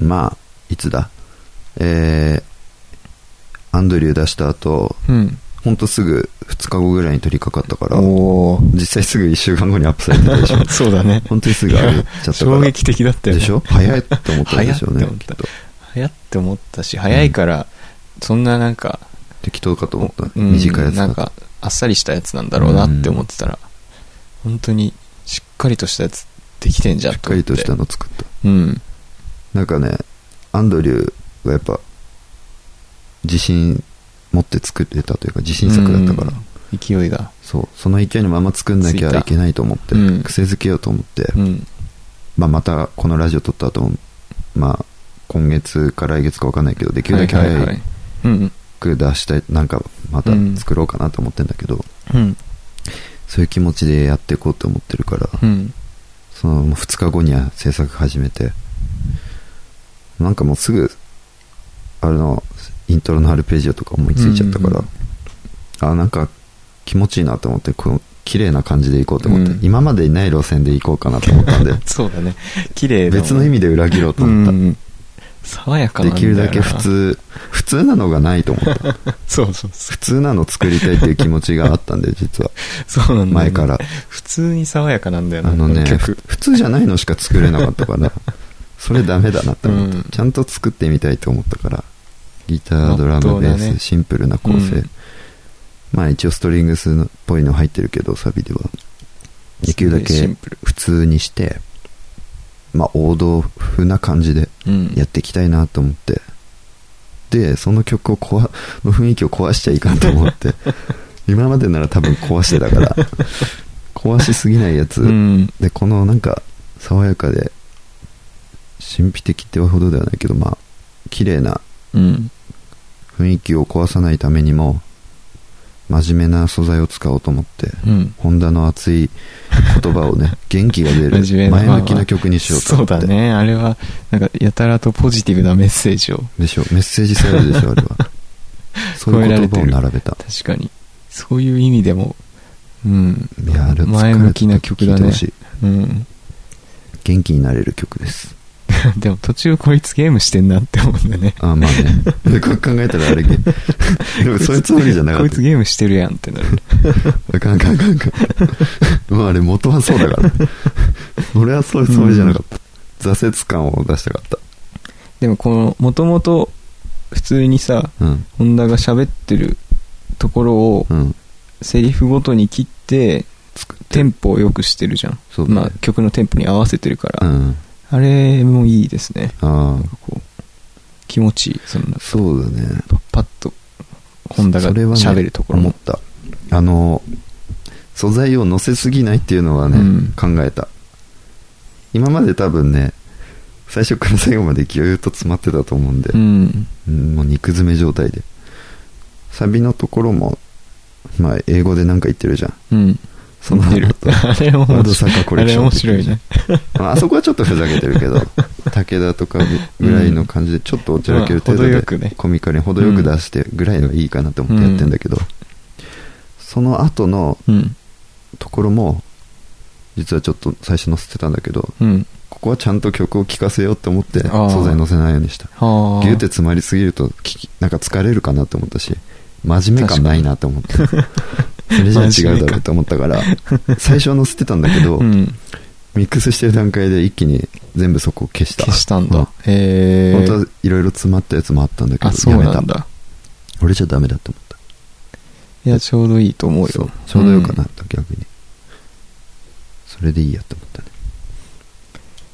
[SPEAKER 2] まあいつだえー、アンドリュー出した後
[SPEAKER 3] うん。
[SPEAKER 2] ほんとすぐ2日後ぐらいに取り掛かったから
[SPEAKER 3] おー。
[SPEAKER 2] 実際すぐ1週間後にアップされてた でしょ
[SPEAKER 3] そうだね。
[SPEAKER 2] 本当にすぐ上げちゃったから
[SPEAKER 3] 衝撃的だったよね。
[SPEAKER 2] でしょ早いって思ったんでしょうね
[SPEAKER 3] 早いって思っ
[SPEAKER 2] き
[SPEAKER 3] た
[SPEAKER 2] っと
[SPEAKER 3] 早って思ったし、早いから、そんななんか、
[SPEAKER 2] 適当かと思った、
[SPEAKER 3] うん
[SPEAKER 2] 短いやつだ
[SPEAKER 3] なん
[SPEAKER 2] と
[SPEAKER 3] か、あっさりしたやつなんだろうなって思ってたら、本当に、しっかりとしたやつ、できてんじゃん
[SPEAKER 2] しっかりとした
[SPEAKER 3] 思っ
[SPEAKER 2] の
[SPEAKER 3] て
[SPEAKER 2] 作った
[SPEAKER 3] うん。
[SPEAKER 2] なんかねアンドリューがやっぱ自信持って作れたというか自信作だったから、
[SPEAKER 3] うん。勢いが。
[SPEAKER 2] そうその勢いのまま作んなきゃいけないと思って、
[SPEAKER 3] ついたうん
[SPEAKER 2] 癖づけようと思って、
[SPEAKER 3] うん。
[SPEAKER 2] まあ、またこのラジオ撮った後もまあ今月か来月か分かんないけどできるだけ
[SPEAKER 3] はいはいは
[SPEAKER 2] 早
[SPEAKER 3] いうん
[SPEAKER 2] く出したいなんかまた
[SPEAKER 3] うん
[SPEAKER 2] 作ろうかなと思ってんだけど、
[SPEAKER 3] うん
[SPEAKER 2] そういう気持ちでやっていこうと思ってるから、
[SPEAKER 3] うん
[SPEAKER 2] そのもう2日後には制作始めてなんかもうすぐあれのイントロのアルペジオとか思いついちゃったから、
[SPEAKER 3] うん
[SPEAKER 2] あなんか気持ちいいなと思ってこの綺麗な感じでいこうと思って、
[SPEAKER 3] うん
[SPEAKER 2] 今までにない路線で行こうかなと思った んで
[SPEAKER 3] そうだね綺麗だもん
[SPEAKER 2] 別の意味で裏切ろうと思った、
[SPEAKER 3] うん爽やか
[SPEAKER 2] で
[SPEAKER 3] なんだ
[SPEAKER 2] き
[SPEAKER 3] よ
[SPEAKER 2] る
[SPEAKER 3] な
[SPEAKER 2] だけ普通普通なのがないと思った
[SPEAKER 3] そうそうそ
[SPEAKER 2] 普通なの作りたいっていう気持ちがあったんで実は
[SPEAKER 3] うそうなんだよね
[SPEAKER 2] 前から
[SPEAKER 3] 普通に爽やかなんだよ
[SPEAKER 2] あ
[SPEAKER 3] な
[SPEAKER 2] のね
[SPEAKER 3] こ
[SPEAKER 2] ふ
[SPEAKER 3] 曲
[SPEAKER 2] 普通じゃないのしか作れなかったからそれダメだなって思った、
[SPEAKER 3] うん
[SPEAKER 2] ちゃんと作ってみたいと思ったからギタードラ
[SPEAKER 3] まっと
[SPEAKER 2] ム
[SPEAKER 3] う
[SPEAKER 2] ベ
[SPEAKER 3] だね
[SPEAKER 2] ース、シンプルな構成、
[SPEAKER 3] うん
[SPEAKER 2] まあ一応ストリングスのっぽいの入ってるけどサビではできるだ
[SPEAKER 3] シ
[SPEAKER 2] け
[SPEAKER 3] ンプル
[SPEAKER 2] 普通にしてまあ王道風な感じで
[SPEAKER 3] うん
[SPEAKER 2] やっていきたいなと思ってでその曲を壊 の雰囲気を壊しちゃいかんと思って 今までなら多分壊してたから壊しすぎないやつ、
[SPEAKER 3] うん
[SPEAKER 2] でこのなんか爽やかで神秘的ってほどではないけどまあ綺麗な
[SPEAKER 3] うん
[SPEAKER 2] 雰囲気を壊さないためにも真面目な素材を使おうと思って、
[SPEAKER 3] うん
[SPEAKER 2] ホンダの熱い言葉を ね元気が出
[SPEAKER 3] 真面目
[SPEAKER 2] る
[SPEAKER 3] な
[SPEAKER 2] 前向きな曲にしようと
[SPEAKER 3] そ
[SPEAKER 2] 思
[SPEAKER 3] う
[SPEAKER 2] って、
[SPEAKER 3] だねあれはなんかやたらとポジティブなメッセージを
[SPEAKER 2] でしょメッセージ性あるでしょあれは そういう言葉を並べた
[SPEAKER 3] 確かにそういう意味でもうん
[SPEAKER 2] いやあれ
[SPEAKER 3] 前向きな曲だ
[SPEAKER 2] 疲
[SPEAKER 3] ね
[SPEAKER 2] れた時聴いてほしい
[SPEAKER 3] うん
[SPEAKER 2] 元気になれる曲です
[SPEAKER 3] でも途中こいつゲームしてんなって思うんだね
[SPEAKER 2] ああまあね こう考えたらあれで もそういうつもりじゃなか
[SPEAKER 3] こ
[SPEAKER 2] っ
[SPEAKER 3] い
[SPEAKER 2] た
[SPEAKER 3] つゲームしてるやんってなる
[SPEAKER 2] あかんあかんあかんあかん。まああれ元はそうだから。俺はそういうつもりじゃなかった。挫折感を出したかっ
[SPEAKER 3] でもこのもともと普通にさ
[SPEAKER 2] た。うん。
[SPEAKER 3] ホンダが喋ってるところを
[SPEAKER 2] うん。
[SPEAKER 3] セリフごとに切って
[SPEAKER 2] 作って。
[SPEAKER 3] テンポを良くしてるじゃん、
[SPEAKER 2] そうだね
[SPEAKER 3] まあ、曲のテンポに合わせてるから、
[SPEAKER 2] うん。
[SPEAKER 3] あれもいいですね
[SPEAKER 2] あ
[SPEAKER 3] なんかこう気持ちいいその
[SPEAKER 2] あ、そうだね。
[SPEAKER 3] パッパッとホンダが
[SPEAKER 2] それはね
[SPEAKER 3] 喋るところ
[SPEAKER 2] 思
[SPEAKER 3] も
[SPEAKER 2] っ、た。あの、素材を乗せすぎないっていうのはね、
[SPEAKER 3] うん
[SPEAKER 2] 考えた。今まで多分ね、最初から最後までぎゅーっと詰まってたと思うんで、
[SPEAKER 3] うん
[SPEAKER 2] うんもう肉詰め状態で。サビのところも、まあ英語でなんか言ってるじゃん。
[SPEAKER 3] うん
[SPEAKER 2] その
[SPEAKER 3] 似てる
[SPEAKER 2] 後
[SPEAKER 3] あれ面白い
[SPEAKER 2] ワードサッカーコレクション
[SPEAKER 3] あれ面白いね
[SPEAKER 2] まああそこはちょっとふざけてるけ ど武田とかぐらいの感じでちょっとおちゃらける程度
[SPEAKER 3] まあ程
[SPEAKER 2] で
[SPEAKER 3] よくね
[SPEAKER 2] コミカルに程よく出してぐらいのがいいかなと思ってやってんだけど、その後の
[SPEAKER 3] うん
[SPEAKER 2] ところも実はちょっと最初載せてたんだけど
[SPEAKER 3] うん
[SPEAKER 2] ここはちゃんと曲を聴かせようと思って
[SPEAKER 3] あー
[SPEAKER 2] 素材載せないようにした
[SPEAKER 3] はあ
[SPEAKER 2] ギュって詰まりすぎると聞きなんか疲れるかなと思ったし真面目感ないなと思ってそれじゃ違うだろうと思ったから最初は載せてたんだけど、
[SPEAKER 3] うん
[SPEAKER 2] ミックスしてる段階で一気に全部そこを消した
[SPEAKER 3] 消したんだ、
[SPEAKER 2] うん
[SPEAKER 3] えー、
[SPEAKER 2] 本当はいろいろ詰まったやつもあったんだけど
[SPEAKER 3] あそうなん
[SPEAKER 2] やめ
[SPEAKER 3] だ
[SPEAKER 2] た俺じゃダメだと思った
[SPEAKER 3] いやちょうどいいと思う
[SPEAKER 2] そ
[SPEAKER 3] よ
[SPEAKER 2] うちょうどよかなと、逆にそれでいいやと思ったね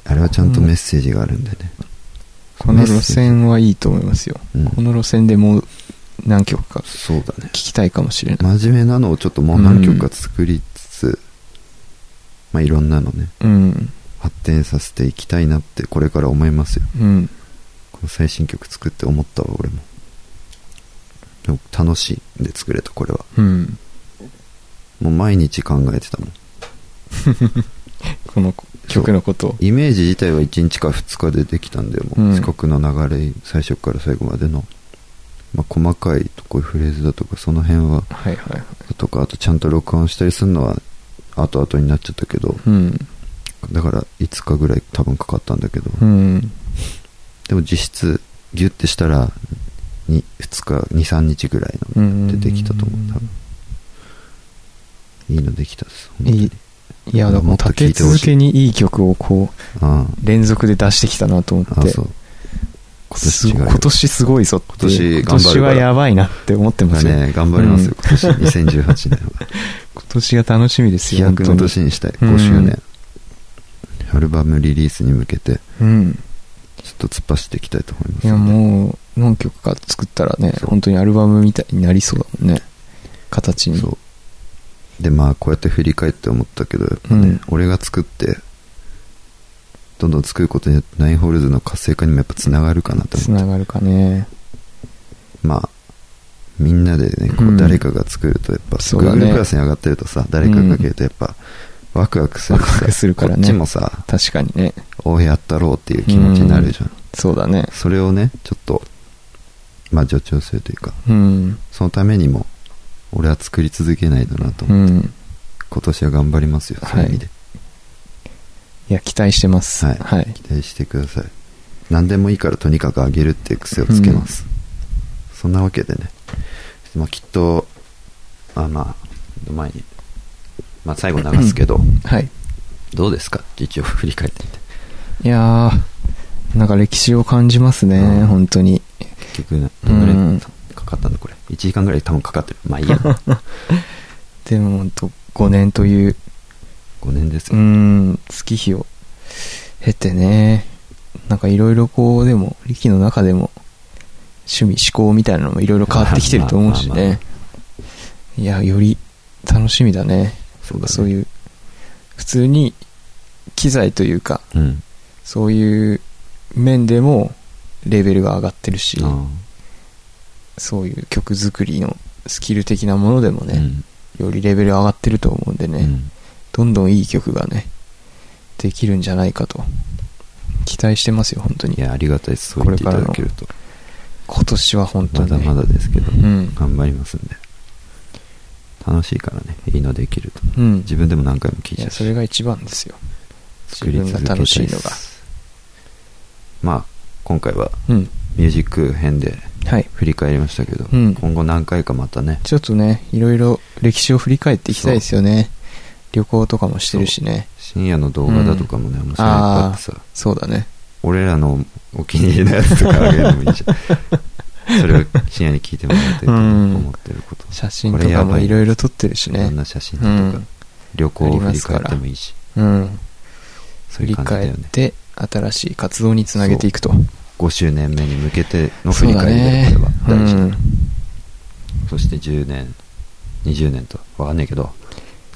[SPEAKER 2] あれはちゃんとメッセージがあるんでね、
[SPEAKER 3] この路線はいいと思いますよ、
[SPEAKER 2] うん
[SPEAKER 3] この路線でもう何曲か
[SPEAKER 2] そうだね
[SPEAKER 3] 聞きたいかもしれない、
[SPEAKER 2] 真面目なのをちょっともう何曲か作りつつ、まあいろんなのね
[SPEAKER 3] うん
[SPEAKER 2] 発展させていきたいなってこれから思いますよ
[SPEAKER 3] うん
[SPEAKER 2] この最新曲作って思ったわ俺もでも楽しいんで作れたこれは
[SPEAKER 3] うん
[SPEAKER 2] もう毎日考えてたもん
[SPEAKER 3] この曲のことを
[SPEAKER 2] イメージ自体は1日か2日でできたんだよもう、
[SPEAKER 3] うん
[SPEAKER 2] 四国の流れ最初から最後までの、まあ、細かいとこういうフレーズだとかその辺は
[SPEAKER 3] はいはいはい
[SPEAKER 2] とかあとちゃんと録音したりするのは後々になっちゃったけど
[SPEAKER 3] うん
[SPEAKER 2] だから5日ぐらい多分かかったんだけど、
[SPEAKER 3] うん
[SPEAKER 2] でも実質ギュッてしたら2日23日ぐらい
[SPEAKER 3] うん
[SPEAKER 2] の出てきたと思う多分いいのできたです本当に
[SPEAKER 3] いいいやだからもう立て続けにいい曲をこう
[SPEAKER 2] あ
[SPEAKER 3] 連続で出してきたなと思
[SPEAKER 2] ああ
[SPEAKER 3] っ
[SPEAKER 2] あ
[SPEAKER 3] て
[SPEAKER 2] そう今
[SPEAKER 3] す
[SPEAKER 2] 年違うよ
[SPEAKER 3] 今年すごいぞって
[SPEAKER 2] 今年
[SPEAKER 3] 今
[SPEAKER 2] 頑張
[SPEAKER 3] 年
[SPEAKER 2] るから
[SPEAKER 3] はやばいなって思ってますよ、
[SPEAKER 2] ね頑張りますよ、
[SPEAKER 3] うん
[SPEAKER 2] 今年2018年 は
[SPEAKER 3] 今年が楽しみです
[SPEAKER 2] 飛
[SPEAKER 3] よ
[SPEAKER 2] 躍の
[SPEAKER 3] 本当に
[SPEAKER 2] 年にしたい
[SPEAKER 3] うん
[SPEAKER 2] 5周年、アルバムリリースに向けて
[SPEAKER 3] うん
[SPEAKER 2] ちょっと突っ走っていきたいと思います
[SPEAKER 3] いや
[SPEAKER 2] ので
[SPEAKER 3] もう何曲か作ったらね
[SPEAKER 2] そう
[SPEAKER 3] 本当にアルバムみたいになりそうだもんね形に
[SPEAKER 2] そうでまあこうやって振り返って思ったけどやっぱね、
[SPEAKER 3] うん
[SPEAKER 2] 俺が作ってどんどん作ることによってナインホールズの活性化にもやっぱつながるかなと
[SPEAKER 3] つ
[SPEAKER 2] 思って
[SPEAKER 3] ながるかね
[SPEAKER 2] まあみんなでねこ
[SPEAKER 3] う
[SPEAKER 2] うん誰かが作るとやっぱ、
[SPEAKER 3] そうだね
[SPEAKER 2] Google クラスに上がってるとさ誰かがけるとやっぱ、ワクワクするしさ
[SPEAKER 3] ワクワクするからね
[SPEAKER 2] こっちもさ
[SPEAKER 3] 確かにね
[SPEAKER 2] おやったろうっていう気持ちになるじゃん
[SPEAKER 3] そうだね
[SPEAKER 2] それをねちょっとまあ助長するというか
[SPEAKER 3] うん
[SPEAKER 2] そのためにも俺は作り続けないとなと
[SPEAKER 3] う
[SPEAKER 2] 思う、
[SPEAKER 3] ん
[SPEAKER 2] 今年は頑張りますよそういう意味で、
[SPEAKER 3] いや期待してます
[SPEAKER 2] はい
[SPEAKER 3] はい
[SPEAKER 2] 期待してください何でもいいからとにかく上げるっていう癖をつけます、そんなわけでね、まあ、きっとあまあ前に、まあ、最後流すけど、
[SPEAKER 3] はい
[SPEAKER 2] どうですか一応振り返ってみて
[SPEAKER 3] いやーなんか歴史を感じますね、
[SPEAKER 2] うん
[SPEAKER 3] 本当に。
[SPEAKER 2] 結局ねどのぐ
[SPEAKER 3] う
[SPEAKER 2] らい
[SPEAKER 3] ん
[SPEAKER 2] かかったんだこれ1時間ぐらい多分かかってるまあいい や
[SPEAKER 3] でも本当、5年という、
[SPEAKER 2] 5年です
[SPEAKER 3] う
[SPEAKER 2] よ、
[SPEAKER 3] ん、月日を経てね、なんかいろいろこう、でも、力の中でも、趣味、思考みたいなのもいろいろ変わってきてると思うし
[SPEAKER 2] まあまあ
[SPEAKER 3] ね。いや、より楽しみだね。
[SPEAKER 2] そうだね
[SPEAKER 3] そういう、普通に、機材というか、
[SPEAKER 2] うん
[SPEAKER 3] そういう面でも、レベルが上がってるし、
[SPEAKER 2] あ
[SPEAKER 3] そういう曲作りのスキル的なものでも
[SPEAKER 2] あ
[SPEAKER 3] ね、よりレベル上がってると思うんでね、
[SPEAKER 2] うんうん
[SPEAKER 3] どんどんいい曲がね、できるんじゃないかと、期待してますよ、本当に
[SPEAKER 2] い。やありがたいですそう言っていただけると
[SPEAKER 3] 今年は本当
[SPEAKER 2] ま
[SPEAKER 3] に、ね。
[SPEAKER 2] だまだですけど、
[SPEAKER 3] うん
[SPEAKER 2] 頑張りますんで楽しいからねいいのできると
[SPEAKER 3] うん。
[SPEAKER 2] 自分でも何回も聞い
[SPEAKER 3] い
[SPEAKER 2] ちゃ
[SPEAKER 3] や、
[SPEAKER 2] う
[SPEAKER 3] そ
[SPEAKER 2] し
[SPEAKER 3] れが一番ですよ。
[SPEAKER 2] 作り続けたい
[SPEAKER 3] 自分が楽
[SPEAKER 2] で
[SPEAKER 3] しいのが
[SPEAKER 2] すまあ今回は
[SPEAKER 3] うん。
[SPEAKER 2] ミュージック編で
[SPEAKER 3] はい。
[SPEAKER 2] 振り返りましたけど、
[SPEAKER 3] うん
[SPEAKER 2] 今後何回かまたね
[SPEAKER 3] ちょっとね、いろいろ歴史を振り返っていきたいですよね。旅行とかもしてるしね。
[SPEAKER 2] 深夜の動画だとかもね、面白いのいっぱいあ
[SPEAKER 3] あ
[SPEAKER 2] っ
[SPEAKER 3] あ
[SPEAKER 2] てさ
[SPEAKER 3] ー、そうだね。
[SPEAKER 2] 俺らのお気に入りのやつとかあげるのもいいじゃ んそれを深夜に聞いてもらいたいと
[SPEAKER 3] うん
[SPEAKER 2] 思ってること、
[SPEAKER 3] 写真とかもいろいろ撮ってるし
[SPEAKER 2] いろ
[SPEAKER 3] ね
[SPEAKER 2] ん。な写真とか、
[SPEAKER 3] うん
[SPEAKER 2] 旅行を振り返ってもいいし
[SPEAKER 3] うん。
[SPEAKER 2] そうい
[SPEAKER 3] 振
[SPEAKER 2] う
[SPEAKER 3] り
[SPEAKER 2] 感じだ
[SPEAKER 3] 返
[SPEAKER 2] よ
[SPEAKER 3] っ
[SPEAKER 2] ね
[SPEAKER 3] て、新しい活動につなげていくと。
[SPEAKER 2] 5周年目に向けての振
[SPEAKER 3] そう
[SPEAKER 2] り
[SPEAKER 3] だ
[SPEAKER 2] 返りだよ
[SPEAKER 3] ね
[SPEAKER 2] これは大事だ、
[SPEAKER 3] うん
[SPEAKER 2] そして10年20年とわかんないけど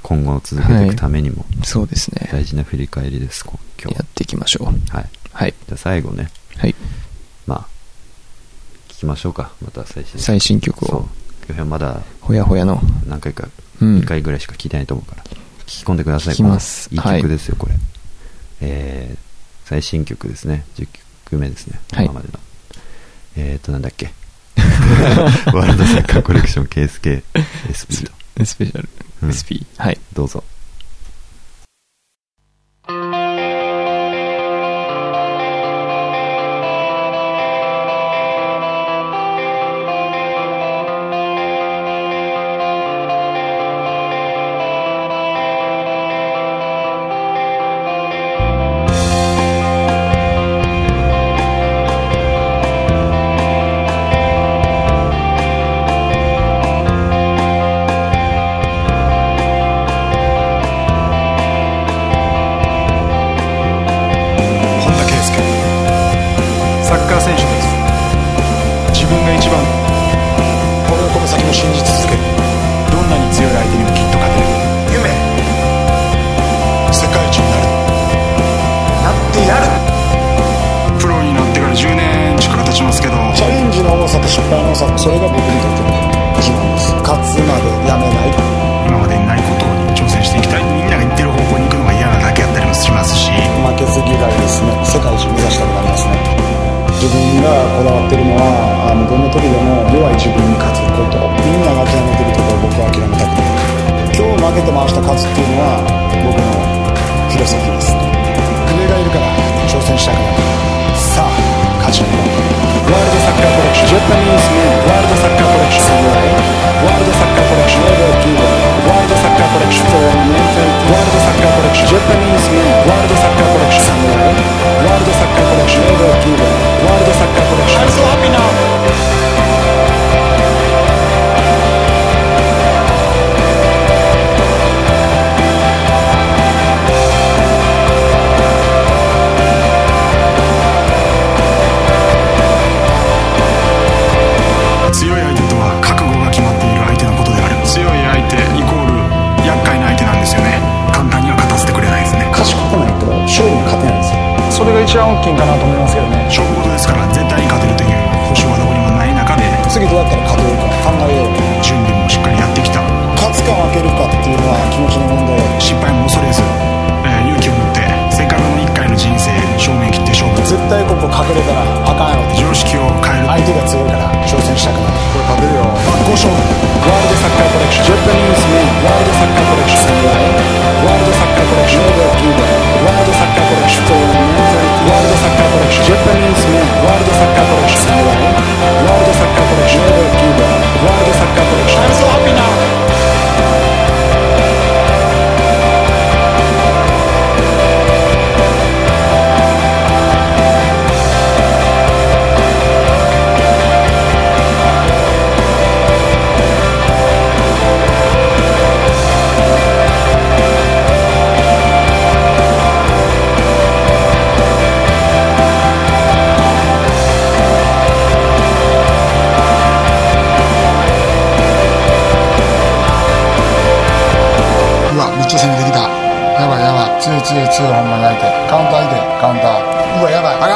[SPEAKER 2] 今後を続けていくためにも
[SPEAKER 3] そうですね。
[SPEAKER 2] 大事な振り返りです、こう今
[SPEAKER 3] や
[SPEAKER 2] 日
[SPEAKER 3] っていきましょう。
[SPEAKER 2] はい
[SPEAKER 3] はい。
[SPEAKER 2] じゃあ最後ね
[SPEAKER 3] はい。
[SPEAKER 2] まあ聞きましょうかまた最新
[SPEAKER 3] 最新曲
[SPEAKER 2] そう
[SPEAKER 3] を、
[SPEAKER 2] 予選まだ
[SPEAKER 3] ほやほやの。
[SPEAKER 2] 何回か
[SPEAKER 3] うん
[SPEAKER 2] 1回ぐらいしか聞いてないと思うから、聞き込んでください
[SPEAKER 3] 聞きます
[SPEAKER 2] このい
[SPEAKER 3] はいい
[SPEAKER 2] 曲ですよこれ、えー、最新曲ですね10曲目ですね、
[SPEAKER 3] はい
[SPEAKER 2] 今までのえっ、ー、となんだっけ ワールドサッカーコレクション KSKSP と
[SPEAKER 3] スペシャル。
[SPEAKER 2] うん
[SPEAKER 3] SP。はい。
[SPEAKER 2] どうぞ
[SPEAKER 7] 本田圭佑サッカー選手です自分が一番このこの先も信じ続けるどんなに強い相手にもきっと勝てる夢世界一になるなってやるプロになってから10年近く経ちますけどチャレンジの多さと失敗の多さそれが僕にとっての自慢です勝つまでやめない今までにないことに挑戦していきたいみんなが言ってる方向に行くのが嫌なだけやったりもしますし負けず嫌いですね世界一目指したくなりますね自分がこだわってるのはあのどの時でも弱い自分に勝つことみんなが諦めてるところを僕は諦めたくない今日負けても明日勝つっていうのは僕のフィロソフィーですね上がいるから挑戦したくなるさあ勝ちに行こうワールドサッカーコレクションジャパニーズメンワールドサッカーコレクションワールドサッカーコレクションワールドサッカーコレクションワールドサッカーコレクションジャパニーズメンワールドサッカーコレクションワールドサッカーコレクションワールドサッカーコレクション I'm so happy now 強い相手とは覚悟が決まっている相手のことである強い相手イコール厄介な相手なんですよね簡単には勝たせてくれないですね勝ちこないと勝利に勝てないんですよそれが一番大きいかなと思いますけどね勝負事ですから絶対に勝てるという保証はどこにもない中で次どうやったら勝てるか考えよう準備もしっかりやってきた勝つか負けるかっていうのは気持ちの問題失敗も恐れず、えー勇気を持ってせっかくの1回の人生正面切って勝負絶対ここ隠れたらあかんやろって常識を変える相手が強いから挑戦したくなるこれ食べるよ真っ向勝負ワールドサッカーコレクションジャパニーズメンワールドサッカーコレクションワールドサッカーコレクションワールドサッカーコレクションワールドサッカーコレクションジャパニーズメンワールドサッカーコレクションワールドサッカーコレクションワールドサッカーコレクション I'm so happy now
[SPEAKER 2] あ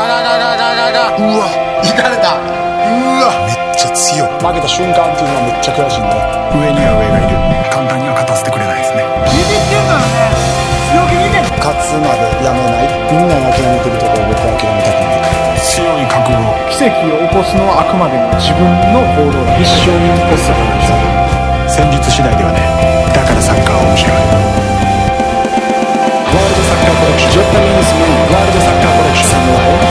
[SPEAKER 7] うわ
[SPEAKER 5] 行かれた
[SPEAKER 7] うわめっちゃ強い負けた瞬間っていうのはめっちゃ悔しいんで上には上がいる簡単には勝たせてくれないですねビビってんだよね強気にね勝つまでやめないみんなが諦めてるところを僕は諦めたくない強い覚悟奇跡を起こすのはあくまでも自分の行動一生に起こすことです戦術次第ではねだからサッカーは面白いワールドサッカーコレクションジョッタミングスメインワールドサッカーコレクション